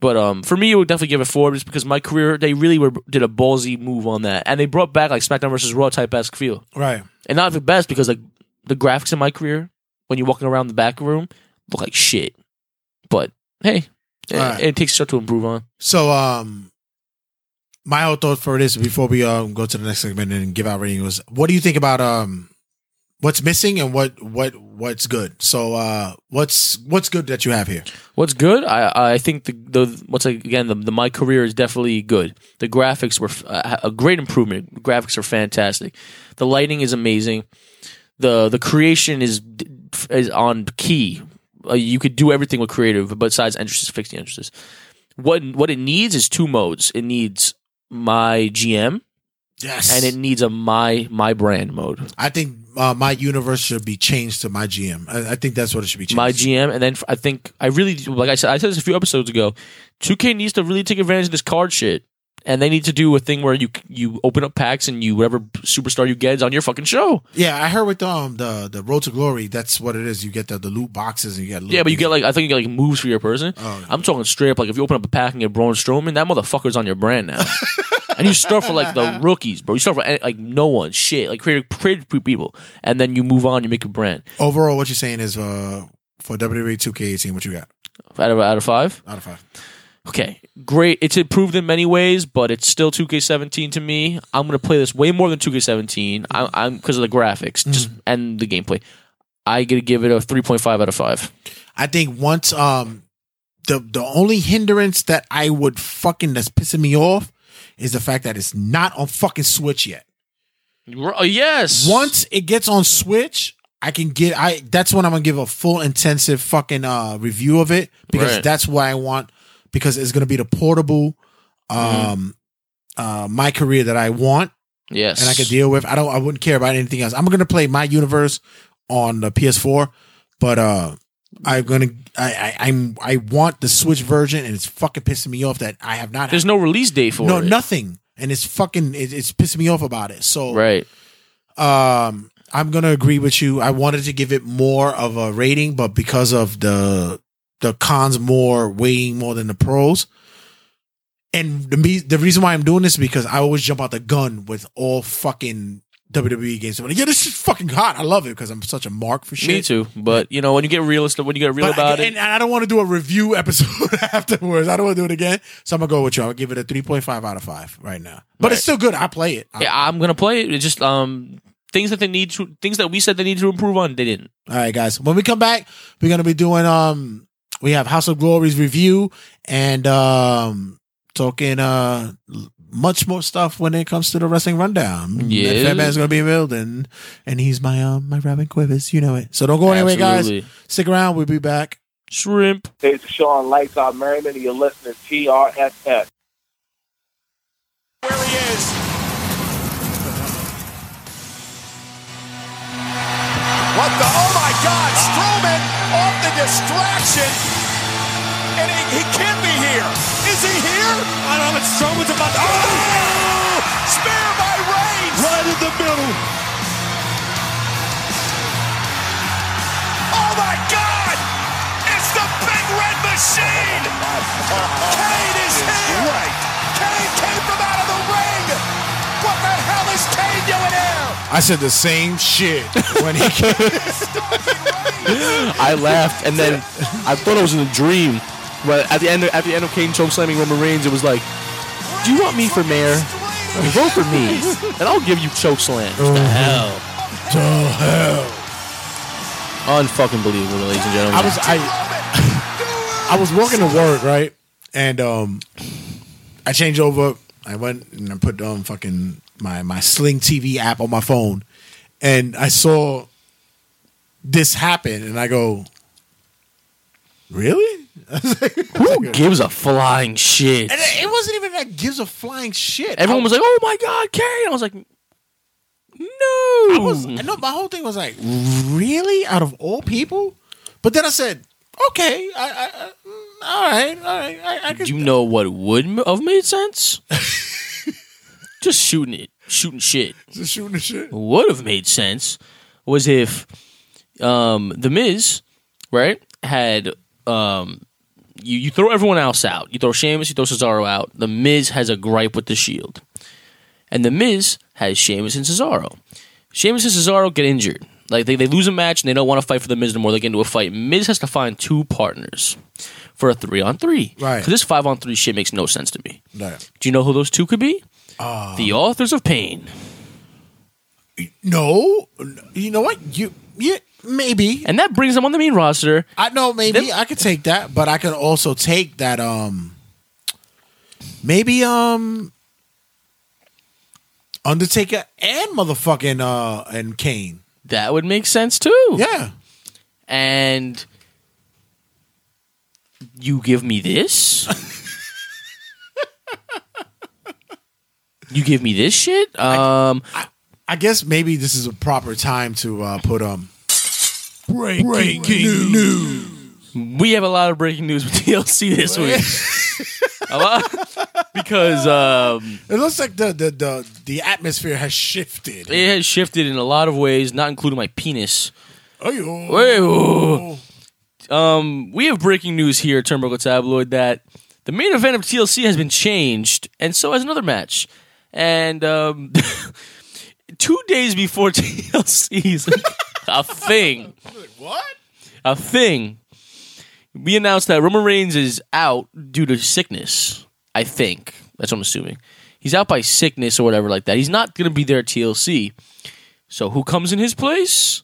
Speaker 5: But um, for me, it would definitely give it four just because my career, they really were, did a ballsy move on that. And they brought back like SmackDown versus Raw type esque feel.
Speaker 3: Right.
Speaker 5: And not the best because like the graphics in my career, when you're walking around the back room, look like shit. But hey, it,
Speaker 3: Alright.
Speaker 5: it takes stuff to improve on.
Speaker 3: So um my whole thought for this before we um go to the next segment and give out rating was what do you think about um what's missing and what what what's good? So uh what's what's good that you have here?
Speaker 5: What's good? I I think the the what's again the, the my career is definitely good. The graphics were f- uh, a a great improvement. The graphics are fantastic. The lighting is amazing. the The creation is is on key. Uh, you could do everything with creative, besides entrances, fix the entrances. What what it needs is two modes. It needs my GM
Speaker 3: Yes.
Speaker 5: and it needs a my my brand mode.
Speaker 3: I think uh, my universe should be changed to my GM. I, I think that's what it should be changed.
Speaker 5: my
Speaker 3: to.
Speaker 5: GM, and then f- I think I really like I said I said this a few episodes ago. 2K needs to really take advantage of this card shit, and they need to do a thing where you you open up packs and you whatever superstar you get is on your fucking show.
Speaker 3: Yeah, I heard with um the the Road to Glory. That's what it is. You get the, the loot boxes and you get loot
Speaker 5: Yeah, but you get like I think you get like moves for your person.
Speaker 3: Oh.
Speaker 5: I'm talking straight up like if you open up a pack and get Braun Strowman, that motherfucker's on your brand now. and you start for like the rookies, bro. You start for eh, like no one, shit, like creative creative people, and then you move on. You make a brand
Speaker 3: overall. What you're saying is uh for WWE 2K18, what you got
Speaker 5: out of out of five.
Speaker 3: out of five?
Speaker 5: okay, great. It's improved in many ways, but it's still 2K17 to me. I'm gonna play this way more than 2K17. I, I'm because of the graphics
Speaker 3: Mm.
Speaker 5: just and the gameplay. I gonna give it a 3.5 out of five.
Speaker 3: I think once um the the only hindrance that I would fucking that's pissing me off is the fact that it's not on fucking Switch yet.
Speaker 5: Oh, yes,
Speaker 3: Once it gets on Switch, I can get I that's when I'm gonna give a full intensive fucking uh review of it because
Speaker 5: Right.
Speaker 3: that's what I want because it's gonna be the portable um uh my career that I want
Speaker 5: yes,
Speaker 3: and I could deal with. I don't I wouldn't care about anything else. I'm gonna play my universe on the PS4, but uh I'm gonna I, I I'm I want the Switch version and it's fucking pissing me off that I have not
Speaker 5: There's no release date for
Speaker 3: no
Speaker 5: it.
Speaker 3: nothing. And it's fucking it, it's pissing me off about it. So
Speaker 5: Right.
Speaker 3: um I'm gonna agree with you. I wanted to give it more of a rating, but because of the the cons more weighing more than the pros. And the me the reason why I'm doing this is because I always jump out the gun with all fucking WWE games. I'm like, yeah, this is fucking hot. I love it because I'm such a mark for shit.
Speaker 5: Me too. But you know when you get realistic, when you get real
Speaker 3: But I-
Speaker 5: about
Speaker 3: and, and
Speaker 5: it,
Speaker 3: I don't want to do a review episode afterwards. I don't want to do it again. So I'm gonna go with you. I'm gonna give it a 3.5 out of five right now. But it's still good. I play it.
Speaker 5: yeah, I'm gonna play it. It's just um things that they need to things that we said they need to improve on, they didn't.
Speaker 3: All right, guys. When we come back, we're gonna be doing um we have House of Glories review and um talking uh much more stuff when it comes to the wrestling rundown.
Speaker 5: Yeah.
Speaker 3: Fatman's gonna be in the building and he's my um my Robin Quivers, you know it. So don't go anywhere, guys.
Speaker 5: Absolutely.
Speaker 3: Stick around, we'll be back.
Speaker 5: Shrimp.
Speaker 8: It's Sean Lights Out Merriman, and you're listening to TRSS.
Speaker 9: What the? Oh my God! Strowman off the distraction, and he, he can't be here. Is he here? I don't know. But Strowman's about to. Oh! Spear by Reigns. Right in the middle. Oh my God! It's the Big Red Machine. Kane is here. Kane came from out of the ring. What the hell is Kane doing here?
Speaker 3: I said the same shit when he came.
Speaker 5: I laughed, and then I thought it was in a dream. But at the end, of, at the end of Kane choke slamming Roman Reigns, it was like, "Do you want me for mayor? Vote for me, and I'll give you choke slam." What the
Speaker 3: Mm-hmm.
Speaker 5: hell? Unfucking believable, ladies and gentlemen.
Speaker 3: I was I I was walking to work, right? And um I changed over. I went and I put on fucking my my Sling TV app on my phone and I saw this happen and I go, "Really?" I was like-
Speaker 5: Who gives a flying shit?
Speaker 3: and it it wasn't even that gives a flying shit.
Speaker 5: Everyone
Speaker 3: I-
Speaker 5: was like, "Oh my god, Kane!" I was like, no.
Speaker 3: I was I know my whole thing was like, really? Out of all people? But then I said, okay, I, I, I mm, all right, all right, I, I can.
Speaker 5: you know what would m- have made sense? Just shooting it, shooting shit.
Speaker 3: just shooting the shit.
Speaker 5: Would have made sense was if um, the Miz, right, had um, you you throw everyone else out. You throw Sheamus, you throw Cesaro out. The Miz has a gripe with the Shield, and the Miz has Sheamus and Cesaro. Sheamus and Cesaro get injured. Like they, they lose a match and they don't want to fight for the Miz no more. They get into a fight. Miz has to find two partners for a three on three.
Speaker 3: Right.
Speaker 5: Because this five on three shit makes no sense to me.
Speaker 3: Right.
Speaker 5: Do you know who those two could be? the authors of pain.
Speaker 3: No, you know what? You yeah, maybe.
Speaker 5: And that brings them on the main roster.
Speaker 3: I know maybe
Speaker 5: Them-
Speaker 3: I could take that, but I could also take that. Um, maybe um, Undertaker and motherfucking uh and Kane.
Speaker 5: That would make sense too.
Speaker 3: Yeah,
Speaker 5: And you give me this? you give me this shit? Um
Speaker 3: I guess maybe this is a proper time to uh put um breaking, news.
Speaker 5: we have a lot of breaking news with TLC this week. a lot because um
Speaker 3: It looks like the the the, the atmosphere has shifted.
Speaker 5: it has shifted in a lot of ways, not including my penis.
Speaker 3: Ayo.
Speaker 5: Wait, um, we have breaking news here at Turnbuckle Tabloid that the main event of TLC has been changed, and so has another match. And um, two days before TLC's a thing,
Speaker 3: What?
Speaker 5: a thing, we announced that Roman Reigns is out due to sickness. I think that's what I'm assuming. He's out by sickness or whatever like that. He's not going to be there at TLC. So who comes in his place?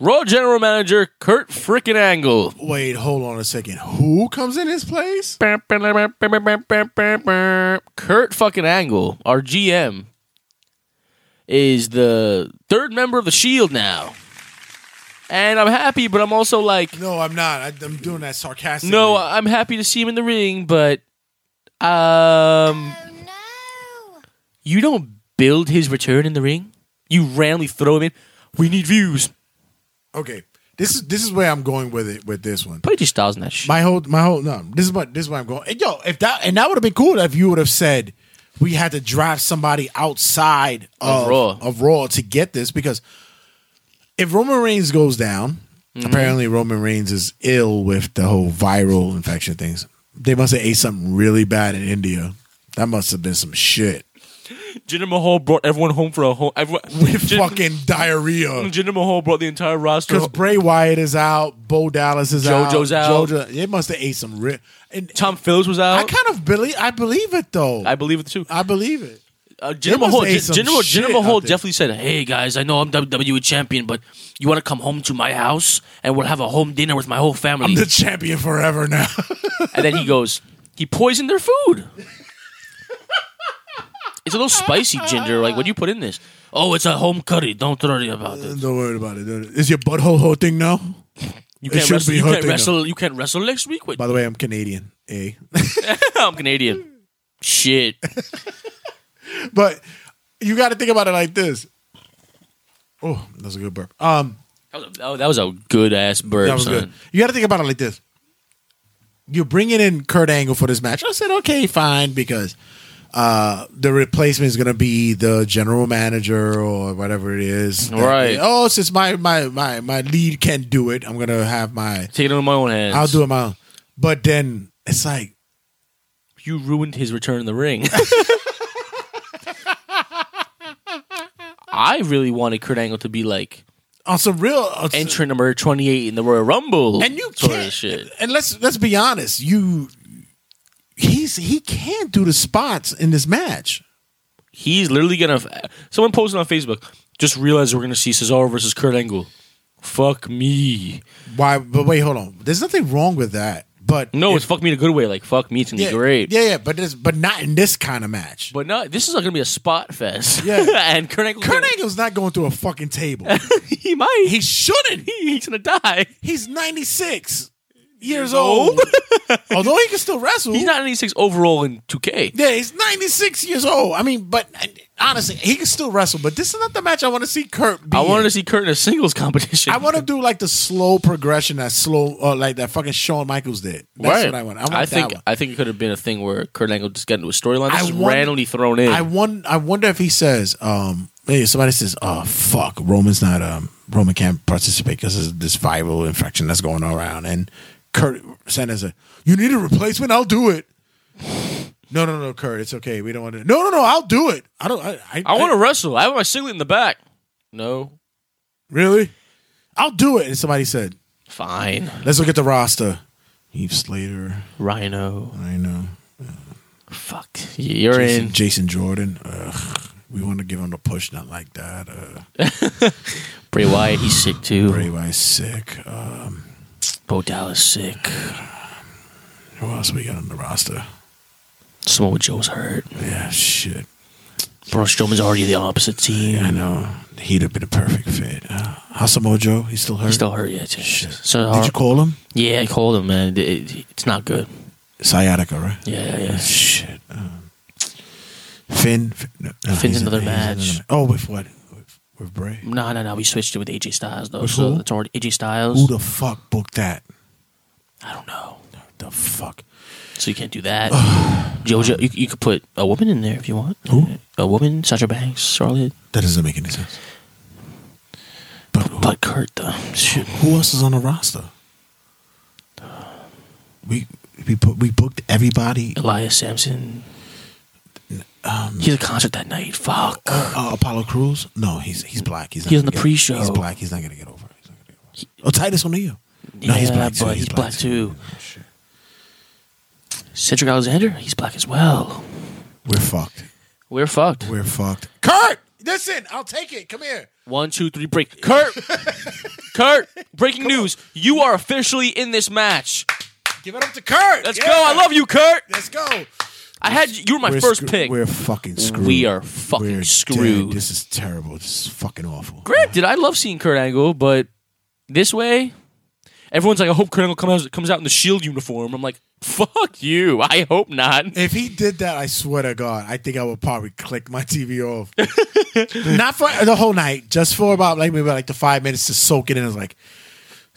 Speaker 5: Raw General Manager Kurt Frickin Angle.
Speaker 3: Wait, hold on a second. Who comes in his place?
Speaker 5: Kurt fucking Angle, our GM, is the third member of the Shield E now. And I'm happy, but I'm also like,
Speaker 3: No, I'm not. I, I'm doing that sarcastically.
Speaker 5: No, uh, I'm happy to see him in the ring, but um, you don't build his return in the ring. You randomly throw him in. We need views.
Speaker 3: okay. This is this is where I'm going with it with this one.
Speaker 5: Put AJ Styles in that shit.
Speaker 3: My whole my whole no. This is what this is where I'm going. And yo, if that and that would have been cool if you would have said we had to drive somebody outside of
Speaker 5: Of
Speaker 3: of
Speaker 5: Raw.
Speaker 3: Raw, to get this because if Roman Reigns goes down,
Speaker 5: Mm-hmm.
Speaker 3: apparently Roman Reigns is ill with the whole viral infection things. They must have ate something really bad in India. That must have been some shit.
Speaker 5: Jinder Mahal brought everyone home for a home. Everyone,
Speaker 3: With fucking diarrhea.
Speaker 5: Jinder Mahal brought the entire roster.
Speaker 3: Because Bray Wyatt is out, Bo Dallas is out,
Speaker 5: JoJo's out.
Speaker 3: JoJo, they must have ate some real. And
Speaker 5: Tom Phillips was
Speaker 3: I
Speaker 5: out.
Speaker 3: kind of believe. I believe it though.
Speaker 5: I believe it too.
Speaker 3: I believe it.
Speaker 5: Uh, Jinder
Speaker 3: They must
Speaker 5: Mahal,
Speaker 3: ate
Speaker 5: Jinder,
Speaker 3: some
Speaker 5: Jinder,
Speaker 3: shit
Speaker 5: Jinder Mahal
Speaker 3: out there.
Speaker 5: definitely said, "Hey guys, I know I'm WWE champion, but you want to come home to my house and we'll have a home dinner with my whole family."
Speaker 3: I'm the champion forever now.
Speaker 5: And then he goes, he poisoned their food. It's a little spicy, Ginger. Like, what do you put in this? Oh, it's a home curry. Don't worry about it.
Speaker 3: Don't worry about it. Is your butthole whole thing now?
Speaker 5: You
Speaker 3: It
Speaker 5: can't
Speaker 3: should
Speaker 5: wrestle.
Speaker 3: be
Speaker 5: You
Speaker 3: her
Speaker 5: can't
Speaker 3: thing,
Speaker 5: wrestle, you can't wrestle next week. With
Speaker 3: By the way, I'm Canadian. Eh?
Speaker 5: I'm Canadian. Shit.
Speaker 3: but you got to think about it like this. Oh, that's a good burp. Um,
Speaker 5: That was a, that was a good ass burp,
Speaker 3: that was
Speaker 5: son.
Speaker 3: good. You got to think about it like this. You're bringing in Kurt Angle for this match. I said, okay, fine, because uh, the replacement is going to be the general manager or whatever it is.
Speaker 5: Right.
Speaker 3: oh, since my my my my lead can't do it, I'm going to have my.
Speaker 5: Take it on my own hands.
Speaker 3: I'll do it my own. But then it's like
Speaker 5: You ruined his return in the ring. I really wanted Kurt Angle to be like
Speaker 3: on some real on some-
Speaker 5: entrant number twenty eight in the Royal Rumble.
Speaker 3: and you
Speaker 5: sort of
Speaker 3: can't.
Speaker 5: shit.
Speaker 3: And let's let's be honest, you he's he can't do the spots in this match.
Speaker 5: He's literally gonna. Someone posted on Facebook. Just realized we're gonna see Cesaro versus Kurt Angle. Fuck me.
Speaker 3: Why? But wait, hold on. There's nothing wrong with that. But
Speaker 5: No,
Speaker 3: if-
Speaker 5: it's fuck me in a good way. Like fuck me, it's gonna
Speaker 3: yeah,
Speaker 5: be great.
Speaker 3: Yeah, yeah, but this, but not in this kind of match.
Speaker 5: But no, this is gonna be a spot fest.
Speaker 3: Yeah.
Speaker 5: and Kurt Angle.
Speaker 3: Kurt Angle's not going through a fucking table.
Speaker 5: he might.
Speaker 3: he shouldn't.
Speaker 5: He's gonna die.
Speaker 3: He's 96. years old. Although he can still wrestle.
Speaker 5: He's not 96 overall in 2K.
Speaker 3: Yeah, he's 96 years old. I mean, but uh, honestly, he can still wrestle. But this is not the match I want to see Kurt be
Speaker 5: I wanted
Speaker 3: in.
Speaker 5: to see Kurt in a singles competition.
Speaker 3: I want to do like the slow progression that slow, uh, like that fucking Shawn Michaels did. That's what I want. I want that
Speaker 5: think
Speaker 3: one.
Speaker 5: I think it could have been a thing where Kurt Angle just got into a storyline.
Speaker 3: I
Speaker 5: This is
Speaker 3: want-
Speaker 5: randomly thrown in.
Speaker 3: I won. I wonder if he says, um, hey, somebody says, "Oh fuck, Roman's not um, Roman can't participate because of this viral infection that's going around." And Kurt sent us a, "You need a replacement? I'll do it." No, no, no, Kurt, it's okay. We don't want to. No, no, no, I'll do it. I don't. I, I,
Speaker 5: I want to wrestle. I have my singlet in the back. No,
Speaker 3: really. I'll do it. And somebody said,
Speaker 5: fine.
Speaker 3: "Let's look at the roster." Heath Slater,
Speaker 5: Rhino,
Speaker 3: I know.
Speaker 5: fuck, you're
Speaker 3: Jason,
Speaker 5: in.
Speaker 3: Jason Jordan. Ugh, we want to give him the push, not like that. Uh,
Speaker 5: Bray Wyatt, he's sick too.
Speaker 3: Bray Wyatt's sick. Um,
Speaker 5: Bo Dallas sick.
Speaker 3: Who else we got on the roster?
Speaker 5: Samoa Joe's hurt.
Speaker 3: Yeah, shit.
Speaker 5: Braun Strowman's already the opposite team.
Speaker 3: I know. He'd have been a perfect fit. Uh, how's Samoa Joe? He's still hurt.
Speaker 5: He's still hurt yet. So
Speaker 3: Did you call him?
Speaker 5: yeah, I called him, man. It- it- it's not good.
Speaker 3: Sciatica, right?
Speaker 5: Yeah, yeah, yeah.
Speaker 3: Shit. Um, Finn. Finn- no, no,
Speaker 5: Finn's
Speaker 3: he's
Speaker 5: another
Speaker 3: he's
Speaker 5: match.
Speaker 3: oh, with what? With, with Bray.
Speaker 5: No, no, no. We switched it with AJ Styles though.
Speaker 3: With
Speaker 5: so
Speaker 3: who?
Speaker 5: it's already AJ
Speaker 3: Who
Speaker 5: Styles.
Speaker 3: the fuck booked that?
Speaker 5: I don't know.
Speaker 3: The fuck.
Speaker 5: So you can't do that. JoJo, you, you could put a woman in there if you want.
Speaker 3: Who?
Speaker 5: A woman, Sasha Banks, Charlotte,
Speaker 3: That doesn't make any sense. But who,
Speaker 5: but Kurt though. Shoot.
Speaker 3: who else is on the roster? We we put, we booked everybody.
Speaker 5: Elias Sampson.
Speaker 3: Um,
Speaker 5: He's a concert that night. Fuck.
Speaker 3: Uh, Apollo Cruz? No, he's he's black. He's not
Speaker 5: He was in
Speaker 3: gonna
Speaker 5: the
Speaker 3: get-
Speaker 5: pre-show.
Speaker 3: He's black. He's not gonna get over. it. He's not gonna get over. it. oh, Titus O'Neil. No, he's
Speaker 5: Yeah,
Speaker 3: black too. Oh,
Speaker 5: but he's black too. Cedric Alexander, he's black as well.
Speaker 3: We're fucked.
Speaker 5: We're fucked.
Speaker 3: We're fucked. Kurt, listen. I'll take it. Come here.
Speaker 5: One, two, three, break. Kurt! Kurt! Breaking news. You are officially in this match.
Speaker 3: Give it up to Kurt.
Speaker 5: Let's
Speaker 3: Yeah.
Speaker 5: go. I love you, Kurt.
Speaker 3: Let's go.
Speaker 5: I had you were my
Speaker 3: We're
Speaker 5: first
Speaker 3: screw-
Speaker 5: pick.
Speaker 3: We're fucking screwed.
Speaker 5: We are fucking
Speaker 3: We're dead.
Speaker 5: screwed.
Speaker 3: This is terrible. This is fucking awful.
Speaker 5: Granted, I love seeing Kurt Angle, but this way, everyone's like, I hope Kurt Angle comes comes out in the Shield uniform. I'm like, fuck you. I hope not.
Speaker 3: If he did that, I swear to God, I think I would probably click my TV off. Not for the whole night, just for about like maybe like the five minutes to soak it in. It's like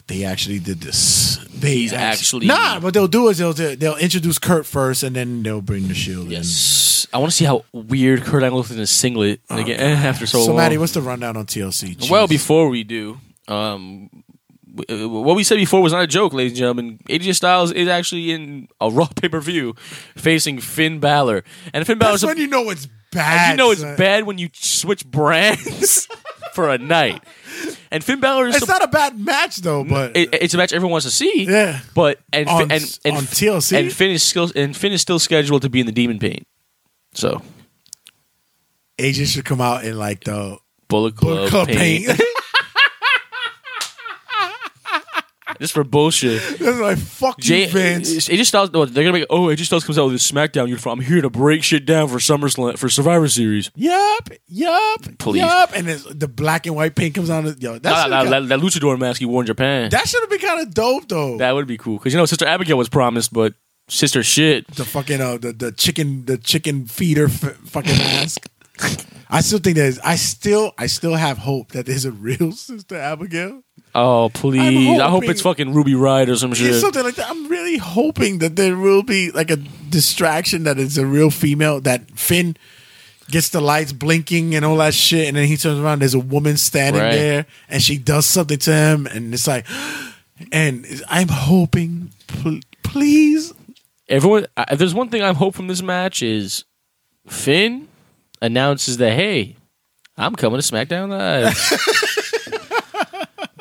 Speaker 3: they actually did this. They
Speaker 5: He's actually-
Speaker 3: nah. What they'll do is they'll they'll introduce Kurt first, and then they'll bring the shield.
Speaker 5: Yes. I want to see how weird Kurt Angle is in his singlet
Speaker 3: Oh,
Speaker 5: again eh, after so,
Speaker 3: In. So,
Speaker 5: long.
Speaker 3: Maddie, what's the rundown on TLC?
Speaker 5: well,
Speaker 3: Jeez.
Speaker 5: before we do, um, w- uh, what we said before was not a joke, ladies and gentlemen. AJ Styles is actually in a Raw pay per view facing Finn Balor, and Finn Balor's
Speaker 3: that's
Speaker 5: a
Speaker 3: when you know it's bad.
Speaker 5: you know it's
Speaker 3: son.
Speaker 5: bad when you switch brands for a night. And Finn Balor is
Speaker 3: It's not a bad match though, but
Speaker 5: it- it's a match everyone wants to see.
Speaker 3: Yeah.
Speaker 5: But and
Speaker 3: On-
Speaker 5: Fi- and, and
Speaker 3: on TLC?
Speaker 5: and Finn is still and Finn is still scheduled to be in the Demon Pain. So
Speaker 3: AJ should come out in like the
Speaker 5: Bullet Club,
Speaker 3: book club
Speaker 5: paint.
Speaker 3: paint.
Speaker 5: just for bullshit.
Speaker 3: That's like fuck
Speaker 5: Jay,
Speaker 3: you, Vince.
Speaker 5: AJ Styles. no, They're gonna make. Oh, AJ Styles comes out with his SmackDown uniform. I'm here to break shit down for SummerSlam for Survivor Series.
Speaker 3: Yup, yup,
Speaker 5: Please.
Speaker 3: yup. And it's, the black and white paint comes on. Yo, that
Speaker 5: That,
Speaker 3: should have
Speaker 5: that, that, that luchador mask he wore in Japan. That,
Speaker 3: been kind of dope though.
Speaker 5: would be cool because you know Sister Abigail was promised, but Sister shit.
Speaker 3: the fucking uh, the the chicken the chicken feeder f- fucking mask. I still think there's. I still I still have hope that there's a real Sister Abigail.
Speaker 5: Oh please! I hope
Speaker 3: hoping-
Speaker 5: it's fucking Ruby Ride or some shit.
Speaker 3: It's something like that. I'm really hoping that there will be like a distraction that it's a real female that Finn gets the lights blinking and all that shit, and then he turns around. There's a woman standing
Speaker 5: Right.
Speaker 3: there, and she does something to him, and it's like, and I'm hoping, pl- please,
Speaker 5: Everyone, I, if there's one thing I hope from this match is Finn announces that hey, I'm coming to SmackDown Live.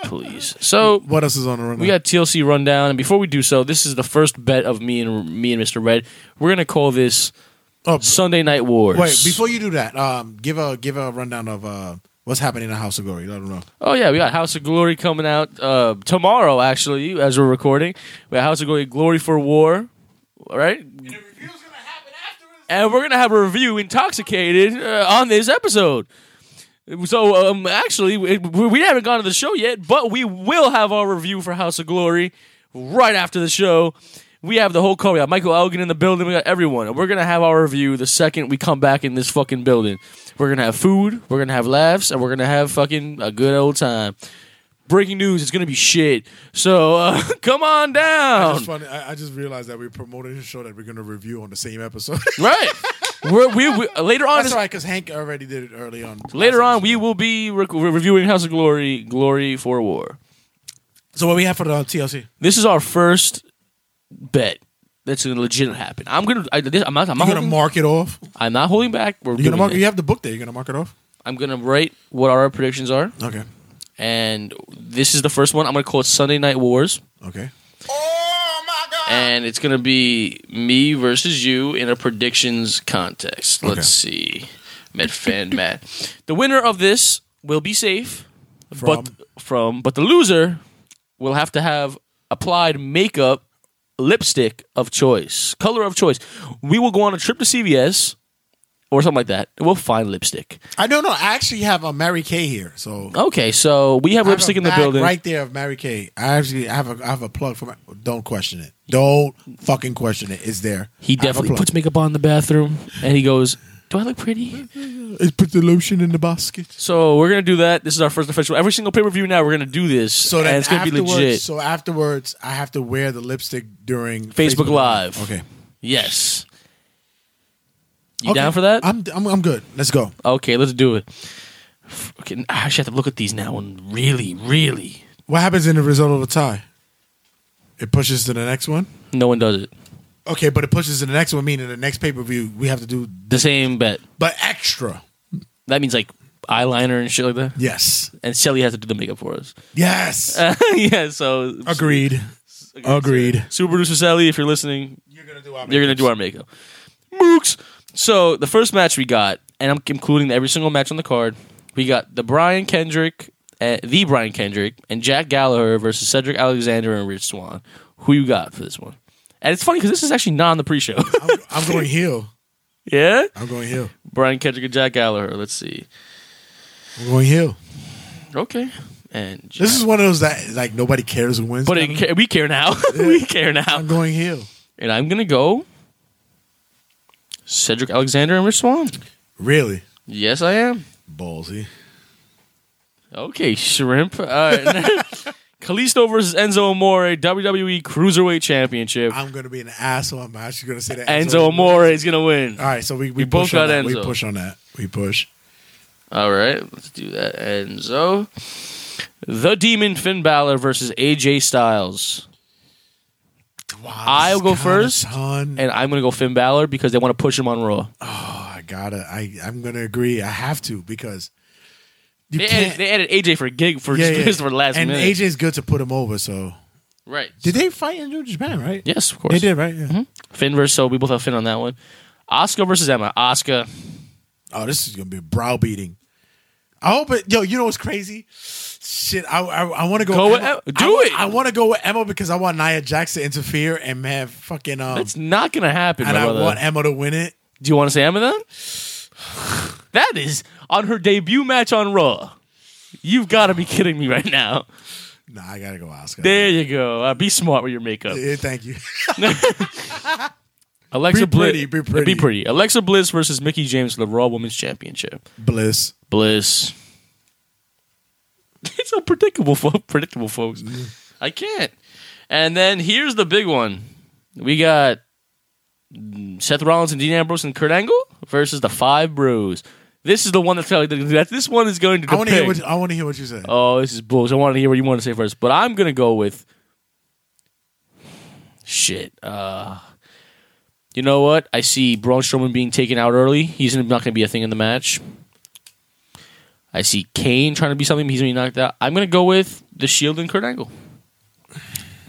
Speaker 5: please. So
Speaker 3: what else is on the run?
Speaker 5: We got TLC rundown, and before we do so, this is the first bet of me and me and Mr. Red. We're gonna call this
Speaker 3: Oh,
Speaker 5: Sunday Night Wars.
Speaker 3: wait before you do that. Um, give a give a rundown of uh what's happening in the House of Glory. Let them know.
Speaker 5: oh yeah, we got House of Glory coming out uh, tomorrow, actually, as we're recording. We got House of Glory, Glory for War, all right? And we're gonna have a review, Intoxicated, uh, on this episode. So, um, actually, we, we haven't gone to the show yet, but we will have our review for House of Glory right after the show. We have the whole call. We got Michael Elgin in the building. We got everyone. And we're going to have our review the second we come back in this fucking building. We're going to have food. We're going to have laughs. And we're going to have fucking a good old time. Breaking news. It's going to be shit. So uh, come on down.
Speaker 3: It's funny. I, I just realized that we're promoting a show that we're going to review on the same episode.
Speaker 5: Right. We're, we, we later on.
Speaker 3: That's
Speaker 5: this-
Speaker 3: all right, because Hank already did it early on.
Speaker 5: Later on, we will be re- re- reviewing House of Glory, Glory for War.
Speaker 3: So what we have for the TLC?
Speaker 5: This is our first bet that's gonna legit happen. I'm gonna. I, this, I'm not. I'm
Speaker 3: You're gonna
Speaker 5: not, holding,
Speaker 3: mark it off.
Speaker 5: I'm not holding back. We're
Speaker 3: You're gonna
Speaker 5: doing
Speaker 3: mark.
Speaker 5: it.
Speaker 3: You have the book there. You're gonna mark it off.
Speaker 5: I'm gonna write what our predictions are,
Speaker 3: Okay.
Speaker 5: and this is the first one. I'm gonna call it Sunday Night Wars,
Speaker 3: Okay.
Speaker 5: and it's gonna be me versus you in a predictions contest. Let's see, Met fan Matt. The winner of this will be safe, but
Speaker 3: From?
Speaker 5: from but the loser will have to have applied makeup lipstick of choice color of choice we will go on a trip to cvs or something like that and we'll find lipstick
Speaker 3: I don't know. I actually have a Mary Kay here, so
Speaker 5: okay so we
Speaker 3: I have
Speaker 5: have Oh,
Speaker 3: a
Speaker 5: lipstick in the
Speaker 3: bag
Speaker 5: building
Speaker 3: right there of Mary Kay. I actually I have a I have a plug for. My, don't question it. Don't fucking question it. It's there.
Speaker 5: he
Speaker 3: I have a
Speaker 5: definitely
Speaker 3: plug.
Speaker 5: puts makeup on in the bathroom and he goes do i look pretty
Speaker 3: It put the lotion in the basket.
Speaker 5: so we're gonna do that this is our first official every single pay-per-view now we're gonna do this
Speaker 3: So
Speaker 5: and
Speaker 3: then
Speaker 5: it's gonna be
Speaker 3: afterwards,
Speaker 5: legit
Speaker 3: so afterwards, I have to wear the lipstick during
Speaker 5: Facebook Live.
Speaker 3: Okay.
Speaker 5: yes you
Speaker 3: Okay.
Speaker 5: down for that
Speaker 3: I'm, I'm I'm good. Let's go.
Speaker 5: okay let's do it okay, i actually have to look at these now and really really
Speaker 3: What happens in the result of a tie? It pushes to the next one.
Speaker 5: No one does it.
Speaker 3: Okay, but it pushes to the next one, meaning the next pay per view we have to do,
Speaker 5: The same bet.
Speaker 3: but extra.
Speaker 5: That means like eyeliner and shit like that.
Speaker 3: Yes.
Speaker 5: And Shelly has to do the makeup for us.
Speaker 3: Yes.
Speaker 5: yeah, so
Speaker 3: Agreed. Agreed.
Speaker 5: Super producer Sally, if you're listening,
Speaker 3: You're gonna do. Our
Speaker 5: you're gonna do our makeup. Mooks. So the first match we got, and I'm including every single match on the card. We got the Brian Kendrick, uh, the Brian Kendrick, and Jack Gallagher versus Cedric Alexander and Rich Swan. Who you got for this one? And it's funny because this is actually not on the pre-show.
Speaker 3: I'm, I'm going heel.
Speaker 5: yeah,
Speaker 3: I'm going heel.
Speaker 5: Brian Kendrick and Jack Gallagher. Let's see.
Speaker 3: I'm going heel.
Speaker 5: Okay, and Jack-
Speaker 3: This is one of those that like nobody cares who wins.
Speaker 5: But
Speaker 3: kinda.
Speaker 5: it, ca- we care now. we care now.
Speaker 3: I'm going heel.
Speaker 5: And I'm going to go Cedric Alexander and Rich Swan.
Speaker 3: Really
Speaker 5: Yes, I am.
Speaker 3: ballsy.
Speaker 5: Okay, shrimp. All right. Kalisto versus Enzo Amore, WWE Cruiserweight Championship.
Speaker 3: I'm gonna be an asshole. I'm actually gonna say that
Speaker 5: Enzo Amore is going to win.
Speaker 3: All right, so we we,
Speaker 5: We both
Speaker 3: push on
Speaker 5: got
Speaker 3: that. We
Speaker 5: Enzo.
Speaker 3: push on that. We push.
Speaker 5: All right, let's do that. Enzo. The Demon Finn Balor versus AJ Styles.
Speaker 3: Wow,
Speaker 5: I'll
Speaker 3: this
Speaker 5: go
Speaker 3: kinda
Speaker 5: first,
Speaker 3: Son.
Speaker 5: And I'm going to go Finn Balor because they want to push him on Raw.
Speaker 3: Oh, I gotta. I I'm gonna agree. I have to because you
Speaker 5: They
Speaker 3: can't.
Speaker 5: added, they added AJ for a gig for,
Speaker 3: yeah, yeah.
Speaker 5: just for the last
Speaker 3: and
Speaker 5: minute.
Speaker 3: AJ's good to put him over. So
Speaker 5: right.
Speaker 3: did they fight in New Japan? Right?
Speaker 5: Yes, of course. Mm-hmm.
Speaker 3: they did. Right? Yeah.
Speaker 5: Finn versus so we both have Finn on that one. Oscar versus Emma. Oscar.
Speaker 3: Oh, this is gonna be browbeating. I hope it. Yo, you know what's crazy? Shit, I I, I want to go.
Speaker 5: Go with
Speaker 3: Emma.
Speaker 5: Em- do
Speaker 3: I wa-
Speaker 5: it!
Speaker 3: I want to go with Emma because I want Nia Jax to interfere and man, fucking um,
Speaker 5: That's not gonna happen,
Speaker 3: and
Speaker 5: my
Speaker 3: I
Speaker 5: brother.
Speaker 3: want Emma to win it.
Speaker 5: Do you want to say Emma then? that is on her debut match on Raw. You've got to be kidding me right now.
Speaker 3: Nah, I gotta go Oscar.
Speaker 5: There you go. Uh, be smart with your makeup.
Speaker 3: Yeah, thank you.
Speaker 5: Alexa
Speaker 3: Be pretty,
Speaker 5: Bliss.
Speaker 3: be pretty.
Speaker 5: Be pretty. Alexa Bliss versus Mickey James for the Raw Women's Championship.
Speaker 3: Bliss.
Speaker 5: Bliss. It's so predictable, fo- predictable, folks. I can't. And then here's the big one: we got mm, Seth Rollins and Dean Ambrose and Kurt Angle versus the Five Bros. This is the one that's probably that this one is going to
Speaker 3: I want to hear
Speaker 5: depict.
Speaker 3: what I want to hear what you say.
Speaker 5: oh, this is bulls. I want to hear what you want to say first, but I'm going to go with shit. Uh, you know what? I see Braun Strowman being taken out early. He's not going to be a thing in the match. I see Kane trying to be something. but He's going to be knocked out. I'm going to go with the Shield and Kurt Angle.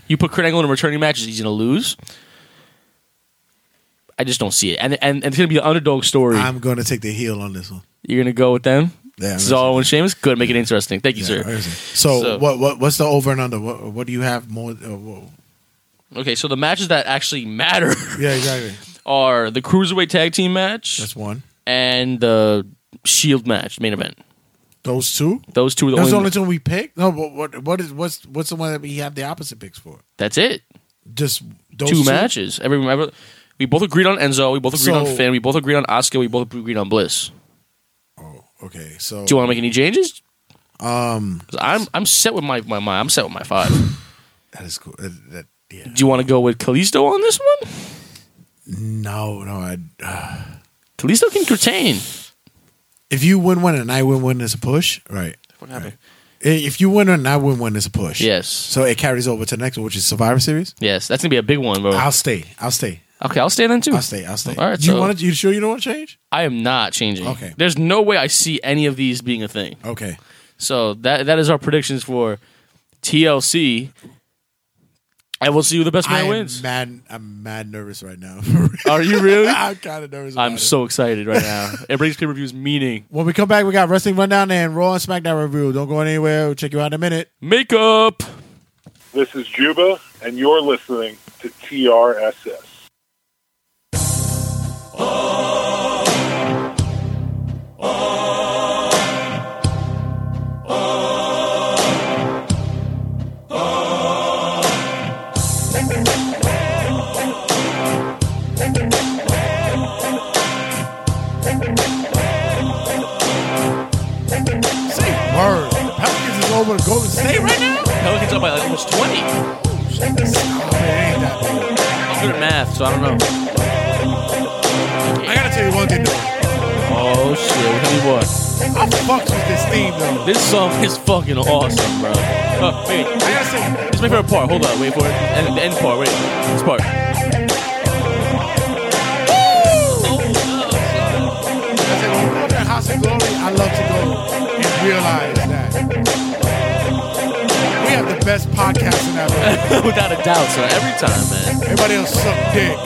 Speaker 5: You put Kurt Angle in a returning match, he's going to lose. I just don't see it, and and, and it's going to be an underdog story.
Speaker 3: I'm gonna take the heel on this one.
Speaker 5: You're going to go with them.
Speaker 3: Yeah,
Speaker 5: this
Speaker 3: I'm
Speaker 5: is
Speaker 3: gonna
Speaker 5: all and Sheamus. Good, make it interesting. Thank you,
Speaker 3: Yeah,
Speaker 5: sir.
Speaker 3: I see. So,
Speaker 5: So-
Speaker 3: what what what's the over and under? What what do you have more? Uh, whoa.
Speaker 5: Okay, so the matches that actually matter
Speaker 3: Yeah, exactly.
Speaker 5: are the cruiserweight tag team match
Speaker 3: That's one.
Speaker 5: and the Shield match main event.
Speaker 3: Those two?
Speaker 5: Those two are the
Speaker 3: That's
Speaker 5: only.
Speaker 3: the only two we picked? No, but what what is what's what's the one that we have the opposite picks for?
Speaker 5: that's it.
Speaker 3: Just those
Speaker 5: two, matches. Every, every- we both agreed on Enzo. We both agreed on
Speaker 3: So-
Speaker 5: Finn. We both agreed on Oscar. We both agreed on Bliss.
Speaker 3: Oh, okay. So
Speaker 5: Do you want to make any changes?
Speaker 3: um
Speaker 5: 'Cause I'm I'm set with my, my my I'm set with my five.
Speaker 3: that is cool. Uh, that, yeah.
Speaker 5: Do you want to go with Kalisto on this one?
Speaker 3: No, no, I
Speaker 5: Kalisto can retain.
Speaker 3: if you win one and I win one it's a push, right?
Speaker 5: What happened?
Speaker 3: If you win one and I win one it's a push.
Speaker 5: Yes.
Speaker 3: So it carries over to the next one, which is Survivor Series.
Speaker 5: Yes, that's gonna be a big one, bro.
Speaker 3: I'll stay. I'll stay.
Speaker 5: okay, I'll stay then too.
Speaker 3: I'll stay. I'll stay.
Speaker 5: Oh. All right,
Speaker 3: You
Speaker 5: so-
Speaker 3: want to, you sure you don't want to change?
Speaker 5: I am not changing.
Speaker 3: Okay.
Speaker 5: There's no way I see any of these being a thing.
Speaker 3: Okay.
Speaker 5: So that that is our predictions for TLC. And we'll see who the best man
Speaker 3: I'm
Speaker 5: wins.
Speaker 3: mad. I'm mad nervous right now. for real.
Speaker 5: Are you really?
Speaker 3: I'm kind of nervous. about
Speaker 5: I'm
Speaker 3: it.
Speaker 5: so excited right now. it brings pay per views meaning.
Speaker 3: When we come back, we got wrestling rundown and Raw and SmackDown review. Don't go anywhere. We'll check you out in a minute.
Speaker 5: Makeup.
Speaker 10: This is Juba, and you're listening to TRSS.
Speaker 3: Say word. Pelicans is over to Golden State right now.
Speaker 5: Pelicans up by like almost 20. I'm good at math, so I don't know.
Speaker 3: I gotta tell you one thing though.
Speaker 5: Oh shit, what tell me what.
Speaker 3: I fucks with this theme though.
Speaker 5: This song is fucking awesome, bro. Oh, wait,
Speaker 3: I gotta say,
Speaker 5: this is my favorite part. Hold on, wait for it. End, the end part, wait. This part.
Speaker 3: I said, when we go to House of Glory, I love to go and realize that we have the best podcast in ever.
Speaker 5: Without a doubt, son. Every time, man.
Speaker 3: Everybody else suck dick.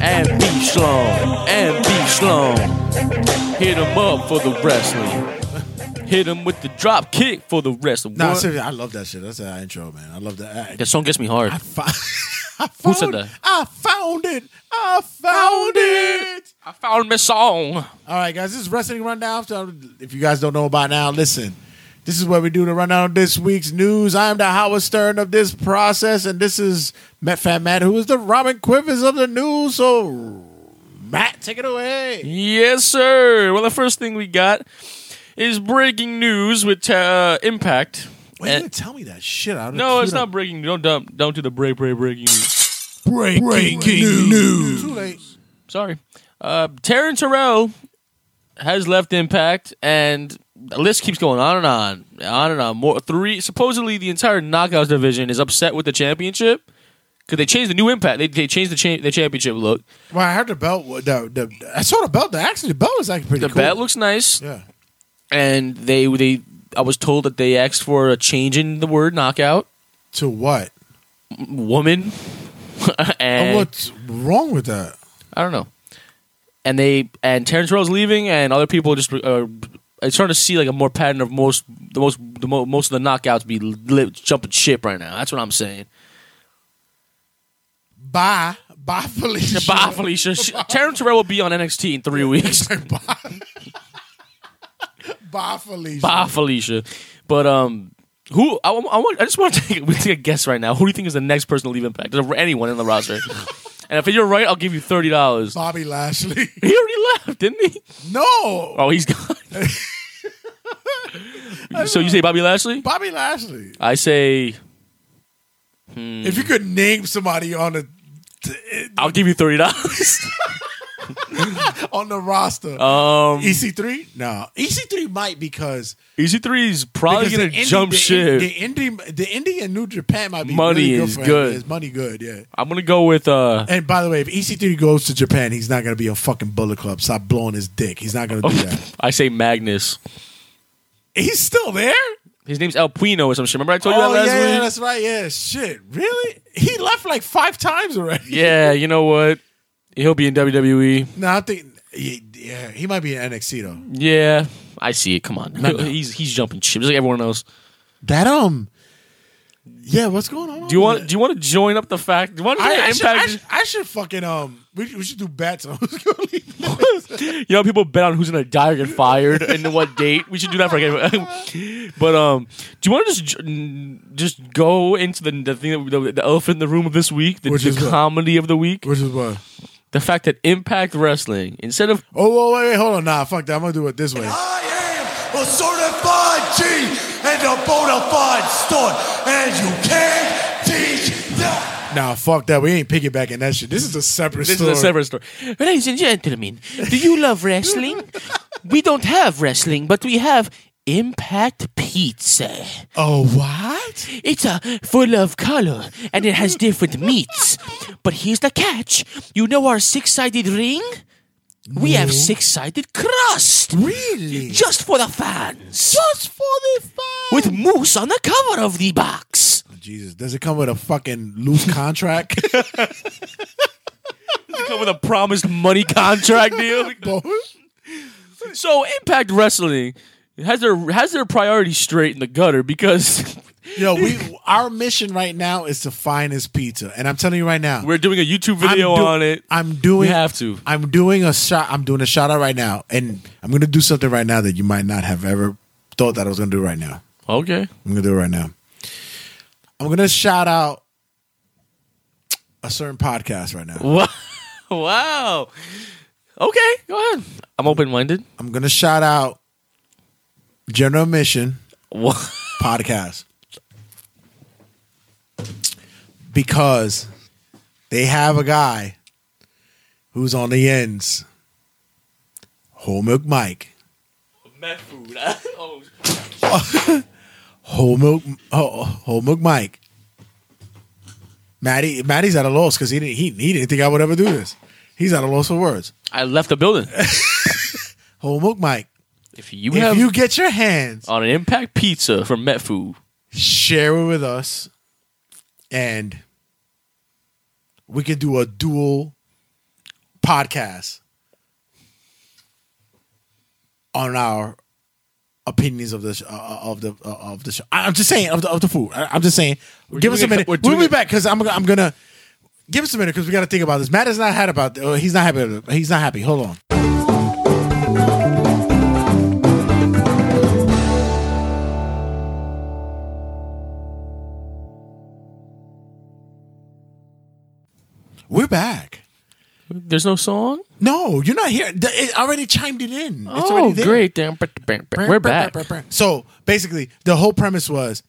Speaker 5: And B Schlong. And B Schlong. Hit him up for the wrestling. Hit him with the drop kick for the wrestling.
Speaker 3: nah,
Speaker 5: What?
Speaker 3: seriously, I love that shit. That's that intro, man. I love that. I-
Speaker 5: That song gets me hard.
Speaker 3: I found. I found,
Speaker 5: Who said that?
Speaker 3: I found it. I found it.
Speaker 5: I found my song.
Speaker 3: All right, guys, this is Wrestling Rundown. So if you guys don't know by now, listen. This is where we do the rundown of this week's news. I am the Howard Stern of this process, and this is Matt Fat Matt, who is the Robin Quivers of the news. So, Matt, take it away.
Speaker 5: Yes, sir. Well, the first thing we got is breaking news with uh, Impact.
Speaker 3: Why you
Speaker 5: And-
Speaker 3: didn't tell me that shit? I would've
Speaker 5: Eh. no, it's
Speaker 3: queued
Speaker 5: not
Speaker 3: up.
Speaker 5: breaking. Don't dump. Don't do the break, break, breaking news.
Speaker 2: Breaking, news.
Speaker 3: Too late.
Speaker 5: Sorry. Uh, Taryn Terrell has left Impact, and the list keeps going on and on, on and on. More three. Supposedly, the entire Knockouts division is upset with the championship because they changed the new Impact. They, they changed the, cha- the championship look.
Speaker 3: Well, I heard the belt. The, the, I saw the belt. The, actually, the belt is actually pretty
Speaker 5: The
Speaker 3: cool.
Speaker 5: bat looks nice.
Speaker 3: Yeah.
Speaker 5: and they they I was told that they asked for a change in the word knockout
Speaker 3: To what?
Speaker 5: woman and
Speaker 3: What's wrong with that?
Speaker 5: I don't know and they and Terrence Rowe's leaving and other people just are it's starting to see like a more pattern of most the most the mo- most of the knockouts be li- jumping ship right now that's what I'm saying
Speaker 3: Bye. Bye, Felicia.
Speaker 5: bye Felicia She- Terrence Rowe will be on NXT in three weeks
Speaker 3: Bye, Felicia.
Speaker 5: bye Felicia but um who I, I, want, I just want to take, we take a guess right now who do you think is the next person to leave Impact There's anyone in the roster and if you're right I'll give you thirty dollars
Speaker 3: Bobby Lashley.
Speaker 5: He already left, didn't he?
Speaker 3: no.
Speaker 5: Oh, he's gone. so you say Bobby Lashley?
Speaker 3: Bobby Lashley.
Speaker 5: I say
Speaker 3: If you could name somebody on the t-
Speaker 5: I'll give you thirty dollars.
Speaker 3: on the roster, E
Speaker 5: um,
Speaker 3: EC3? No, EC3 E might because
Speaker 5: Easy Three is probably
Speaker 3: because
Speaker 5: gonna
Speaker 3: the indie-
Speaker 5: jump
Speaker 3: the,
Speaker 5: ship.
Speaker 3: The indie, the indie and New Japan might be
Speaker 5: Money
Speaker 3: really good
Speaker 5: is
Speaker 3: for
Speaker 5: good.
Speaker 3: Him. It's money good, yeah.
Speaker 5: I'm gonna go with uh,
Speaker 3: And by the way, if EC3 goes to Japan, he's not gonna be a fucking Bullet Club. Stop blowing his dick. He's not gonna
Speaker 5: Oh.
Speaker 3: do that.
Speaker 5: I say Magnus.
Speaker 3: he's still there.
Speaker 5: His name's El Pino or some shit. Remember I told you that
Speaker 3: yeah,
Speaker 5: Oh, last
Speaker 3: Oh, yeah,
Speaker 5: week?
Speaker 3: that's right. Yeah, shit. Really? He left like five times already.
Speaker 5: Yeah, you know what? He'll be in E. WWE.
Speaker 3: No, I think yeah, he might be in NXT though.
Speaker 5: Yeah, I see it. Come on,
Speaker 3: no.
Speaker 5: he's he's jumping ship just like everyone else.
Speaker 3: That um, Yeah, what's going on?
Speaker 5: Do you want? Do you want to join up the fact? Do you want to
Speaker 3: I, I,
Speaker 5: impact?
Speaker 3: should, I, should, I should fucking um. We, should- we should do bets on who's going to leave.
Speaker 5: you know, people bet on who's gonna die or get fired and what date. We should do that for a game. but um, do you want to just j- n- just go into the the thing that, the, the elephant in the room of this week, the,
Speaker 3: Which
Speaker 5: the
Speaker 3: is what?
Speaker 5: comedy of the week,
Speaker 3: which is what
Speaker 5: the fact that Impact Wrestling instead of
Speaker 3: Oh, whoa, wait, wait, hold on. Nah, fuck that. I'm going to do it this way.
Speaker 11: A certified G and a bona fide stud, and you can't teach that.
Speaker 3: Nah, fuck that. We ain't piggybacking that shit. This is a separate
Speaker 5: this
Speaker 3: story.
Speaker 5: is a separate story. Ladies and gentlemen, do you love wrestling? we don't have wrestling, but we have Impact Pizza.
Speaker 3: Oh, what?
Speaker 5: It's a full of color and it has different meats. But here's the catch you know our six sided ring? We have six sided crust.
Speaker 3: Really?
Speaker 5: Just for the fans.
Speaker 3: Just for the fans.
Speaker 5: With moose on the cover of the box.
Speaker 3: Jesus, does it come with a fucking loose contract?
Speaker 5: Come with a promised money contract deal. so Impact Wrestling has their has their priorities straight in the gutter because
Speaker 3: Yo, we our mission right now is to find his pizza, and I'm telling you right now,
Speaker 5: we're doing a YouTube
Speaker 3: I'm
Speaker 5: video
Speaker 3: do-
Speaker 5: on it.
Speaker 3: I'm doing.
Speaker 5: We have to.
Speaker 3: I'm doing a shot. I'm doing a shout out right now, and I'm gonna do something right now that you might not have ever thought that I was gonna do right now.
Speaker 5: Okay.
Speaker 3: I'm gonna do it right now. I'm gonna shout out a certain podcast right now.
Speaker 5: Wow. wow. Okay, go ahead. I'm open minded.
Speaker 3: I'm gonna shout out General Mission podcast because they have a guy who's on the ends, whole milk Mike.
Speaker 5: Meth food. oh.
Speaker 3: Oh. whole milk, whole, whole milk Mike. Maddie, Maddie's at a loss because he didn't he, he didn't think I would ever do this. He's at a loss for words.
Speaker 5: I left the building.
Speaker 3: Whole milk Mike.
Speaker 5: If you
Speaker 3: if
Speaker 5: have
Speaker 3: you get your hands,
Speaker 5: on an impact pizza from Met Food,
Speaker 3: share it with us, and we could do a dual podcast on our opinions of the sh- uh, of the uh, of the show. I- I'm just saying of the of the food. I- I'm just saying. give
Speaker 5: doing
Speaker 3: us a
Speaker 5: a cou-
Speaker 3: minute.
Speaker 5: we're
Speaker 3: We'll
Speaker 5: doing
Speaker 3: be
Speaker 5: a-
Speaker 3: back because I'm I'm gonna give us a minute because we got to think about this. Matt is not happy about. Uh, he's not happy. He's not happy. Hold on. We're back.
Speaker 5: there's no song.
Speaker 3: No, you're not here. Th- It already chimed it in. It's
Speaker 5: oh,
Speaker 3: already there.
Speaker 5: great! Damn, brr, brr, brr, We're back.
Speaker 3: So basically, the whole premise was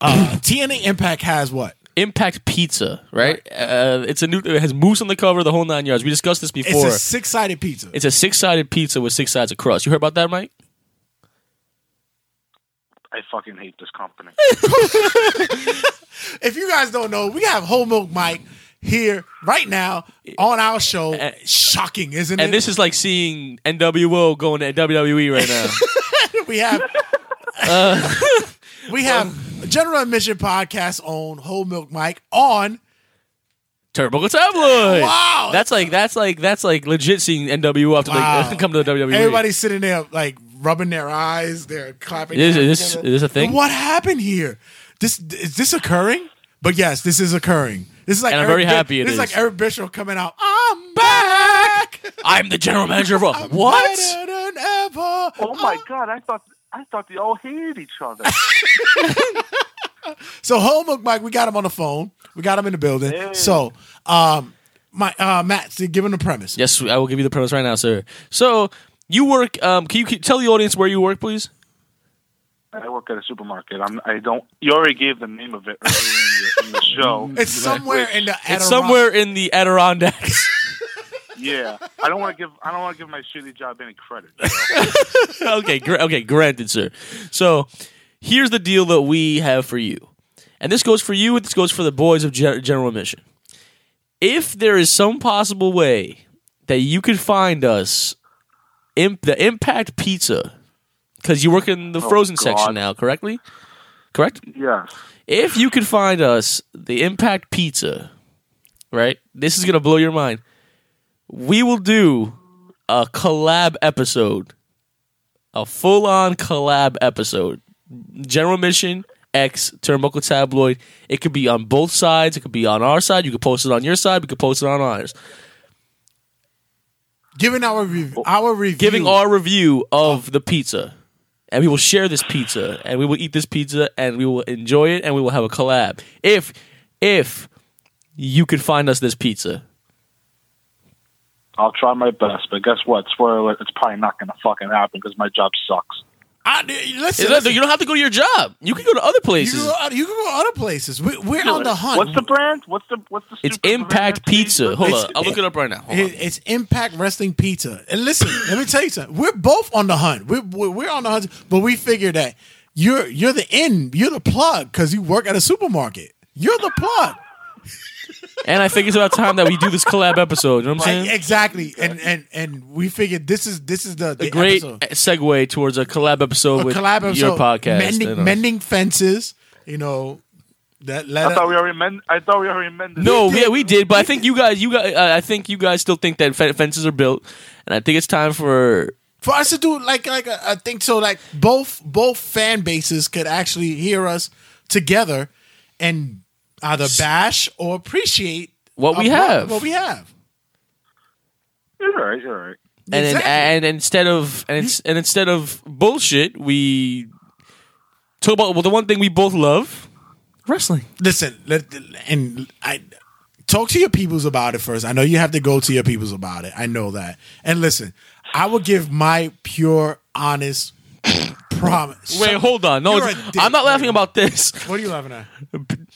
Speaker 3: uh, TNA Impact has what?
Speaker 5: Impact Pizza, right? Uh, it's a new. It has moose on the cover, the whole nine yards. We discussed this before.
Speaker 3: It's a six sided pizza.
Speaker 5: It's a six-sided pizza with six sides of crust. You heard about that, Mike?
Speaker 12: I fucking hate this company.
Speaker 3: If you guys don't know, we have Whole Milk Mike here right now on our show. Shocking, isn't
Speaker 5: And
Speaker 3: it?
Speaker 5: this is like seeing NWO going to WWE right now.
Speaker 3: we have
Speaker 5: Uh.
Speaker 3: we
Speaker 5: Um.
Speaker 3: have General Admission Podcast on Whole Milk Mike on
Speaker 5: Turbo Tabloid.
Speaker 3: Wow.
Speaker 5: that's like that's like that's like legit seeing NWO after
Speaker 3: Wow.
Speaker 5: they come to the E. WWE.
Speaker 3: Everybody's sitting there like rubbing their eyes, they're clapping.
Speaker 5: Is-
Speaker 3: their hands
Speaker 5: is this-
Speaker 3: together.
Speaker 5: is this a thing?
Speaker 3: What happened here? This is this occurring? But yes, this is occurring. This is like
Speaker 5: And I'm
Speaker 3: Eric
Speaker 5: very
Speaker 3: Bi-
Speaker 5: happy it
Speaker 3: This is
Speaker 5: is.
Speaker 3: like Eric Bischoff coming out. I'm back.
Speaker 5: I'm the general manager of Raw. What?
Speaker 3: Better than ever. Uh,
Speaker 12: Oh my god, I thought I thought they all hated each other.
Speaker 3: So Holmook Mike, we got him on the phone. We got him in the building. So um my uh Matt, so give him the premise.
Speaker 5: Yes, I will give you the premise right now, sir. So you work. Um, can you can you tell the audience where you work, please?
Speaker 12: I work at a supermarket. I'm. I don't. You already gave the name of it earlier in the, in the show.
Speaker 3: It's somewhere in the
Speaker 5: It's
Speaker 3: Adiron-
Speaker 5: somewhere in the Adirondacks.
Speaker 12: Yeah, I don't want to give. I don't want to give my shitty job any credit.
Speaker 5: okay, gr- okay, granted, sir. So here's the deal that we have for you, and this goes for you, and this goes for the boys of Gen- General Mission. If there is some possible way that you could find us, imp- the Impact Pizza, because you work in the
Speaker 12: Oh,
Speaker 5: frozen section
Speaker 12: God.
Speaker 5: now, correctly? Correct.
Speaker 12: Yeah.
Speaker 5: If you could find us the Impact Pizza, right? This is gonna blow your mind. We will do a collab episode, a full-on collab episode. General Mission X Turnbuckle Tabloid. It could be on both sides. It could be on our side. You could post it on your side. We could post it on ours.
Speaker 3: Giving our review, our review,
Speaker 5: Giving our review of the pizza, and we will share this pizza, and we will eat this pizza, and we will enjoy it, and we will have a collab. If, if you could find us this pizza,
Speaker 12: I'll try my best, but guess what? Spoiler alert, it's probably not going to fucking happen because my job sucks.
Speaker 3: I, listen,
Speaker 5: Hey, you don't have to go to your job. You can go to other places.
Speaker 3: You can go, you can go other places. We, we're on the hunt.
Speaker 12: What's the brand? What's the what's the?
Speaker 5: It's Impact Pizza. Hold on, I'll look it up right now. Hold on.
Speaker 3: It- it's Impact Wrestling Pizza. And listen, let me tell you something. We're both on the hunt. We're, we're we're on the hunt, but we figure that you're you're the end. You're the plug because you work at a supermarket. You're the plug.
Speaker 5: And I think it's about time that we do this collab episode. You know what I'm saying?
Speaker 3: Like, exactly. And and and we figured this is this is the, the
Speaker 5: a great
Speaker 3: episode.
Speaker 5: segue towards a collab episode
Speaker 3: A
Speaker 5: with
Speaker 3: collab
Speaker 5: your
Speaker 3: episode,
Speaker 5: podcast. uh,
Speaker 3: Mending,
Speaker 5: you know.
Speaker 3: mending fences. You know that. Let
Speaker 12: I
Speaker 3: us-
Speaker 12: thought we already mend. I thought we already mended.
Speaker 5: no,
Speaker 12: it.
Speaker 5: yeah, we did, but I think you guys, you guys, uh, I think you guys still think that fe- fences are built, and I think it's time for
Speaker 3: for us to do like like a, a thing so like both both fan bases could actually hear us together and either bash or appreciate
Speaker 5: What we
Speaker 3: of
Speaker 5: have.
Speaker 3: what we have
Speaker 12: You're right. You're right.
Speaker 5: and and, and instead of and, it's, and instead of bullshit, we talk about well, the one thing we both love, wrestling.
Speaker 3: listen let, and i talk to your peoples about it first i know you have to go to your peoples about it i know that and listen i will give my pure honest promise
Speaker 5: Wait, hold on, no,
Speaker 3: You're
Speaker 5: it's-
Speaker 3: a dick.
Speaker 5: I'm not laughing about this.
Speaker 3: what are you laughing at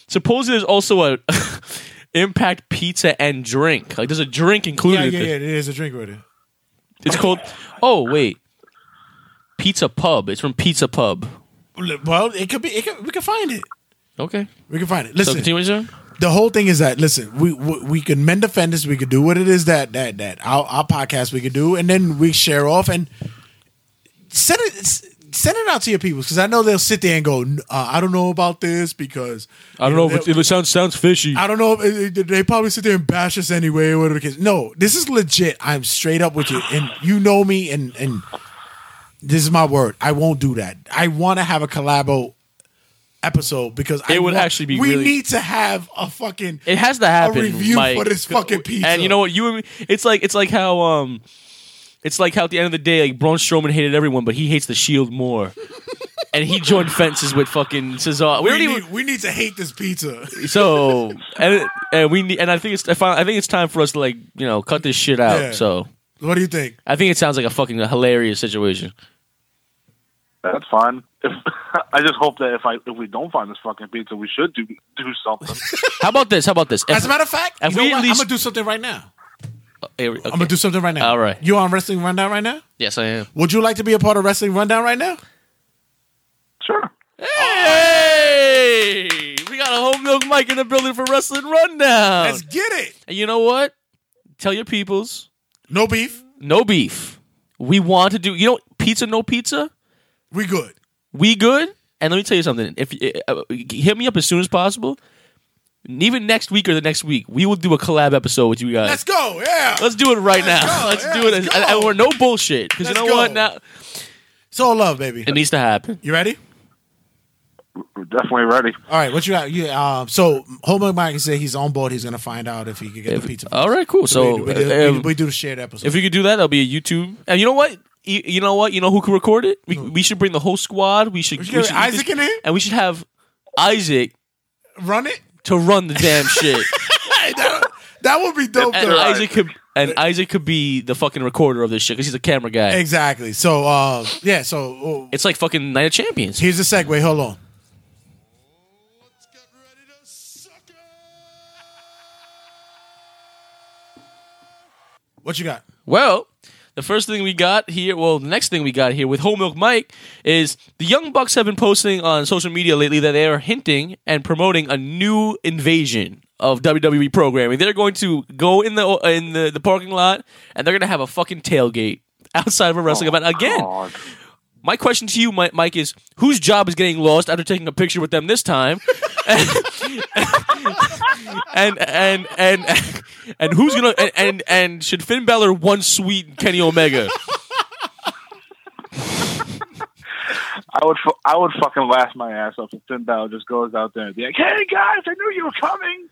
Speaker 5: Supposedly, there's also a Impact Pizza and drink. Like, there's a drink included.
Speaker 3: yeah
Speaker 5: in
Speaker 3: yeah
Speaker 5: this.
Speaker 3: yeah there's a drink with it
Speaker 5: It's called. Oh wait, Pizza Pub. It's from Pizza Pub.
Speaker 3: well it could be it could, we could find it
Speaker 5: Okay,
Speaker 3: we can find it
Speaker 5: So
Speaker 3: listen
Speaker 5: continue, sir.
Speaker 3: the whole thing is that listen, we we, we could mend offenders, we could do what it is that that that our, our podcast we could do, and then we share off and send it s- send it out to your people because I know they'll sit there and go, "N- uh, I don't know about this because
Speaker 5: I don't know if, it's, if it sounds sounds fishy.
Speaker 3: I don't know. If, eh, eh, they probably sit there and bash us anyway, or whatever the case. No, this is legit. I'm straight up with you, and you know me, and and this is my word. I won't do that. I want to have a collabo episode because I
Speaker 5: It would
Speaker 3: want-
Speaker 5: actually be
Speaker 3: We
Speaker 5: really-
Speaker 3: need to have a fucking.
Speaker 5: It has to happen.
Speaker 3: A review
Speaker 5: Mike.
Speaker 3: for this fucking pizza.
Speaker 5: And you know what? You and me. It's like it's like how um, it's like how at the end of the day, like Braun Strowman hated everyone, but he hates the Shield more. and he joined fences with fucking Cesaro. We
Speaker 3: we,
Speaker 5: already
Speaker 3: need, we need to hate this pizza.
Speaker 5: so and and we need, and I think it's I, find, I think it's time for us to like you know cut this shit out.
Speaker 3: Yeah.
Speaker 5: So
Speaker 3: What do you think?
Speaker 5: I think it sounds like a fucking hilarious situation.
Speaker 12: That's fine. If, I just hope that if I if we don't find this fucking pizza, we should do do something.
Speaker 5: How about this? How about this?
Speaker 3: As a matter of fact,
Speaker 5: if
Speaker 3: you know
Speaker 5: we at
Speaker 3: what?
Speaker 5: least
Speaker 3: I'm gonna do something right now.
Speaker 5: I'm
Speaker 3: gonna do something right now.
Speaker 5: All right.
Speaker 3: You on wrestling rundown right now?
Speaker 5: Yes, I am.
Speaker 3: Would you like to be a part of wrestling rundown right now?
Speaker 12: Sure.
Speaker 5: Hey, we got a home milk mic in the building for wrestling rundown.
Speaker 3: Let's get it.
Speaker 5: And you know what? Tell your peoples.
Speaker 3: No beef.
Speaker 5: No beef. We want to do. You know, pizza, no pizza.
Speaker 3: We good.
Speaker 5: We good. And let me tell you something. If uh, hit me up as soon as possible, And even next week or the next week, we will do a collab episode with you guys.
Speaker 3: Let's go. Yeah.
Speaker 5: Let's do it right now.
Speaker 3: go.
Speaker 5: Let's
Speaker 3: Yeah,
Speaker 5: do it.
Speaker 3: let's
Speaker 5: and, and we're no bullshit. Because you
Speaker 3: Let's
Speaker 5: know
Speaker 3: go.
Speaker 5: what? Now
Speaker 3: It's all love, baby.
Speaker 5: it needs to happen.
Speaker 3: You ready?
Speaker 12: We're definitely ready.
Speaker 3: All right. What you got? You, um, so Homer Mike said he's on board. He's gonna find out if he can get the pizza.
Speaker 5: All right, cool. uh, So
Speaker 3: we, do,
Speaker 5: uh,
Speaker 3: we, we do the shared episode.
Speaker 5: If you could do that, that'll be a YouTube. And you know what? You, you know what? You know who can record it? We, we should bring the whole squad. We should,
Speaker 3: should get
Speaker 5: eat
Speaker 3: Isaac in here?
Speaker 5: and we should have Isaac
Speaker 3: Run it.
Speaker 5: to run the damn shit.
Speaker 3: that, that would be dope.
Speaker 5: and
Speaker 3: though.
Speaker 5: Isaac could and Isaac could be the fucking recorder of this shit because he's a camera guy.
Speaker 3: Exactly. So uh, yeah. So uh,
Speaker 5: It's like fucking Night of Champions.
Speaker 3: here's the segue. Hold on. What you got?
Speaker 5: Well, the first thing we got here, well, the next thing we got here with Whole Milk Mike is the Young Bucks have been posting on social media lately that they are hinting and promoting a new invasion of WWE programming. They're going to go in the in the, the parking lot and they're going to have a fucking tailgate outside of a wrestling event again. My question to you, Mi- Mike, is whose job is getting lost after taking a picture with them this time? and and and and, who's gonna and, and and should Finn Balor one sweet Kenny Omega?
Speaker 12: I would fu- I would fucking laugh my ass off if Finn Balor just goes out there and be like, "Hey guys, I knew you were coming."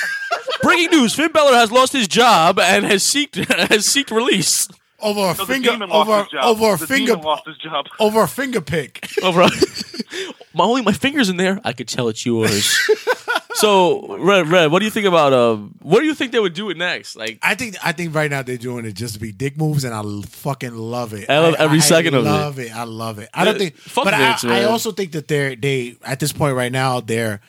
Speaker 5: Breaking news: Finn Balor has lost his job and has seeked has seeked release
Speaker 3: over a
Speaker 12: No, the
Speaker 3: finger
Speaker 12: demon
Speaker 3: over
Speaker 12: lost his job.
Speaker 3: over a
Speaker 12: The
Speaker 3: finger
Speaker 12: demon lost his job.
Speaker 3: over a finger pick.
Speaker 5: over. Oh, my only my fingers in there. I could tell it's yours. so red red. What do you think about uh? What do you think they would do it next? Like
Speaker 3: I think I think right now they're doing it just to be dick moves, and I l- fucking love it.
Speaker 5: I love every second of it.
Speaker 3: love it. I love it. I don't
Speaker 5: Yeah,
Speaker 3: think,
Speaker 5: fuck
Speaker 3: but
Speaker 5: Vince,
Speaker 3: I, I
Speaker 5: man.
Speaker 3: also think that they're they at this point right now they're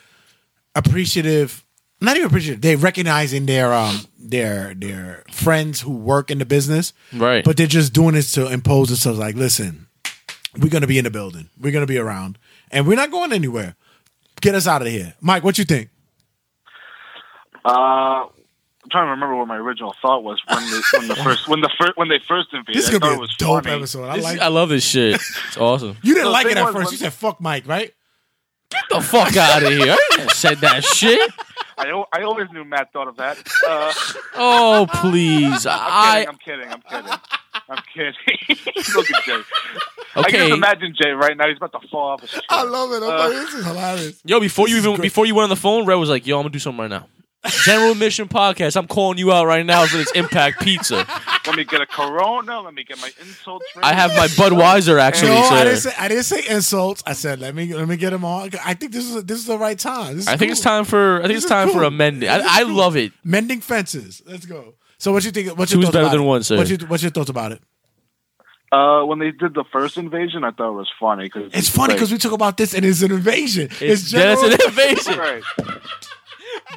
Speaker 3: appreciative. Not even appreciative. They're recognizing their um their their friends who work in the business,
Speaker 5: Right.
Speaker 3: But they're just doing this to impose themselves. Like, listen, we're gonna be in the building. We're gonna be around, and we're not going anywhere. Get us out of here, Mike. What you think?
Speaker 12: Uh, I'm trying to remember what my original thought was when the, when the first when the first when they first invaded.
Speaker 3: This is
Speaker 12: I
Speaker 3: gonna
Speaker 12: thought
Speaker 3: be
Speaker 12: it
Speaker 3: a
Speaker 12: was
Speaker 3: dope
Speaker 12: funny.
Speaker 3: episode. I
Speaker 5: This-
Speaker 3: like.
Speaker 5: I love this shit. It's awesome.
Speaker 3: You didn't
Speaker 12: No,
Speaker 3: like
Speaker 12: the
Speaker 3: it
Speaker 12: thing
Speaker 3: at
Speaker 12: was
Speaker 3: first.
Speaker 12: when-
Speaker 3: You said "fuck Mike," right?
Speaker 5: Get the fuck out of here! I didn't said that shit.
Speaker 12: I, al- I always knew Matt thought of that. Uh,
Speaker 5: Oh please! I
Speaker 12: I'm kidding. I'm kidding. I'm kidding. I'm kidding. Look at Jay. I can
Speaker 5: Okay.
Speaker 12: just imagine Jay right now. He's about to fall off. His
Speaker 3: I love it. I'm
Speaker 12: Uh,
Speaker 3: like, this is hilarious.
Speaker 5: yo before you even before you went on the phone, Red was like, "Yo, I'm gonna do something right now." General Mission Podcast. I'm calling you out right now for this Impact Pizza.
Speaker 12: let me get a Corona. Let me get my insults.
Speaker 5: I have my Budweiser actually.
Speaker 3: no, I didn't,
Speaker 5: sir.
Speaker 3: say, I didn't say insults. I said let me let me get them all. I think this is this is the right time. This is
Speaker 5: I think it's
Speaker 3: cool.
Speaker 5: time for I think
Speaker 3: This
Speaker 5: it's
Speaker 3: is
Speaker 5: time for
Speaker 3: cool. This
Speaker 5: amending. I, I
Speaker 3: is cool.
Speaker 5: love it.
Speaker 3: Mending fences. Let's go. So what you think? What's your
Speaker 5: Two's
Speaker 3: thoughts
Speaker 5: better
Speaker 3: about
Speaker 5: than
Speaker 3: it?
Speaker 5: one, sir.
Speaker 3: What's your, what's your thoughts about it?
Speaker 12: Uh, when they did the first invasion, I thought it was funny because
Speaker 3: It's funny because we talk about this and it's an invasion. It's,
Speaker 5: yeah,
Speaker 3: general.
Speaker 5: it's an invasion.
Speaker 12: Right.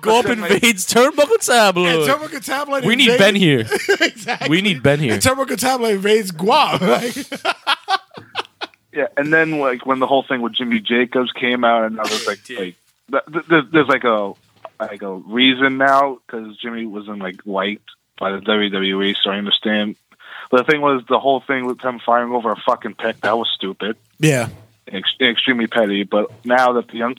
Speaker 5: Go up invades Turnbuckle
Speaker 3: And
Speaker 5: Tabloid.
Speaker 3: Turbo Tabloid
Speaker 5: We need
Speaker 3: invades-
Speaker 5: Ben here.
Speaker 3: exactly.
Speaker 5: We need Ben here.
Speaker 3: And Turbo Tabloid invades Guam. Like,
Speaker 12: Yeah, and then like when the whole thing with Jimmy Jacobs came out, and I was like, like th- th- there's, there's like a like a reason now because Jimmy wasn't like liked by the WWE, so I understand. But the thing was, the whole thing with him firing over a fucking pick that was stupid,
Speaker 3: yeah.
Speaker 12: ex- extremely petty. But now that the young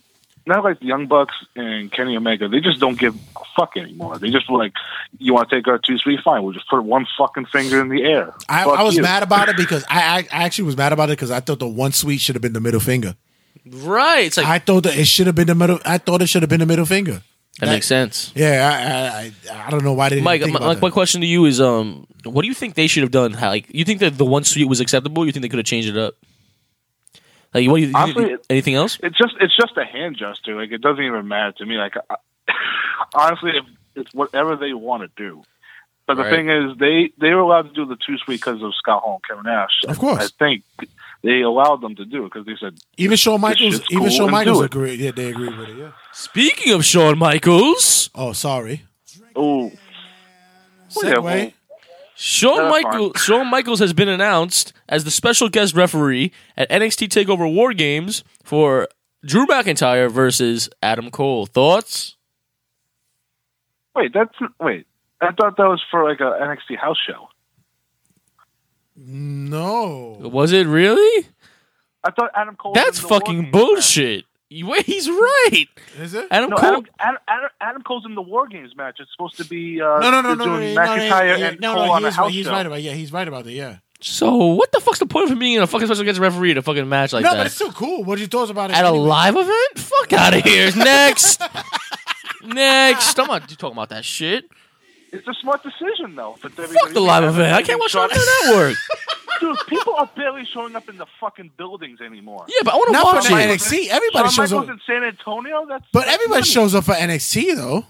Speaker 12: now like the Young Bucks and Kenny Omega, they just don't give a fuck anymore. They just were like, you want to take our two three, fine. We'll just put one fucking finger in the air.
Speaker 3: I,
Speaker 12: Fuck
Speaker 3: I was
Speaker 12: you.
Speaker 3: mad about it because I, I I actually was mad about it because I thought the one sweet should have been the middle finger.
Speaker 5: Right. It's like
Speaker 3: I thought that it should have been the middle. I thought it should have been the middle finger.
Speaker 5: that makes sense.
Speaker 3: Yeah, I- I I, I don't know why they didn't
Speaker 5: Mike,
Speaker 3: think
Speaker 5: my,
Speaker 3: about
Speaker 5: like
Speaker 3: that.
Speaker 5: my question to you is, um, what do you think they should have done? How, like, you think that the one suite was acceptable? You think they could have changed it up? Like, what do you, you-
Speaker 12: Honestly,
Speaker 5: you- anything else?
Speaker 12: It's just it's just a hand gesture. Like it doesn't even matter to me. Like I, honestly, if, it's whatever they want to do. But the
Speaker 5: Right.
Speaker 12: thing is, they they were allowed to do the two sweet because of Scott Hall and Kevin Nash.
Speaker 3: Of course.
Speaker 12: I think they allowed them to do it because they said
Speaker 3: even Shawn Michaels,
Speaker 12: shit's
Speaker 3: even
Speaker 12: cool
Speaker 3: Shawn
Speaker 12: and
Speaker 3: Michaels
Speaker 12: do it.
Speaker 3: agreed. Yeah, they agreed with it. Yeah.
Speaker 5: Speaking of Shawn Michaels,
Speaker 3: Oh, sorry.
Speaker 12: "Oh, well, yeah, well,
Speaker 3: Segway.
Speaker 5: Shawn
Speaker 12: That's
Speaker 5: Michaels, Shawn Michaels has been announced as the special guest referee at NXT Takeover War Games for Drew McIntyre versus Adam Cole. Thoughts?
Speaker 12: wait, that's wait." I thought that was for like a NXT house show.
Speaker 3: No.
Speaker 5: Was it really?
Speaker 12: I thought Adam Cole.
Speaker 5: That's
Speaker 12: was in the War
Speaker 5: fucking
Speaker 12: Games
Speaker 5: bullshit. You- Wait, he's right.
Speaker 3: Is it?
Speaker 5: Adam
Speaker 12: No,
Speaker 5: Cole.
Speaker 12: Adam, Adam, Adam, Adam Cole's in the War Games match. It's supposed to be uh,
Speaker 3: No, no, no,
Speaker 12: they're
Speaker 3: no, no,
Speaker 12: doing
Speaker 3: no, no, no,
Speaker 12: McIntyre
Speaker 3: yeah,
Speaker 12: and
Speaker 3: no,
Speaker 12: Cole
Speaker 3: no,
Speaker 12: on a
Speaker 3: he's,
Speaker 12: house
Speaker 3: he's
Speaker 12: show.
Speaker 3: right about yeah, he's right about that. Yeah.
Speaker 5: So what the fuck's the point of me being a fucking special guest referee at a fucking match like
Speaker 3: no, but
Speaker 5: that?
Speaker 3: it's still cool. What you thought about it?
Speaker 5: At a
Speaker 3: anyway?
Speaker 5: live event? Fuck out of here. Next. Next. I'm not talking about that shit.
Speaker 12: It's a smart decision, though. For WWE.
Speaker 5: Fuck the live event. I can't watch it on the network.
Speaker 12: Dude, people are barely showing up in the fucking buildings anymore.
Speaker 5: Yeah, but I want to
Speaker 3: Not
Speaker 5: watch
Speaker 3: for
Speaker 5: it.
Speaker 3: NXT. Everybody
Speaker 12: Shawn
Speaker 3: shows up,
Speaker 12: Michaels in San Antonio. That's
Speaker 3: but everybody shows up for NXT though.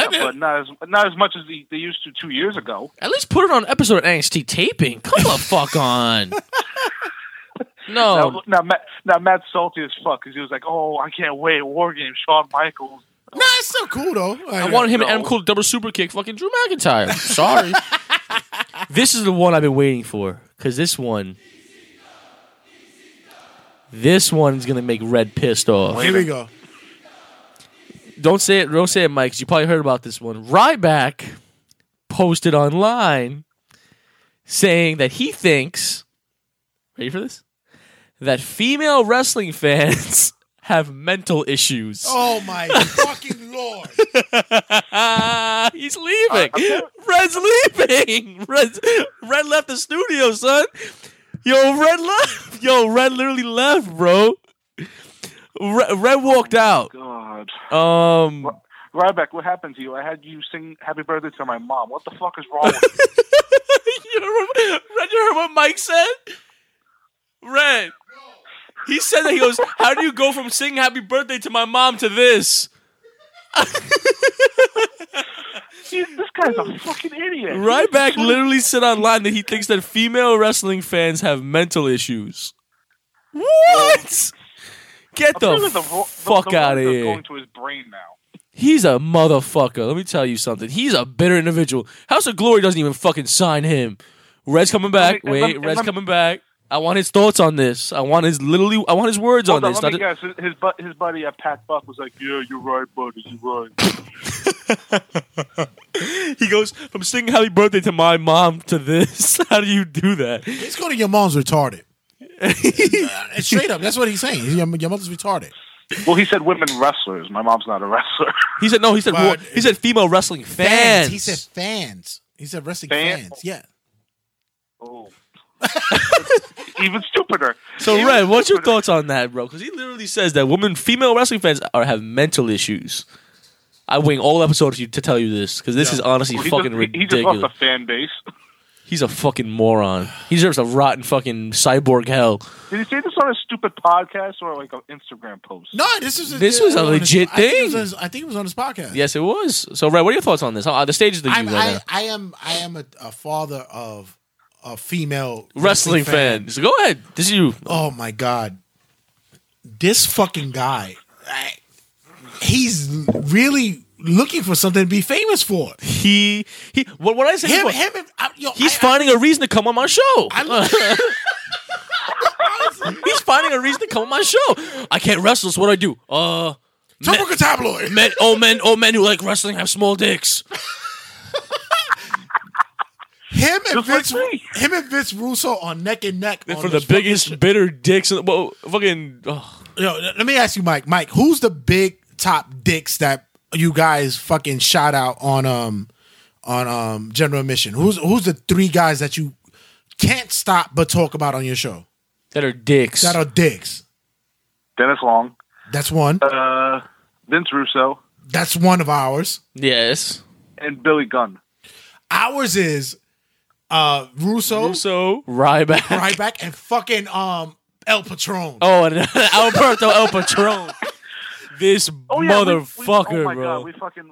Speaker 12: up, but not as not as much as they, they used to two years ago.
Speaker 5: At least put it on episode of NXT taping. Come the fuck on.
Speaker 12: Now,
Speaker 3: Oh.
Speaker 5: No.
Speaker 12: now, Matt, now Matt's salty as fuck because he was like, "Oh, I can't wait, War Game, Shawn Michaels."
Speaker 3: Nah, it's still cool though.
Speaker 5: I wanted him and Adam Cole to double super kick fucking Drew McIntyre. Sorry. this is the one I've been waiting for. Because this one. This one's going to make Red pissed off.
Speaker 3: Here we go.
Speaker 5: don't say it. Don't say it, Mike. 'cause you probably heard about this one. Ryback posted online saying that he thinks. Ready for this? That female wrestling fans have mental issues.
Speaker 3: Oh my fucking lord!
Speaker 5: Ah, He's leaving. Red's leaving. Red's, Red left the studio, son. Yo, Red left. Yo, Red literally left, bro. Red, Red walked out.
Speaker 12: God.
Speaker 5: Um,
Speaker 12: Ryback, what happened to you? I had you sing "Happy Birthday" to my mom. What the fuck is wrong? with
Speaker 5: you heard, Red, you heard what Mike said? Red. He said that he goes, How do you go from singing happy birthday to my mom to this?
Speaker 12: you? This guy's a fucking idiot.
Speaker 5: Ryback literally said online that he thinks that female wrestling fans have mental issues. What? Get the,
Speaker 12: I'm sure that vo-
Speaker 5: fuck
Speaker 12: the
Speaker 5: out of
Speaker 12: voice is
Speaker 5: here.
Speaker 12: Going to his brain now.
Speaker 5: He's a motherfucker. Let me tell you something. He's a bitter individual. House of Glory doesn't even fucking sign him. Red's coming back.
Speaker 12: Let me- let
Speaker 5: Wait,
Speaker 12: me-
Speaker 5: Red's
Speaker 12: let me-
Speaker 5: coming back. I want his thoughts on this. I want his literally. I want his words
Speaker 12: Hold
Speaker 5: on
Speaker 12: on,
Speaker 5: this.
Speaker 12: let me
Speaker 5: not-
Speaker 12: guess. His, his, bu- his buddy at Pat Buck was like, "Yeah, you're right, buddy. You're right."
Speaker 5: he goes from singing "Happy Birthday" to my mom to this. How do you do that?
Speaker 3: Let's go to your mom's retarded. Uh, Straight up, that's what he's saying. Your, your mother's retarded.
Speaker 12: well, he said women wrestlers. My mom's not a wrestler.
Speaker 5: He said no. He said
Speaker 3: But-
Speaker 5: he said female wrestling fans.
Speaker 3: He said fans. He said wrestling
Speaker 12: Fan-
Speaker 3: fans. Yeah.
Speaker 12: Oh. Even stupider.
Speaker 5: So Red, what's your thoughts on that, bro? Because he literally says that women, female wrestling fans, are have mental issues. I wing all episodes to, to tell you this because this is honestly
Speaker 12: Well, he
Speaker 5: fucking
Speaker 12: just, he- He
Speaker 5: ridiculous.
Speaker 12: just lost a fan base.
Speaker 5: He's a fucking moron. He deserves a rotten fucking cyborg hell.
Speaker 12: Did he say this on a stupid podcast or like an Instagram post?
Speaker 3: No, this was
Speaker 5: This was a
Speaker 3: on his-
Speaker 5: legit
Speaker 3: I think it was
Speaker 5: thing.
Speaker 3: on his- I think it was on his podcast.
Speaker 5: Yes, it was. So Red, what are your thoughts on this? Uh, the stage is the you
Speaker 3: I'm,
Speaker 5: right
Speaker 3: I, I
Speaker 5: now.
Speaker 3: am I am a, a father of a female
Speaker 5: Wrestling fan. So go ahead. This is you.
Speaker 3: Oh my god, this fucking guy, I- he's really looking for something to be famous for.
Speaker 5: He he. What what I say?
Speaker 3: Him
Speaker 5: before-
Speaker 3: him. and- I- yo,
Speaker 5: He's
Speaker 3: I-
Speaker 5: finding a reason to come on my show. He's finding a reason to come on my show. I can't wrestle, so what do I do? Uh
Speaker 3: Typical tabloid.
Speaker 5: Men, old men, old men who like wrestling have small dicks. Oh,
Speaker 3: Him and Vince, him and Vince Russo are neck and neck on
Speaker 5: For the biggest bitter dicks. in the- Well, fucking. oh.
Speaker 3: Yo, let me ask you, Mike. Mike, who's the big top dicks that you guys fucking shout out on um on um General Mission? Who's who's the three guys that you can't stop but talk about on your show?
Speaker 5: That are dicks.
Speaker 3: That are dicks.
Speaker 12: Dennis Long,
Speaker 3: That's one.
Speaker 12: uh, Vince Russo,
Speaker 3: That's one of ours.
Speaker 5: Yes.
Speaker 12: and Billy Gunn.
Speaker 3: Ours is uh Russo,
Speaker 5: Russo, Ryback.
Speaker 3: Ryback, and fucking um El Patron.
Speaker 5: Oh, and Alberto El Patron. This motherfucker,
Speaker 12: Oh, we, we, oh my
Speaker 5: bro.
Speaker 12: God, we fucking.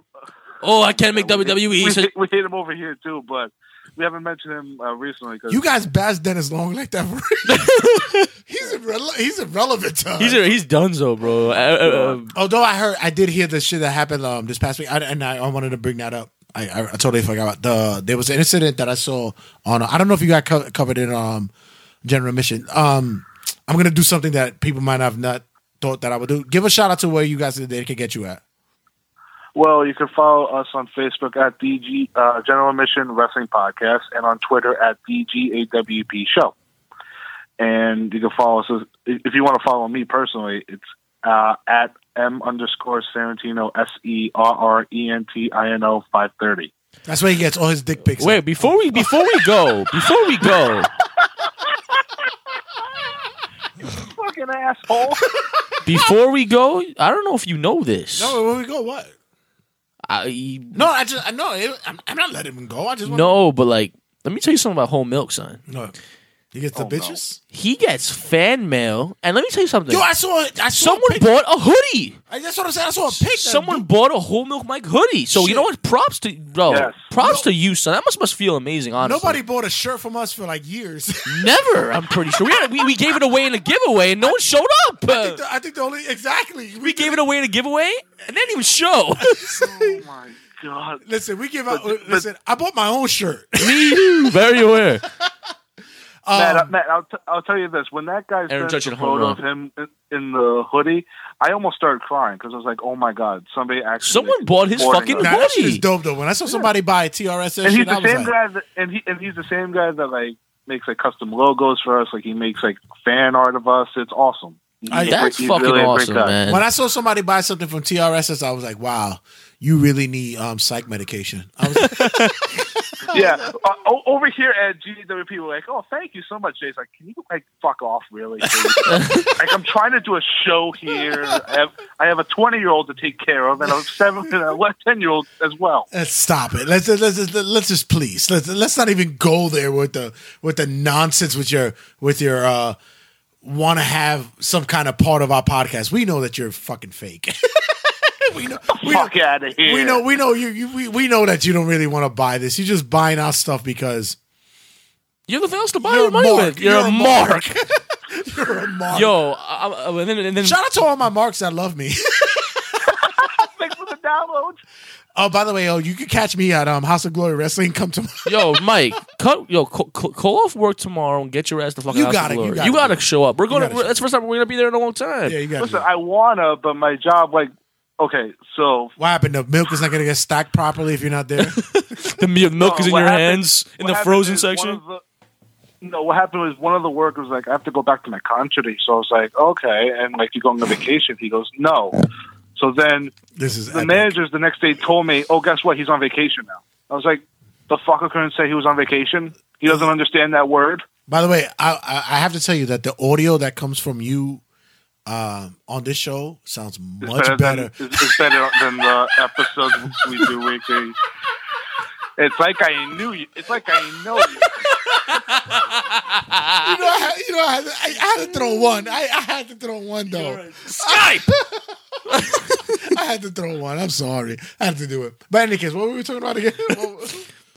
Speaker 5: oh, I can't make WWE.
Speaker 12: We,
Speaker 5: so-
Speaker 12: hate- we hate him over here too, but we haven't mentioned him uh, recently. 'cause-
Speaker 3: You guys bash Dennis Long like that for he's irrele- he's irrelevant to us.
Speaker 5: he's a, he's donezo, bro. Uh, uh, uh,
Speaker 3: Although I heard, I did hear the shit that happened um, this past week, I, and I, I wanted to bring that up. I, I, I totally forgot about the. There was an incident that I saw on. I don't know if you got co- covered in um, General Mission. Um, I'm gonna do something that people might have not thought that I would do. Give a shout out to where you guys they can get you at.
Speaker 12: Well, you can follow us on Facebook at DG uh, General Mission Wrestling Podcast and on Twitter at DGAWP Show. And you can follow us if you want to follow me personally. It's uh, at M underscore Serentino S E R R E N T I N O five thirty.
Speaker 3: That's where he gets all his dick pics.
Speaker 5: wait, before we before we go, before we go,
Speaker 12: Fucking asshole!
Speaker 5: before we go, I don't know if you know this.
Speaker 3: No, where we go? What?
Speaker 5: I,
Speaker 3: No, I just I know it, I'm, I'm not letting him go. I just wanna-
Speaker 5: no, but like, let me tell you something about whole milk, son.
Speaker 3: no. He gets
Speaker 5: Oh,
Speaker 3: the bitches.
Speaker 5: He gets fan mail, and let me tell you something.
Speaker 3: Yo, I saw. I saw a
Speaker 5: Someone
Speaker 3: pic-
Speaker 5: bought a hoodie.
Speaker 3: I, that's what I'm saying. I saw a pic. that-
Speaker 5: Someone bought a whole milk Mike hoodie. So you know what? Props to bro.
Speaker 12: Yes.
Speaker 5: Props to you, son. That must must feel amazing. Honestly,
Speaker 3: Nobody bought a shirt from us for like years.
Speaker 5: Never, I'm pretty sure. We, had, we, we gave it away in a giveaway and no one showed up.
Speaker 3: I think the, I think the only exactly.
Speaker 5: we gave it away in a giveaway and they didn't even show.
Speaker 12: oh my god!
Speaker 3: Listen, we give out. listen, I bought my own shirt.
Speaker 5: Me, very aware.
Speaker 3: Um,
Speaker 12: Matt, uh, Matt I'll, t- I'll tell you this: when that guy
Speaker 5: Aaron
Speaker 12: sent
Speaker 5: Judge
Speaker 12: a
Speaker 5: and home
Speaker 12: photo of him in, in the hoodie, I almost started crying because I was like, "Oh my god, somebody actually
Speaker 5: Someone bought his fucking
Speaker 12: supporting us.
Speaker 3: nah, that shit
Speaker 5: hoodie.
Speaker 3: is dope though. When I saw somebody buy a TRS
Speaker 12: and he's
Speaker 3: shirt, I
Speaker 12: the
Speaker 3: was
Speaker 12: same
Speaker 3: like,
Speaker 12: guy that, and he and he's the same guy that like makes like custom logos for us. Like he makes like fan art of us. It's awesome. He's
Speaker 3: I-
Speaker 12: a
Speaker 5: That's
Speaker 12: he's
Speaker 5: fucking
Speaker 12: really a great
Speaker 5: awesome,
Speaker 12: guy.
Speaker 5: man.
Speaker 3: when I saw somebody buy something from TRSS, I was like, wow, you really need um psych medication. I was like,
Speaker 12: yeah. Uh, o- over here at GWP, we're like, "Oh, thank you so much, Jay's like, "Can you like fuck off, really?" dude?" like, I'm trying to do a show here. I have I have a 20 year old to take care of, and a seven and a 10 year old as well.
Speaker 3: Let's "Eh, stop it. Let's let's let's, let's just please let's let's not even go there with the with the nonsense with your with your uh want to have some kind of part of our podcast. We know that you're fucking fake. we know,
Speaker 12: fuck out of here.
Speaker 3: We know we know you, you we, we know that you don't really want to buy this. You're just buying our stuff because
Speaker 5: You have nothing else to buy your money
Speaker 3: mark.
Speaker 5: with. You're,
Speaker 3: You're
Speaker 5: a
Speaker 3: a
Speaker 5: mark.
Speaker 3: you're a mark.
Speaker 5: Yo, I, I, and then, and then
Speaker 3: Shout out to all my marks that love me.
Speaker 12: Thanks for the download.
Speaker 3: oh, by the way, oh, you can catch me at um House of Glory Wrestling. Come to
Speaker 5: yo, Mike, cut yo, call, call off work tomorrow and get your ass the fuck
Speaker 3: You
Speaker 5: out of
Speaker 3: gotta-
Speaker 5: the
Speaker 3: you
Speaker 5: glory.
Speaker 3: gotta
Speaker 5: You gotta show up. We're
Speaker 12: You
Speaker 5: gonna.
Speaker 12: gotta
Speaker 5: we're- that's the first time we're gonna be there in a long time. Yeah,
Speaker 3: you
Speaker 12: Listen, I wanna, but my job, like, okay, so
Speaker 3: what happened? The milk is not gonna get stacked properly if you're not there.
Speaker 5: the milk
Speaker 12: No,
Speaker 5: is in
Speaker 12: what
Speaker 5: your
Speaker 12: happened-
Speaker 5: hands in
Speaker 12: what
Speaker 5: the
Speaker 12: happened
Speaker 5: frozen
Speaker 12: is one
Speaker 5: section.
Speaker 12: of the- no, what happened was one of the workers like, I have to go back to my country. So I was like, okay. And like, you're going on vacation. He goes, no. So then
Speaker 3: this is
Speaker 12: the managers the next day told me, oh, guess what? He's on vacation now. I was like, the fucker couldn't say he was on vacation. He doesn't understand that word.
Speaker 3: By the way, I, I I have to tell you that the audio that comes from you um, on this show sounds
Speaker 12: It's
Speaker 3: much
Speaker 12: than-
Speaker 3: better.
Speaker 12: it's, it's better than the episodes we do weekly. It's like I knew you. It's like I know you.
Speaker 3: you know, I had, you know, I had, I had to throw one. I, I had to throw one though.
Speaker 5: Skype.
Speaker 3: I had to throw one. I'm sorry. I had to do it. But in any case, what were we talking about again?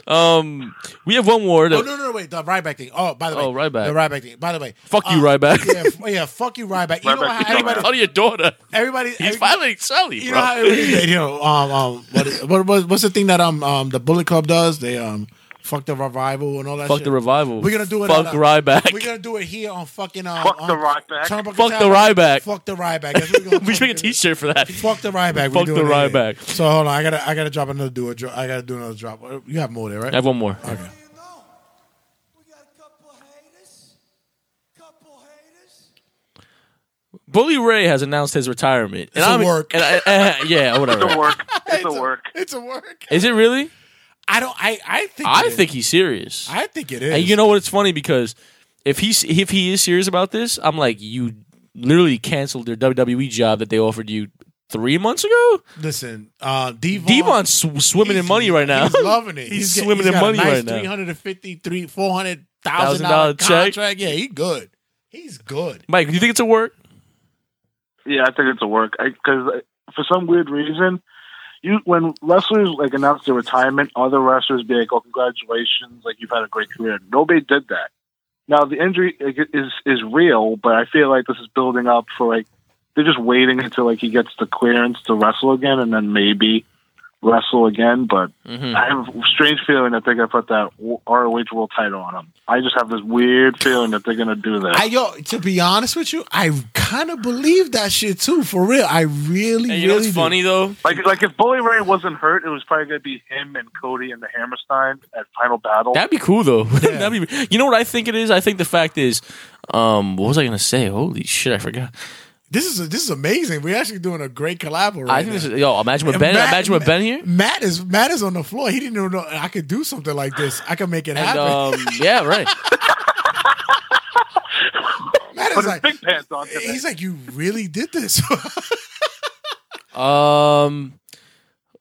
Speaker 5: Um, we have one more.
Speaker 3: oh
Speaker 5: That,
Speaker 3: no, no, no, wait, the Ryback thing. Oh, by the way,
Speaker 5: Oh, Ryback.
Speaker 3: the Ryback thing. By the way, uh,
Speaker 5: Fuck you, Ryback.
Speaker 3: Yeah, f- yeah, fuck you, Ryback. You know
Speaker 5: Ryback,
Speaker 3: how
Speaker 5: you
Speaker 3: everybody,
Speaker 5: Tell your daughter.
Speaker 3: everybody,
Speaker 5: He's finally Sally,
Speaker 3: you
Speaker 5: bro.
Speaker 3: know, how everybody, you know, um, um, what, is, what, what, what's the thing that um, um, the Bullet Club does? They um, fuck the revival and all that.
Speaker 5: Fuck
Speaker 3: shit.
Speaker 5: the revival.
Speaker 3: We're gonna do it. on,
Speaker 5: Fuck
Speaker 3: uh,
Speaker 5: Ryback.
Speaker 3: We're gonna do it here on fucking um,
Speaker 12: Fuck
Speaker 3: on
Speaker 12: the Ryback.
Speaker 3: Turnbuckle
Speaker 5: Fuck the
Speaker 3: Tavern.
Speaker 5: Ryback.
Speaker 3: Fuck the Ryback. That's what we're gonna
Speaker 5: we should make a T-shirt for that.
Speaker 3: Fuck the Ryback. We're
Speaker 5: Fuck the
Speaker 3: doing it here.
Speaker 5: Ryback.
Speaker 3: So hold on, I gotta I gotta drop another do a dro- I gotta do another drop. You have more there, right?
Speaker 5: I have one more.
Speaker 3: Okay.
Speaker 5: Bully Ray has announced his retirement.
Speaker 3: It's a work.
Speaker 5: and I- eh, yeah, whatever.
Speaker 12: work. It's a work.
Speaker 3: It's a work.
Speaker 5: Is it really?
Speaker 3: I don't. I I think.
Speaker 5: I
Speaker 3: it is.
Speaker 5: think he's serious.
Speaker 3: I think it is.
Speaker 5: And you know what? It's funny because if he's if he is serious about this, I'm like, you literally canceled their WWE job that they offered you three months ago.
Speaker 3: Listen, uh, Devon.
Speaker 5: Devon's sw- swimming in
Speaker 3: he's-
Speaker 5: money right now.
Speaker 3: He's loving it.
Speaker 5: he's,
Speaker 3: get-
Speaker 5: swimming
Speaker 3: he's
Speaker 5: in
Speaker 3: got a
Speaker 5: money
Speaker 3: nice
Speaker 5: right
Speaker 3: Three
Speaker 5: now.
Speaker 3: hundred fifty three four hundred thousand
Speaker 5: Thousand
Speaker 3: dollar
Speaker 5: dollar check.
Speaker 3: contract. Yeah, he good. He's good.
Speaker 5: Mike, do you think it's a work?
Speaker 12: Yeah, I think it's a work because for some weird reason, you when wrestlers like announce their retirement, other wrestlers be like, "Oh, congratulations! Like you've had a great career." Nobody did that. Now the injury like, is is real, but I feel like this is building up for like they're just waiting until like he gets the clearance to wrestle again, and then maybe wrestle again. But I have a strange feeling that they're gonna put that ROH World Title on him. I just have this weird feeling that they're gonna do that.
Speaker 3: I yo, to be honest with you, I kind of believe that shit too. For real, I really,
Speaker 5: And you know
Speaker 3: really
Speaker 5: what's
Speaker 3: do.
Speaker 5: funny though?
Speaker 12: Like, like if Bully Ray wasn't hurt, it was probably going to be him and Cody and the Hammerstein at Final Battle.
Speaker 5: That'd be cool though. That'd be. You know what I think it is? I think the fact is, um, what was I gonna say? Holy shit, I forgot.
Speaker 3: This is this is amazing. We're actually doing a great collab right
Speaker 5: I think
Speaker 3: now.
Speaker 5: this is yo. Imagine with Ben.
Speaker 3: Matt-
Speaker 5: imagine with Ben here.
Speaker 3: Matt is Matt is on the floor. He didn't even know I could do something like this. I could make it
Speaker 5: And
Speaker 3: happen.
Speaker 5: um, yeah, right.
Speaker 3: Matt is
Speaker 12: Put his
Speaker 3: like,
Speaker 12: big pants on today.
Speaker 3: he's like, you really did this.
Speaker 5: Um,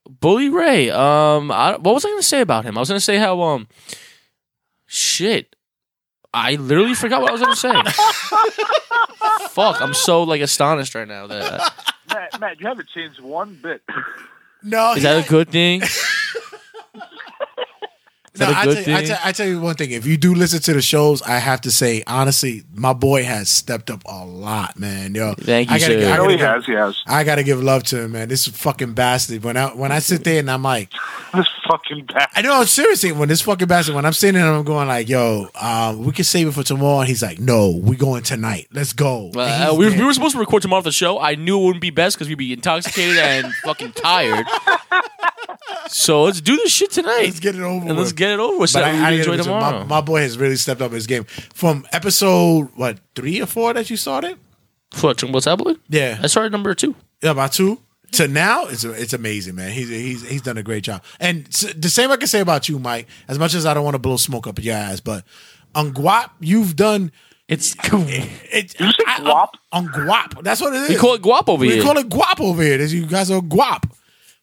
Speaker 5: Bully Ray. Um, I, what was I going to say about him? I was going to say how um, shit. I literally forgot what I was going to say. Fuck! I'm so like astonished right now. That
Speaker 12: Matt, Matt, you haven't changed one bit.
Speaker 3: no,
Speaker 5: is
Speaker 3: he-
Speaker 5: that a good thing? Is
Speaker 3: no,
Speaker 5: that a
Speaker 3: I
Speaker 5: good
Speaker 3: tell, you, I,
Speaker 5: thing?
Speaker 3: tell, I tell you one thing. If you do listen to the shows, I have to say honestly, my boy has stepped up a lot, man. Yo,
Speaker 5: Thank you,
Speaker 3: I gotta,
Speaker 5: sir.
Speaker 3: give- I
Speaker 12: I know
Speaker 3: gotta
Speaker 12: he
Speaker 3: give-
Speaker 12: has. He has.
Speaker 3: I gotta give love to him, man. This fucking bastard. When I when I sit there and I'm like,
Speaker 12: This fucking bat.
Speaker 3: I know seriously. When this fucking bastard, when I'm sitting there, and I'm going like, "Yo, um, we can save it for tomorrow." And he's like, "No, we going tonight. Let's go." And
Speaker 5: Uh,
Speaker 3: he's
Speaker 5: we,
Speaker 3: there.
Speaker 5: we were supposed to record tomorrow for the show. I knew it wouldn't be best because we'd be intoxicated and fucking tired. So let's do this shit tonight.
Speaker 3: Let's get it over.
Speaker 5: and
Speaker 3: with.
Speaker 5: let's get it over with. So
Speaker 3: But
Speaker 5: that we
Speaker 3: I, I
Speaker 5: can
Speaker 3: gotta
Speaker 5: enjoy
Speaker 3: admit,
Speaker 5: tomorrow.
Speaker 3: my, my boy has really stepped up his game from episode what three or four that you started.
Speaker 5: What, Jumbo Tabloid?
Speaker 3: Yeah,
Speaker 5: I started number two.
Speaker 3: yeah, about two. to now, it's it's amazing, man. He's he's he's done a great job. And s- the same I can say about you, Mike. As much as I don't want to blow smoke up your ass, but on Guap, you've done.
Speaker 5: It's cool.
Speaker 3: you say Guap on Guap. That's what it is.
Speaker 5: We call it Guap over
Speaker 3: we
Speaker 5: here.
Speaker 3: call it Guap over here. This- You guys are Guap.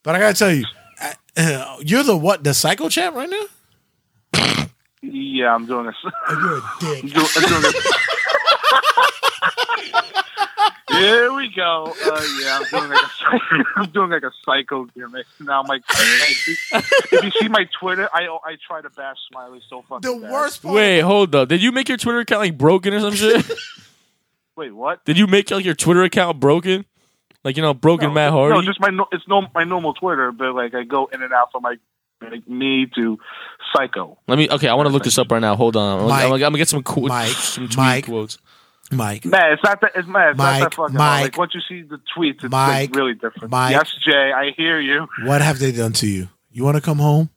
Speaker 3: But I gotta tell you, I- you're the what? The psycho champ right now.
Speaker 12: Yeah, I'm doing this.
Speaker 3: You're a dick.
Speaker 12: Here we go. Uh, yeah, I'm doing like a, I'm doing like a psycho gimmick. Now my, if you see my Twitter, I I try to bash Smiley so fucking.
Speaker 3: The worst.
Speaker 5: Wait, hold up. Did you make your Twitter account like broken or some shit?
Speaker 12: Wait, what?
Speaker 5: Did you make like your Twitter account broken? Like you know, broken Matt Hardy.
Speaker 12: No, just my no, it's no my normal Twitter, but like I go in and out from like, like me to psycho.
Speaker 5: Let me. Okay, I want to look this up right now. Hold on. I'm,
Speaker 12: Mike.
Speaker 5: gonna- I'm gonna get some quotes.
Speaker 12: Mike.
Speaker 5: some tweet
Speaker 12: Mike.
Speaker 5: quotes.
Speaker 3: Mike.
Speaker 12: Man, it's not that. It's man, it's not
Speaker 3: Mike,
Speaker 12: that fucking.
Speaker 3: Mike.
Speaker 12: like once you see the tweets, it's
Speaker 3: Mike,
Speaker 12: like really different.
Speaker 3: Mike.
Speaker 12: yes, Jay, I hear you.
Speaker 3: What have they done to you? You want to come home?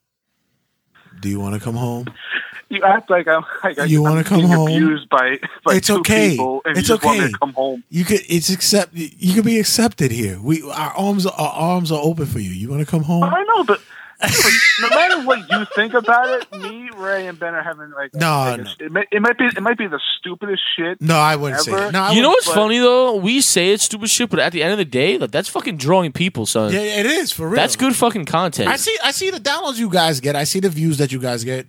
Speaker 3: Do you want to come home?
Speaker 12: You act like I'm. Like
Speaker 3: You
Speaker 12: I'm
Speaker 3: wanna come
Speaker 12: being
Speaker 3: home?
Speaker 12: Abused by, by
Speaker 3: It's
Speaker 12: two
Speaker 3: okay.
Speaker 12: People, and you
Speaker 3: It's
Speaker 12: just want me
Speaker 3: okay.
Speaker 12: to come home.
Speaker 3: You could. It's accept. You could be accepted here. We our arms our arms are open for you. You want to come home?
Speaker 12: I know, but no matter what you think about it, me, Ray, and Ben are having like. a-
Speaker 3: No,
Speaker 12: like a-
Speaker 3: no.
Speaker 12: It, might, it might be. It might be the stupidest shit. ever,
Speaker 5: you know what's
Speaker 12: but-
Speaker 5: funny though? We say it's stupid shit, but at the end of the day, like that's fucking drawing people, son.
Speaker 3: Yeah, it is for real.
Speaker 5: That's good fucking content.
Speaker 3: I see. I see the downloads you guys get. I see the views that you guys get.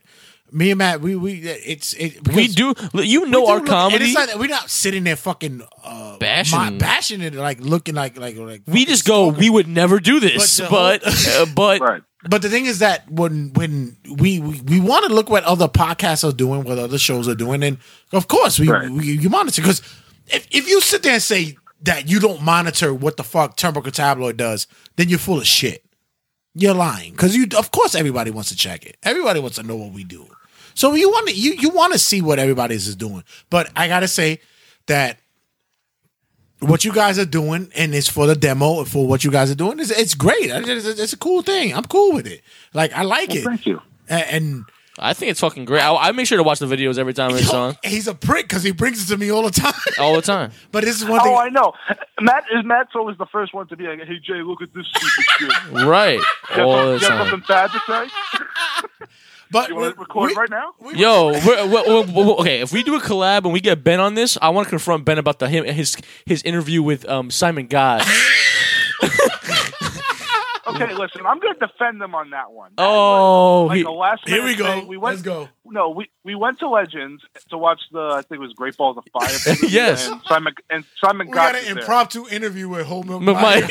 Speaker 3: Me and Matt, we we it's it.
Speaker 5: We do. You
Speaker 3: we do
Speaker 5: know our
Speaker 3: look-
Speaker 5: comedy.
Speaker 3: And it's not that we're not sitting there fucking uh,
Speaker 5: Bashing.
Speaker 3: mi- bashing it, like looking like like like.
Speaker 5: we just go. We would never do this,
Speaker 3: the
Speaker 5: but
Speaker 3: whole-
Speaker 5: uh, but
Speaker 3: But the thing is that when when we we, we want to look what other podcasts are doing, what other shows are doing, and of course we, we you monitor because if if you sit there and say that you don't monitor what the fuck Turnbuckle Tabloid does, then you're full of shit. You're lying because you of course everybody wants to check it. Everybody wants to know what we do. So you want to you you want to see what everybody is doing. But I gotta say that what you guys are doing and it's for the demo and for what you guys are doing is it's great. I just- It's, a cool thing. I'm cool with it. Like I like it. Thank
Speaker 12: you.
Speaker 3: And,
Speaker 5: I think it's fucking great. I, I make sure to watch the videos every time it's on,
Speaker 3: he's a prick because he brings it to me all the time.
Speaker 5: all the time.
Speaker 3: But this is one
Speaker 12: oh,
Speaker 3: thing.
Speaker 12: I know. Matt is Matt's always the first one to be like, "Hey Jay, look at this stupid shit."
Speaker 5: Right,
Speaker 12: You got
Speaker 5: all
Speaker 12: some-
Speaker 5: the
Speaker 12: you got
Speaker 5: time.
Speaker 12: something bad to say?
Speaker 3: But
Speaker 12: you want to record right now?
Speaker 5: Yo, we're, we're- we're- we're- okay. If we do a collab and we get Ben on this, I want to confront Ben about the him his his interview with um, Simon God.
Speaker 12: Okay, listen, I'm going to defend them on that one.
Speaker 5: Oh,
Speaker 12: like
Speaker 5: he-
Speaker 12: the last
Speaker 5: here
Speaker 12: minute
Speaker 5: we go.
Speaker 12: thing, We went,
Speaker 3: Let's go.
Speaker 12: No, we, we went to Legends to watch the I think it was Great Balls of Fire.
Speaker 5: Yes.
Speaker 12: and Simon and Simon
Speaker 3: we
Speaker 12: got
Speaker 3: got an
Speaker 12: there.
Speaker 3: impromptu interview with Whole Milk
Speaker 5: But
Speaker 3: Mike.
Speaker 5: Mike-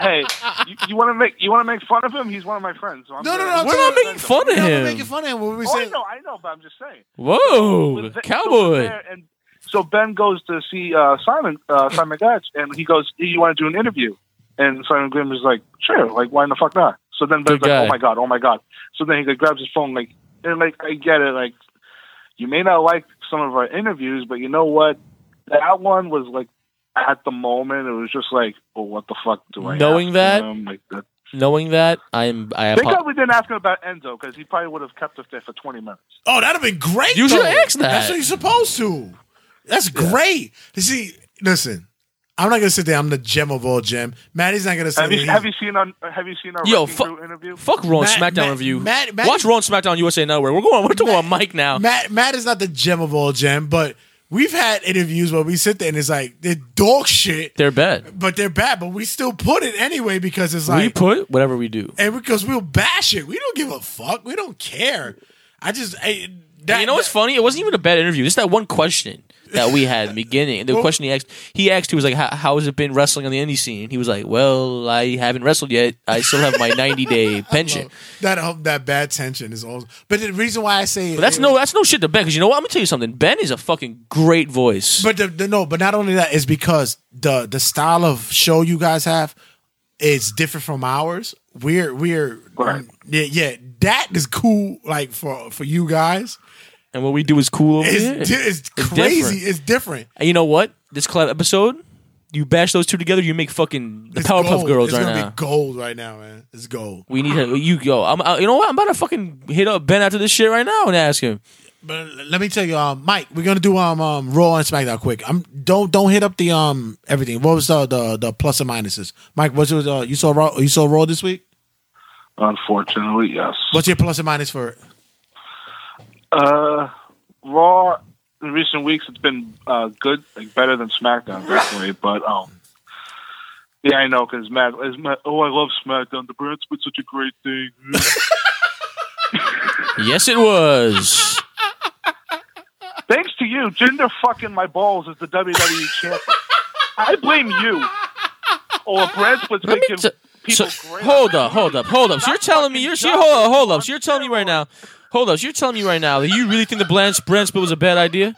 Speaker 12: Hey, you, you want to make you want to make fun of him? He's one of my friends. So I'm
Speaker 3: No, no,
Speaker 12: gonna-
Speaker 3: no. I'm
Speaker 5: We're
Speaker 3: telling
Speaker 5: not
Speaker 3: you-
Speaker 5: making fun of
Speaker 3: No, we're
Speaker 5: him.
Speaker 3: making fun of him. What we
Speaker 12: Oh, I
Speaker 3: saying?
Speaker 12: know, I know, but I'm just saying.
Speaker 5: Whoa,
Speaker 12: With the- so
Speaker 5: cowboy.
Speaker 12: there, and so Ben goes to see uh, Simon uh, Simon Gotch, and he goes, "You want to do an interview?" And Simon Grimm is like, "Sure, like why the fuck not?" So then Ben's
Speaker 5: Good
Speaker 12: like,
Speaker 5: guy.
Speaker 12: "Oh my god, oh my god!" So then he like, grabs his phone, like, and like I get it, like you may not like some of our interviews, but you know what? That one was like at the moment, it was just like, "Well, what the fuck do I?"
Speaker 5: Knowing
Speaker 12: ask
Speaker 5: that-
Speaker 12: him?" Like, that-
Speaker 5: Knowing that, I'm I
Speaker 12: Thank
Speaker 5: apologize.
Speaker 12: God we didn't ask him about Enzo because he probably would have kept us there for twenty minutes.
Speaker 3: Oh, that'd have been great.
Speaker 5: You
Speaker 3: though.
Speaker 5: should ask that.
Speaker 3: That's what you're supposed to. That's great. You see, listen, I'm not gonna sit there. I'm the gem of all gem. Maddie's not gonna say
Speaker 12: Have you, have you seen our Have you seen our
Speaker 5: Yo,
Speaker 12: Wrecking
Speaker 5: fu-
Speaker 12: Crew interview?
Speaker 5: Fuck Raw and
Speaker 3: Matt-
Speaker 5: SmackDown
Speaker 3: Matt-
Speaker 5: review.
Speaker 3: Matt- Matt-
Speaker 5: Watch Raw and SmackDown USA Network. We're going. We're talking about Mike now.
Speaker 3: Matt Matt is not the gem of all gem, but we've had interviews where we sit there and it's like they're dog shit,
Speaker 5: They're bad.
Speaker 3: but they're bad. But we still put it anyway because it's
Speaker 5: we
Speaker 3: like
Speaker 5: put whatever we do.
Speaker 3: and because we'll bash it. We don't give a fuck. We don't care. I just I, that,
Speaker 5: you know what's funny? It wasn't even a bad interview. Just that one question that we had in the beginning. The
Speaker 3: Well-
Speaker 5: question he asked, he asked, he was like, "How how has it been wrestling on the indie scene?" He was like, "Well, I haven't wrestled yet. I still have my 90 day pension."
Speaker 3: that that that bad tension is all. But the reason why I say
Speaker 5: But that's no, that's no shit to Ben. Because you know what? I'm gonna tell you something. Ben is a fucking great voice.
Speaker 3: But the, the, no, but not only that is because the the style of show you guys have is different from ours. We're we're
Speaker 12: Right.
Speaker 3: yeah, yeah, that is cool. Like for for you guys,
Speaker 5: And what we do is cool. Over here.
Speaker 3: it's, di- it's crazy.
Speaker 5: different.
Speaker 3: It's different.
Speaker 5: And you know what? This collab episode, you bash those two together, you make fucking the
Speaker 3: It's
Speaker 5: Powerpuff
Speaker 3: gold.
Speaker 5: Girls
Speaker 3: it's
Speaker 5: right
Speaker 3: gonna
Speaker 5: now.
Speaker 3: Be gold right now, man. It's gold.
Speaker 5: We need her. You go. I'm. I, you know what? I'm about to fucking hit up Ben after this shit right now and ask him.
Speaker 3: But let me tell you, um, Mike, we're gonna do um, um Raw and SmackDown quick. Um, don't don't hit up the um everything. What was the the, the plus and minuses, Mike? What's your uh, you saw Raw you saw Raw this week?
Speaker 12: Unfortunately, yes.
Speaker 3: What's your plus and minus for it?
Speaker 12: Uh, Raw in recent weeks it's been uh, good, like better than SmackDown definitely. but um, yeah, I know because Matt is Matt. Oh, I love SmackDown. The brand's been such a great thing.
Speaker 5: Yes, it was.
Speaker 12: Thanks to you, Jinder fucking my balls is the WWE champion. I blame you. Oh, Or brand split's making
Speaker 5: So, hold up, hold up, hold up. So you're telling me you're so you're- hold up, hold up. So you're telling me right now, hold up. So you're telling me right now that you really think the Blanche brand split was a bad idea?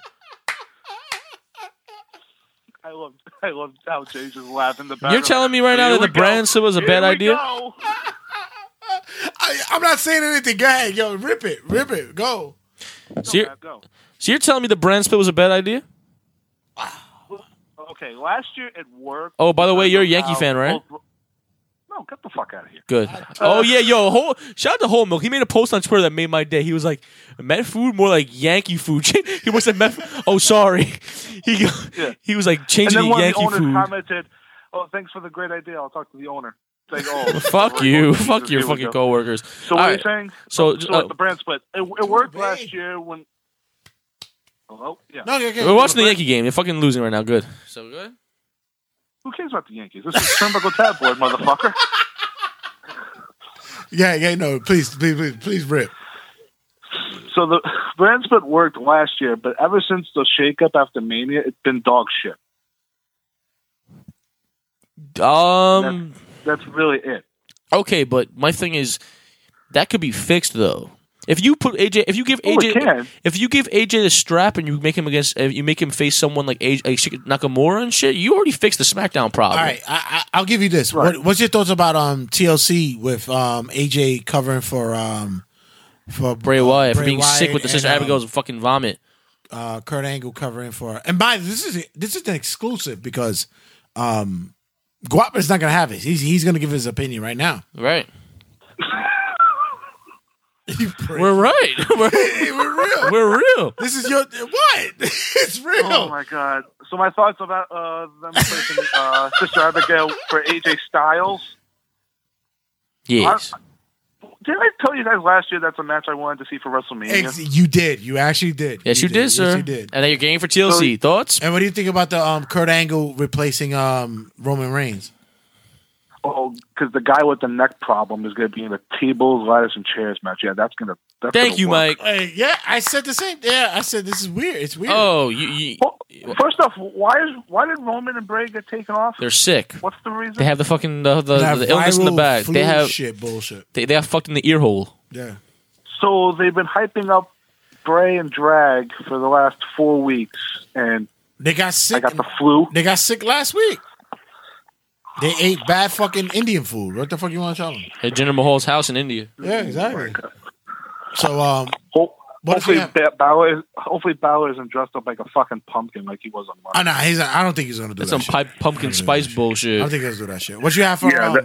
Speaker 12: I love, I love how Jay's just laughing. The
Speaker 5: You're telling me right now that the brand split was a bad idea?
Speaker 3: I, I'm not saying anything. Go ahead, yo, rip it, rip it, go.
Speaker 5: So you're, so you're telling me the brand split was a bad idea?
Speaker 12: Okay, last year at work.
Speaker 5: Oh, by the way, you're a Yankee fan, right?
Speaker 12: No, get the fuck out of here.
Speaker 5: Good. Oh yeah, yo, whole shout out to Whole Milk. He made a post on Twitter that made my day. He was like, "Met food more like Yankee food." he was like, "Met." Oh, sorry. He go- he was like changing
Speaker 12: and
Speaker 5: to
Speaker 12: then one
Speaker 5: Yankee
Speaker 12: of the
Speaker 5: food.
Speaker 12: owners commented, "Oh, thanks for the great idea. I'll talk to the owner." It's like, oh,
Speaker 5: fuck
Speaker 12: we're
Speaker 5: you,
Speaker 12: going to
Speaker 5: fuck
Speaker 12: this
Speaker 5: your
Speaker 12: deal
Speaker 5: fucking
Speaker 12: with them.
Speaker 5: coworkers.
Speaker 12: So
Speaker 5: All
Speaker 12: what are you
Speaker 5: right.
Speaker 12: saying?
Speaker 5: So,
Speaker 12: so
Speaker 5: uh,
Speaker 12: at the brand split, it, it worked last year when. Hello. Yeah.
Speaker 3: No, yeah,
Speaker 5: we're watching the Yankee game. They're fucking losing right now. Good. So good.
Speaker 12: Who cares about the Yankees? This is Turnbuckle Tab Board, motherfucker.
Speaker 3: Yeah, yeah, no, please, please, please, please rip.
Speaker 12: So the brand split worked last year, but ever since the shakeup after Mania, it's been dog shit.
Speaker 5: Um.
Speaker 12: That's really it.
Speaker 5: Okay, but my thing is that could be fixed though. If you put AJ, if you give
Speaker 12: Oh, it
Speaker 5: AJ,
Speaker 12: can.
Speaker 5: if you give AJ the strap and you make him against, if you make him face someone like AJ, like Shik- Nakamura and shit, you already fixed the SmackDown problem.
Speaker 3: All right, I, I, I'll give you this. What, what's your thoughts about um TLC with um AJ covering for um for
Speaker 5: Bray
Speaker 3: uh,
Speaker 5: Wyatt for
Speaker 3: Bray
Speaker 5: being sick
Speaker 3: Wyatt
Speaker 5: with the sister
Speaker 3: and, um,
Speaker 5: Abigail's fucking vomit.
Speaker 3: uh, Kurt Angle covering for. And by the way, this is this is an exclusive because um, Guapin's not gonna have it. He's he's gonna give his opinion right now.
Speaker 5: Right. We're right. We're,
Speaker 3: real.
Speaker 5: We're real.
Speaker 3: This is your what? it's real.
Speaker 12: Oh my god. So my thoughts about uh, them placing uh, Sister Abigail for AJ Styles.
Speaker 5: Yes.
Speaker 12: Did I tell you guys last year that's a match I wanted to see for WrestleMania?
Speaker 3: Ex- you did. You actually did.
Speaker 5: Yes, you, did, sir.
Speaker 3: Yes, you did.
Speaker 5: And then you're game for TLC. Thoughts?
Speaker 3: And what do you think about the um, Kurt Angle replacing um, Roman Reigns?
Speaker 12: Oh, because the guy with the neck problem is going to be in the tables, ladders, and chairs match. Yeah, that's going to. That's gonna work.
Speaker 3: Hey, yeah, I said the same. Yeah, I said this is weird. It's weird.
Speaker 5: Oh, you, you
Speaker 12: First off, why is why did Roman and Bray get taken off?
Speaker 5: they're sick.
Speaker 12: What's the reason?
Speaker 5: They have the fucking the, the,
Speaker 3: That
Speaker 5: the illness in the
Speaker 3: viral
Speaker 5: back.
Speaker 3: flu
Speaker 5: They have
Speaker 3: shit bullshit.
Speaker 5: They they are fucked in the ear hole.
Speaker 3: Yeah.
Speaker 12: So they've been hyping up Bray and Drag for the last four weeks, and
Speaker 3: they got sick.
Speaker 12: I got the flu.
Speaker 3: They got sick last week. They ate bad fucking Indian food. What the fuck you want to tell them?
Speaker 5: At Jinder Mahal's house in India.
Speaker 3: Yeah, exactly. So, um, what if we
Speaker 12: hopefully,
Speaker 3: have-
Speaker 12: ba- Balor, hopefully Balor isn't dressed up like a fucking pumpkin like he was on Monday.
Speaker 3: oh, nah, he's, I don't think he's gonna do
Speaker 5: That's
Speaker 3: that.
Speaker 5: some
Speaker 3: shit.
Speaker 5: pipe, pumpkin spice
Speaker 3: I
Speaker 5: bullshit.
Speaker 3: don't think he's gonna do that shit. What you have for?
Speaker 5: Yeah,
Speaker 3: um,
Speaker 5: that-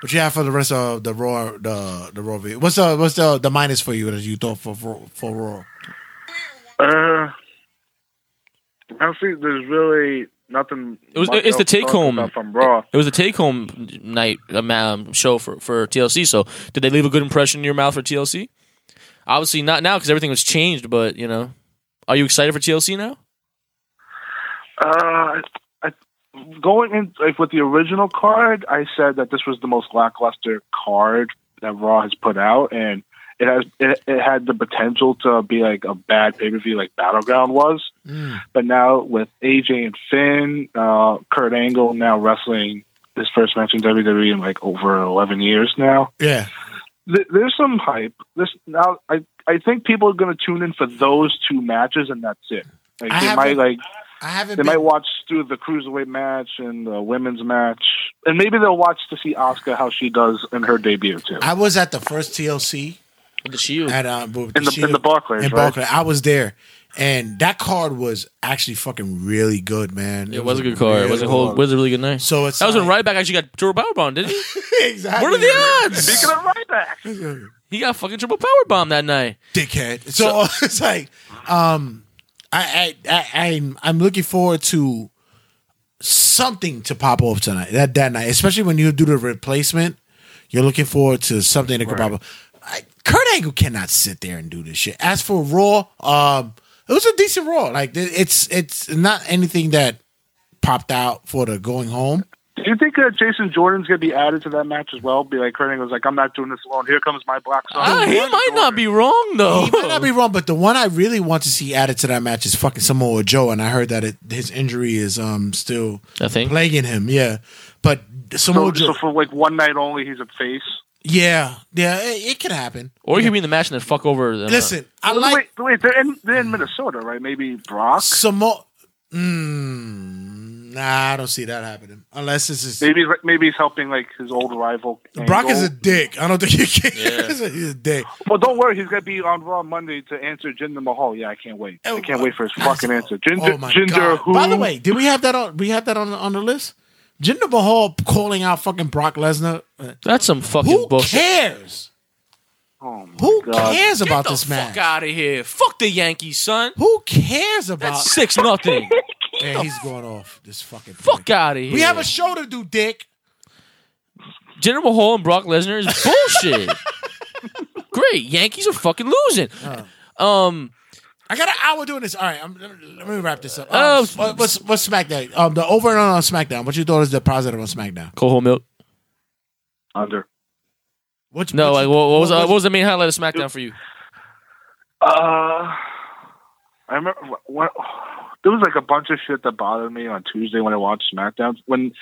Speaker 3: what you have for the rest of the raw? The the raw. Video? What's the what's the the minus for you that you thought for for, for raw?
Speaker 12: Uh, honestly, there's really nothing.
Speaker 5: It was.
Speaker 12: much
Speaker 5: It's the
Speaker 12: else to
Speaker 5: take
Speaker 12: talk
Speaker 5: home.
Speaker 12: about from Raw.
Speaker 5: It was the take home night um, um, show for for TLC. So did they leave a good impression in your mouth for TLC? Obviously not now because everything was changed. But you know, are you excited for TLC now?
Speaker 12: Uh, I, going in like with the original card, I said that this was the most lackluster card that Raw has put out, and it has it, it had the potential to be like a bad pay per view like Battleground was. But now with AJ and Finn, uh, Kurt Angle now wrestling his first match in WWE in like over eleven years now.
Speaker 3: Yeah.
Speaker 12: Th- There's some hype. This now, I I think people are going to tune in for those two matches, and that's it. Like
Speaker 3: I
Speaker 12: they might
Speaker 3: haven't-
Speaker 12: like
Speaker 3: I haven't.
Speaker 12: they
Speaker 3: been,
Speaker 12: might watch through the cruiserweight match and the women's match, and maybe they'll watch to see Oscar how she does in her debut too.
Speaker 3: I was at the first TLC
Speaker 5: The Shield.
Speaker 3: At, uh, in,
Speaker 12: In the- in the Barclays,
Speaker 3: In
Speaker 12: right?
Speaker 3: Barclays. I was there. And that card was actually fucking really good, man.
Speaker 5: It was a good card. It was a whole. It was a really good night.
Speaker 3: So uh, it's
Speaker 5: that was when right back actually got triple power bomb, didn't he?
Speaker 3: exactly.
Speaker 5: What are the odds?
Speaker 12: Speaking of right back,
Speaker 5: He got fucking triple power bomb that night.
Speaker 3: Dickhead. So, it's like, um, I, I, I, I'm, I'm looking forward to something to pop off tonight. That that night, especially when you do the replacement, you're looking forward to something that could pop off. I, Kurt Angle cannot sit there and do this shit. As for Raw, um, it was a decent Raw. Like th- it's it's not anything that popped out for the going home.
Speaker 12: Do you think uh, Jason Jordan's going to be added to that match as well? Be like, Kurt was like, I'm not doing this alone. Here comes my black son.
Speaker 3: Uh,
Speaker 5: Ah, he might not be wrong though.
Speaker 3: He might not be wrong, but the one I really want to see added to that match is fucking Samoa Joe, and I heard that it, his injury is um still
Speaker 5: I think.
Speaker 3: plaguing him. Yeah, but
Speaker 12: So,
Speaker 3: Samoa Joe,
Speaker 12: so for like one night only, he's a face.
Speaker 3: yeah, yeah, it, it could happen.
Speaker 12: Uh-huh.
Speaker 5: Or he could be in the match and then uh, fuck over. The,
Speaker 3: Listen, I
Speaker 12: Wait,
Speaker 3: like
Speaker 12: Wait, wait, they're in they're in Minnesota, right? Maybe Brock.
Speaker 3: Samoa. Mm, nah, I don't see that happening unless this is
Speaker 12: Maybe maybe he's helping like his old rival.
Speaker 3: Brock
Speaker 12: Angle.
Speaker 3: is a dick. I don't think he can.
Speaker 12: Yeah.
Speaker 3: he's, a, he's a dick.
Speaker 12: Well, don't worry. He's gonna be on Raw Monday to answer Jinder Mahal. Yeah, I can't wait. I can't wait for his fucking answer. Jinder,
Speaker 3: oh my
Speaker 12: Jinder
Speaker 3: god!
Speaker 12: who?
Speaker 3: By the way, did we have that on? We have that on on the list. Jinder Mahal calling out fucking Brock Lesnar. Uh,
Speaker 5: That's some fucking
Speaker 3: Who
Speaker 5: bullshit.
Speaker 3: cares?
Speaker 12: Oh
Speaker 3: Who
Speaker 5: God.
Speaker 3: cares
Speaker 5: Get
Speaker 3: about
Speaker 5: the
Speaker 3: this match?
Speaker 5: Fuck out of here. Fuck the Yankees, son.
Speaker 3: Who cares about
Speaker 5: That's six nothing?
Speaker 3: Man, he's going off this fucking.
Speaker 5: fuck out of here.
Speaker 3: We have a show to do, Dick.
Speaker 5: Jinder Mahal and Brock Lesnar is bullshit. Great, Yankees are fucking losing. Um,
Speaker 3: I got an hour doing this. All right, I'm, let, me, let me wrap this up. Um,
Speaker 5: Oh,
Speaker 3: what- what's what's SmackDown? Um, the over and under on SmackDown. What you thought is the positive on SmackDown?
Speaker 5: Coho milk.
Speaker 12: Under.
Speaker 3: What?
Speaker 5: No,
Speaker 3: what
Speaker 5: like,
Speaker 3: you-
Speaker 5: what, what was
Speaker 3: what
Speaker 5: uh,
Speaker 3: was-
Speaker 5: what was the main highlight of SmackDown for you?
Speaker 12: Uh, I remember wh- what, there was like a bunch of shit that bothered me on Tuesday when I watched SmackDown. When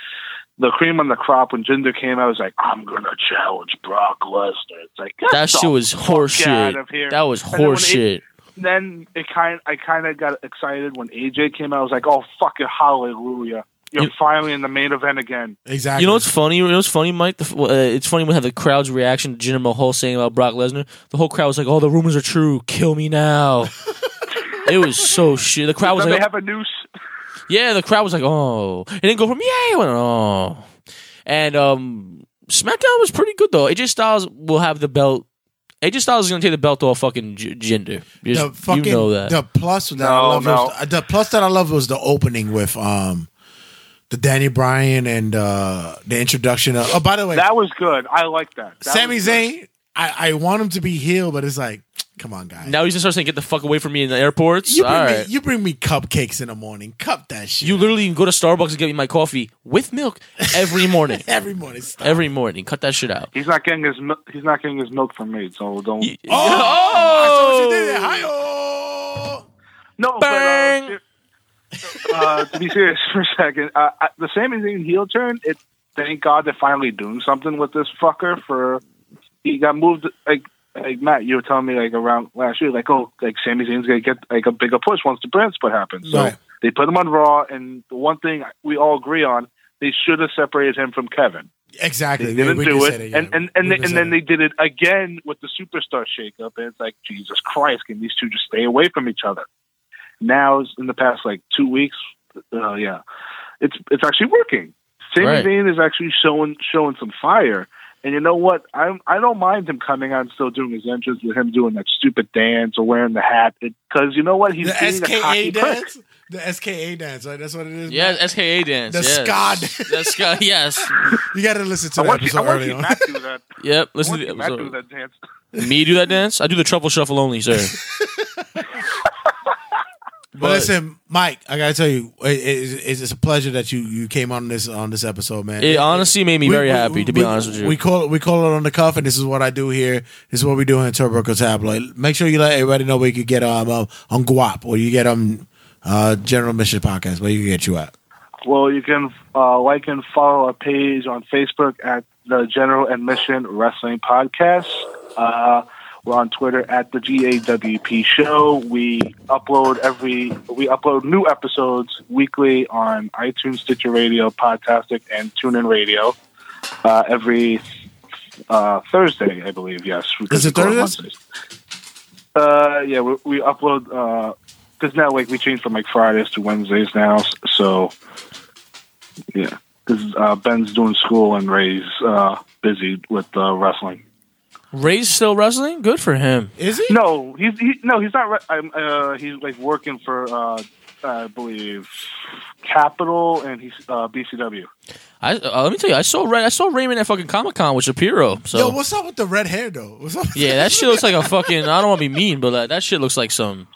Speaker 12: the cream on the crop, when Jinder came, I was like, I'm gonna challenge Brock Lesnar. It's like get
Speaker 5: That
Speaker 12: the
Speaker 5: shit was
Speaker 12: fuck
Speaker 5: horseshit.
Speaker 12: out of here.
Speaker 5: That was
Speaker 12: And then when
Speaker 5: horseshit.
Speaker 12: it- Then it kind, I kind of got excited when AJ came out. I was like, oh fucking hallelujah! You're
Speaker 5: You-
Speaker 12: finally in the main event again.
Speaker 3: Exactly.
Speaker 5: You know what's funny? You know what's funny, Mike? The, f- uh, it's funny we have the crowd's reaction to Jinder Mahal saying about Brock Lesnar. The whole crowd was like, "Oh, the rumors are true. Kill me now." it was so shit. The crowd was
Speaker 12: Then
Speaker 5: like,
Speaker 12: they have a noose.
Speaker 5: "Yeah." The crowd was like, "Oh," it didn't go from "Yeah." It went "Oh," and um, SmackDown was pretty good though. AJ Styles will have the belt. AJ Styles is gonna take the belt off fucking J- Jinder. You,
Speaker 3: the fucking
Speaker 5: you know that.
Speaker 3: the plus that I
Speaker 12: No,
Speaker 3: love
Speaker 12: no.
Speaker 3: was, the plus that I love was the opening with um the Danny Bryan and uh the introduction of oh by the way
Speaker 12: That was good. I like that. that
Speaker 3: Sami
Speaker 12: was good.
Speaker 3: Zayn I, I want him to be healed but it's like come on guys
Speaker 5: now he's just saying, "Get the fuck away from me in the airports."
Speaker 3: you bring,
Speaker 5: All
Speaker 3: me,
Speaker 5: right.
Speaker 3: you bring me cupcakes in the morning cup that shit
Speaker 5: You literally can go to Starbucks and get me my coffee with milk every morning.
Speaker 3: every morning stop.
Speaker 5: every morning. Cut that shit out.
Speaker 12: He's not getting his mil- he's not getting his milk from me, so don't.
Speaker 3: I
Speaker 5: Oh,
Speaker 3: told you
Speaker 12: Oh.
Speaker 3: did it. Hi-yo!
Speaker 12: No,
Speaker 5: Bang!
Speaker 12: but uh, uh, to be serious for a second, uh, I, the Sami Zayn heel turn. It thank God they're finally doing something with this fucker. For he got moved like. Like Matt, you were telling me like around last year, like oh, like Sami Zayn's gonna get like a bigger push once the brand split happens. So
Speaker 3: Right.
Speaker 12: they put him on Raw, and the one thing we all agree on, they should have separated him from Kevin.
Speaker 3: exactly
Speaker 12: They
Speaker 3: We-
Speaker 12: didn't
Speaker 3: we
Speaker 12: do
Speaker 3: just
Speaker 12: it,
Speaker 3: said yeah.
Speaker 12: and and and,
Speaker 3: We
Speaker 12: they,
Speaker 3: just
Speaker 12: and
Speaker 3: said
Speaker 12: then
Speaker 3: it.
Speaker 12: they did it again with the superstar shakeup, and it's like Jesus Christ, can these two just stay away from each other? Now, it's in the past like two weeks, uh, yeah, it's it's actually working. Sami
Speaker 5: Right.
Speaker 12: Zayn is actually showing showing some fire, and you know what? I I don't mind him coming out and still doing his entrance with him doing that stupid dance or wearing the hat because you know what? He's
Speaker 3: the
Speaker 12: being a cocky
Speaker 3: SKA
Speaker 12: prick.
Speaker 3: dance the SKA dance right that's what it is
Speaker 5: Yeah, SKA dance.
Speaker 3: The
Speaker 5: yes.
Speaker 3: ska dance.
Speaker 5: The ska, yes.
Speaker 3: you gotta listen to
Speaker 12: I
Speaker 3: the
Speaker 12: want you, I
Speaker 3: episode
Speaker 12: want
Speaker 3: early
Speaker 12: you
Speaker 3: on
Speaker 12: Matt to do that.
Speaker 5: Yep.
Speaker 12: I
Speaker 5: Listen
Speaker 12: want
Speaker 5: to the
Speaker 12: you Matt to do
Speaker 5: episode.
Speaker 12: that dance.
Speaker 5: Me do that dance? I do the truffle shuffle only, sir.
Speaker 3: But listen, Mike, I gotta tell you, it, it, it's, it's a pleasure that you you came on this on this episode, man.
Speaker 5: It honestly made me
Speaker 3: We-
Speaker 5: very
Speaker 3: we-
Speaker 5: happy, to be
Speaker 3: we-
Speaker 5: honest with you.
Speaker 3: We call it we call it on the cuff, and this is what I do here. This is what we do in Turbo Tabloid. Make sure you let everybody know where you can get um, um on Guap or you get um uh General Mission Podcast where you can get you at.
Speaker 12: Well, you can uh, like and follow our page on Facebook at the General Admission Wrestling Podcast. Uh, we're on Twitter at the GAWP Show. We upload every we upload new episodes weekly on iTunes, Stitcher Radio, Podtastic, and TuneIn Radio uh, every uh, Thursday, I believe. Yes,
Speaker 3: Is it Thursday?
Speaker 12: Uh, yeah, we, we upload because now like we changed from like Fridays to Wednesdays now. s- So yeah, because uh, Ben's doing school and Ray's uh, busy with uh, wrestling.
Speaker 5: Ray's still wrestling. Good for him.
Speaker 3: Is he?
Speaker 12: No, he's he, no, he's not. Re- I'm, uh, he's like working for uh, I believe Capital and he's uh, BCW.
Speaker 5: I uh, let me tell you, I saw Ray. I saw Raymond at fucking Comic Con with Shapiro. So
Speaker 3: Yo, what's up with the red hair though? What's up?
Speaker 5: yeah, that shit looks like a fucking. I don't want to be mean, but like, that shit looks like some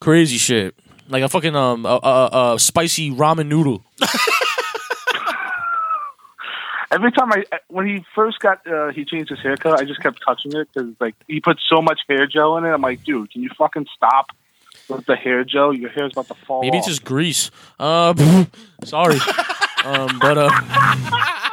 Speaker 5: crazy shit, like a fucking um a, a, a spicy ramen noodle.
Speaker 12: Every time I, uh, when he first got, uh, he changed his haircut. I just kept touching it because like he put so much hair gel in it. I'm like, dude, can you fucking stop with the hair gel? Your hair's about to fall.
Speaker 5: Maybe
Speaker 12: off.
Speaker 5: it's just grease. Uh, sorry, um, but uh,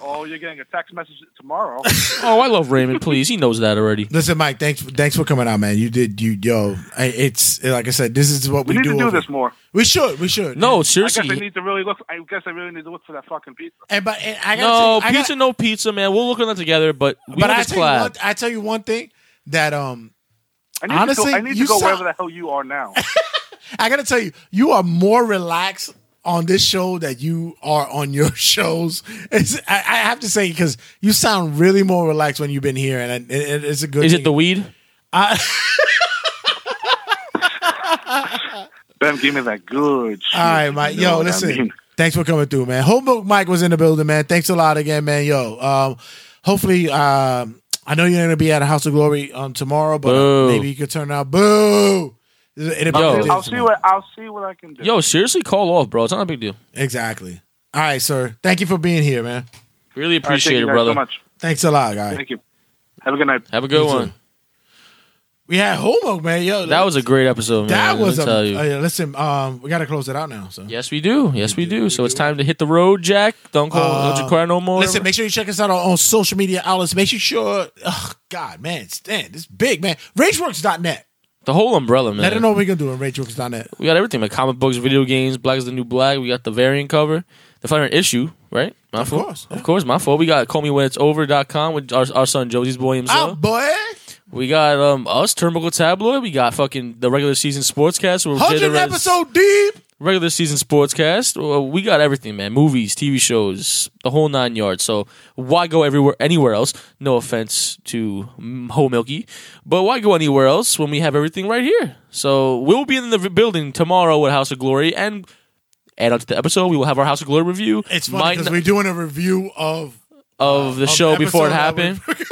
Speaker 12: Oh, you're getting a text message tomorrow.
Speaker 5: oh, I love Raymond. Please, he knows that already.
Speaker 3: Listen, Mike. Thanks, thanks for coming out, man. You did, you yo. I- It's like I said. This is what we,
Speaker 12: we need to do
Speaker 3: over-
Speaker 12: this more.
Speaker 3: We should. We should.
Speaker 5: No,
Speaker 12: I guess I need to really look. I guess I really need to look for that fucking pizza.
Speaker 3: And but and I gotta
Speaker 5: no
Speaker 3: tell you- I
Speaker 5: pizza, no pizza, man. We'll look on that together, but we
Speaker 3: but
Speaker 5: on
Speaker 3: I
Speaker 5: this
Speaker 3: tell, you one,
Speaker 5: collab.
Speaker 3: I tell you one thing that um
Speaker 12: I need
Speaker 3: honestly
Speaker 12: to go, I need
Speaker 3: you
Speaker 12: to go
Speaker 3: sound-
Speaker 12: wherever the hell you are now.
Speaker 3: I gotta tell you you are more relaxed on this show that you are on your shows. It's, I, I have to say because you sound really more relaxed when you've been here, and it, it- it's a good.
Speaker 5: Is
Speaker 3: thing.
Speaker 5: it the weed?
Speaker 3: I,
Speaker 12: Ben, give me that good. shit,
Speaker 3: all right,
Speaker 12: you
Speaker 3: Mike.
Speaker 12: know
Speaker 3: Yo,
Speaker 12: what I
Speaker 3: listen.
Speaker 12: mean?
Speaker 3: Thanks for coming through, man. Homebook Mike was in the building, man. Thanks a lot again, man. Yo, um, hopefully, um, I know you're gonna be at a House of Glory um, tomorrow, but
Speaker 5: Boo.
Speaker 3: maybe you could turn out. Boo! It'll be
Speaker 5: Yo.
Speaker 3: good
Speaker 12: I'll
Speaker 3: tomorrow.
Speaker 12: see what I'll see what I can do.
Speaker 5: Yo, seriously, call off, bro. It's not a big deal.
Speaker 3: Exactly. All right, sir. Thank you for being here, man.
Speaker 5: Really
Speaker 12: All right, thank
Speaker 5: appreciate
Speaker 12: you
Speaker 5: it,
Speaker 12: guys
Speaker 5: brother.
Speaker 12: So much.
Speaker 3: Thanks a lot, guy.
Speaker 12: Thank you. Have a good night.
Speaker 5: Have a good
Speaker 3: You too.
Speaker 5: one.
Speaker 3: We had Homo, man. Yo,
Speaker 5: That was a great episode, man.
Speaker 3: that
Speaker 5: let me
Speaker 3: was a.
Speaker 5: tell you.
Speaker 3: uh, yeah, listen, um, we gotta close it out now. So.
Speaker 5: Yes, we do. Yes, we do. So it's time to hit the road, Jack. Don't call. don't you cry no more.
Speaker 3: Uh, Listen, make sure you check us out on, on social media outlets. Make sure, sure oh, God, man, Stan, this is big, man. RageWorks.net.
Speaker 5: the whole umbrella, man.
Speaker 3: Let them know what we're going to do on RageWorks.net.
Speaker 5: We got everything: like comic books, video games, Black is the New Black. We got the variant cover, the final issue, right? My of fault.
Speaker 3: course,
Speaker 5: of course, my fault. We got call me when it's over.com with our, our son Josie's boy himself.
Speaker 3: Oh, boy.
Speaker 5: We got um us, Turnbuckle Tabloid. We got fucking the regular season sportscast. where Jay the
Speaker 3: 100
Speaker 5: Red-
Speaker 3: episode deep.
Speaker 5: regular season sportscast. Uh, We got everything, man. Movies, TV shows, the whole nine yards. So why go everywhere anywhere else? No offense to mm, Ho Milky, but why go anywhere else when we have everything right here? So we'll be in the v- building tomorrow at House of Glory and. Add on to the episode, we will have our House of Glory review.
Speaker 3: It's funny
Speaker 5: Might
Speaker 3: because
Speaker 5: not-
Speaker 3: we're doing a review of.
Speaker 5: of the
Speaker 3: of
Speaker 5: show before it
Speaker 3: episode that
Speaker 5: happened.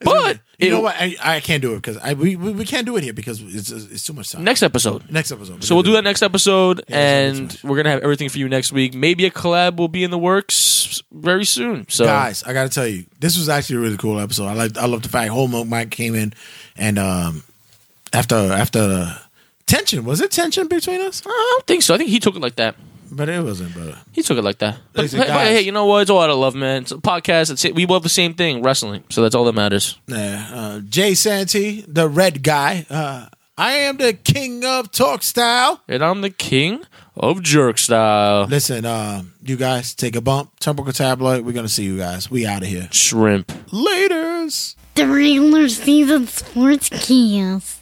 Speaker 5: but
Speaker 3: You
Speaker 5: it-
Speaker 3: know what? I, I can't do it because I we, we, we can't do it here because it's, it's too much time.
Speaker 5: next episode,
Speaker 3: Next episode.
Speaker 5: So we'll do that next episode,
Speaker 3: that's
Speaker 5: and we're gonna have everything for you next week. Maybe a collab will be in the works very soon. So
Speaker 3: guys, I gotta tell you, this was actually a really cool episode. I like I love the fact whole milk Mike came in and um after after the tension was it tension between us?
Speaker 5: I don't think so. I think he took it like that.
Speaker 3: But it wasn't. But
Speaker 5: He took it like that. But,
Speaker 3: Listen,
Speaker 5: but- but
Speaker 3: guys.
Speaker 5: hey, you know what? It's all out of love, man. It's a podcast. It's, we love the same thing, wrestling. So that's all that matters.
Speaker 3: yeah, uh, Jay Santee, the red guy. Uh, I am the king of talk style.
Speaker 5: And I'm the king of jerk style.
Speaker 3: Listen, um, you guys take a bump. Turnbuckle tabloid. We're gonna see you guys. We out of here.
Speaker 5: Shrimp.
Speaker 3: Later's.
Speaker 13: The regular season sports cast.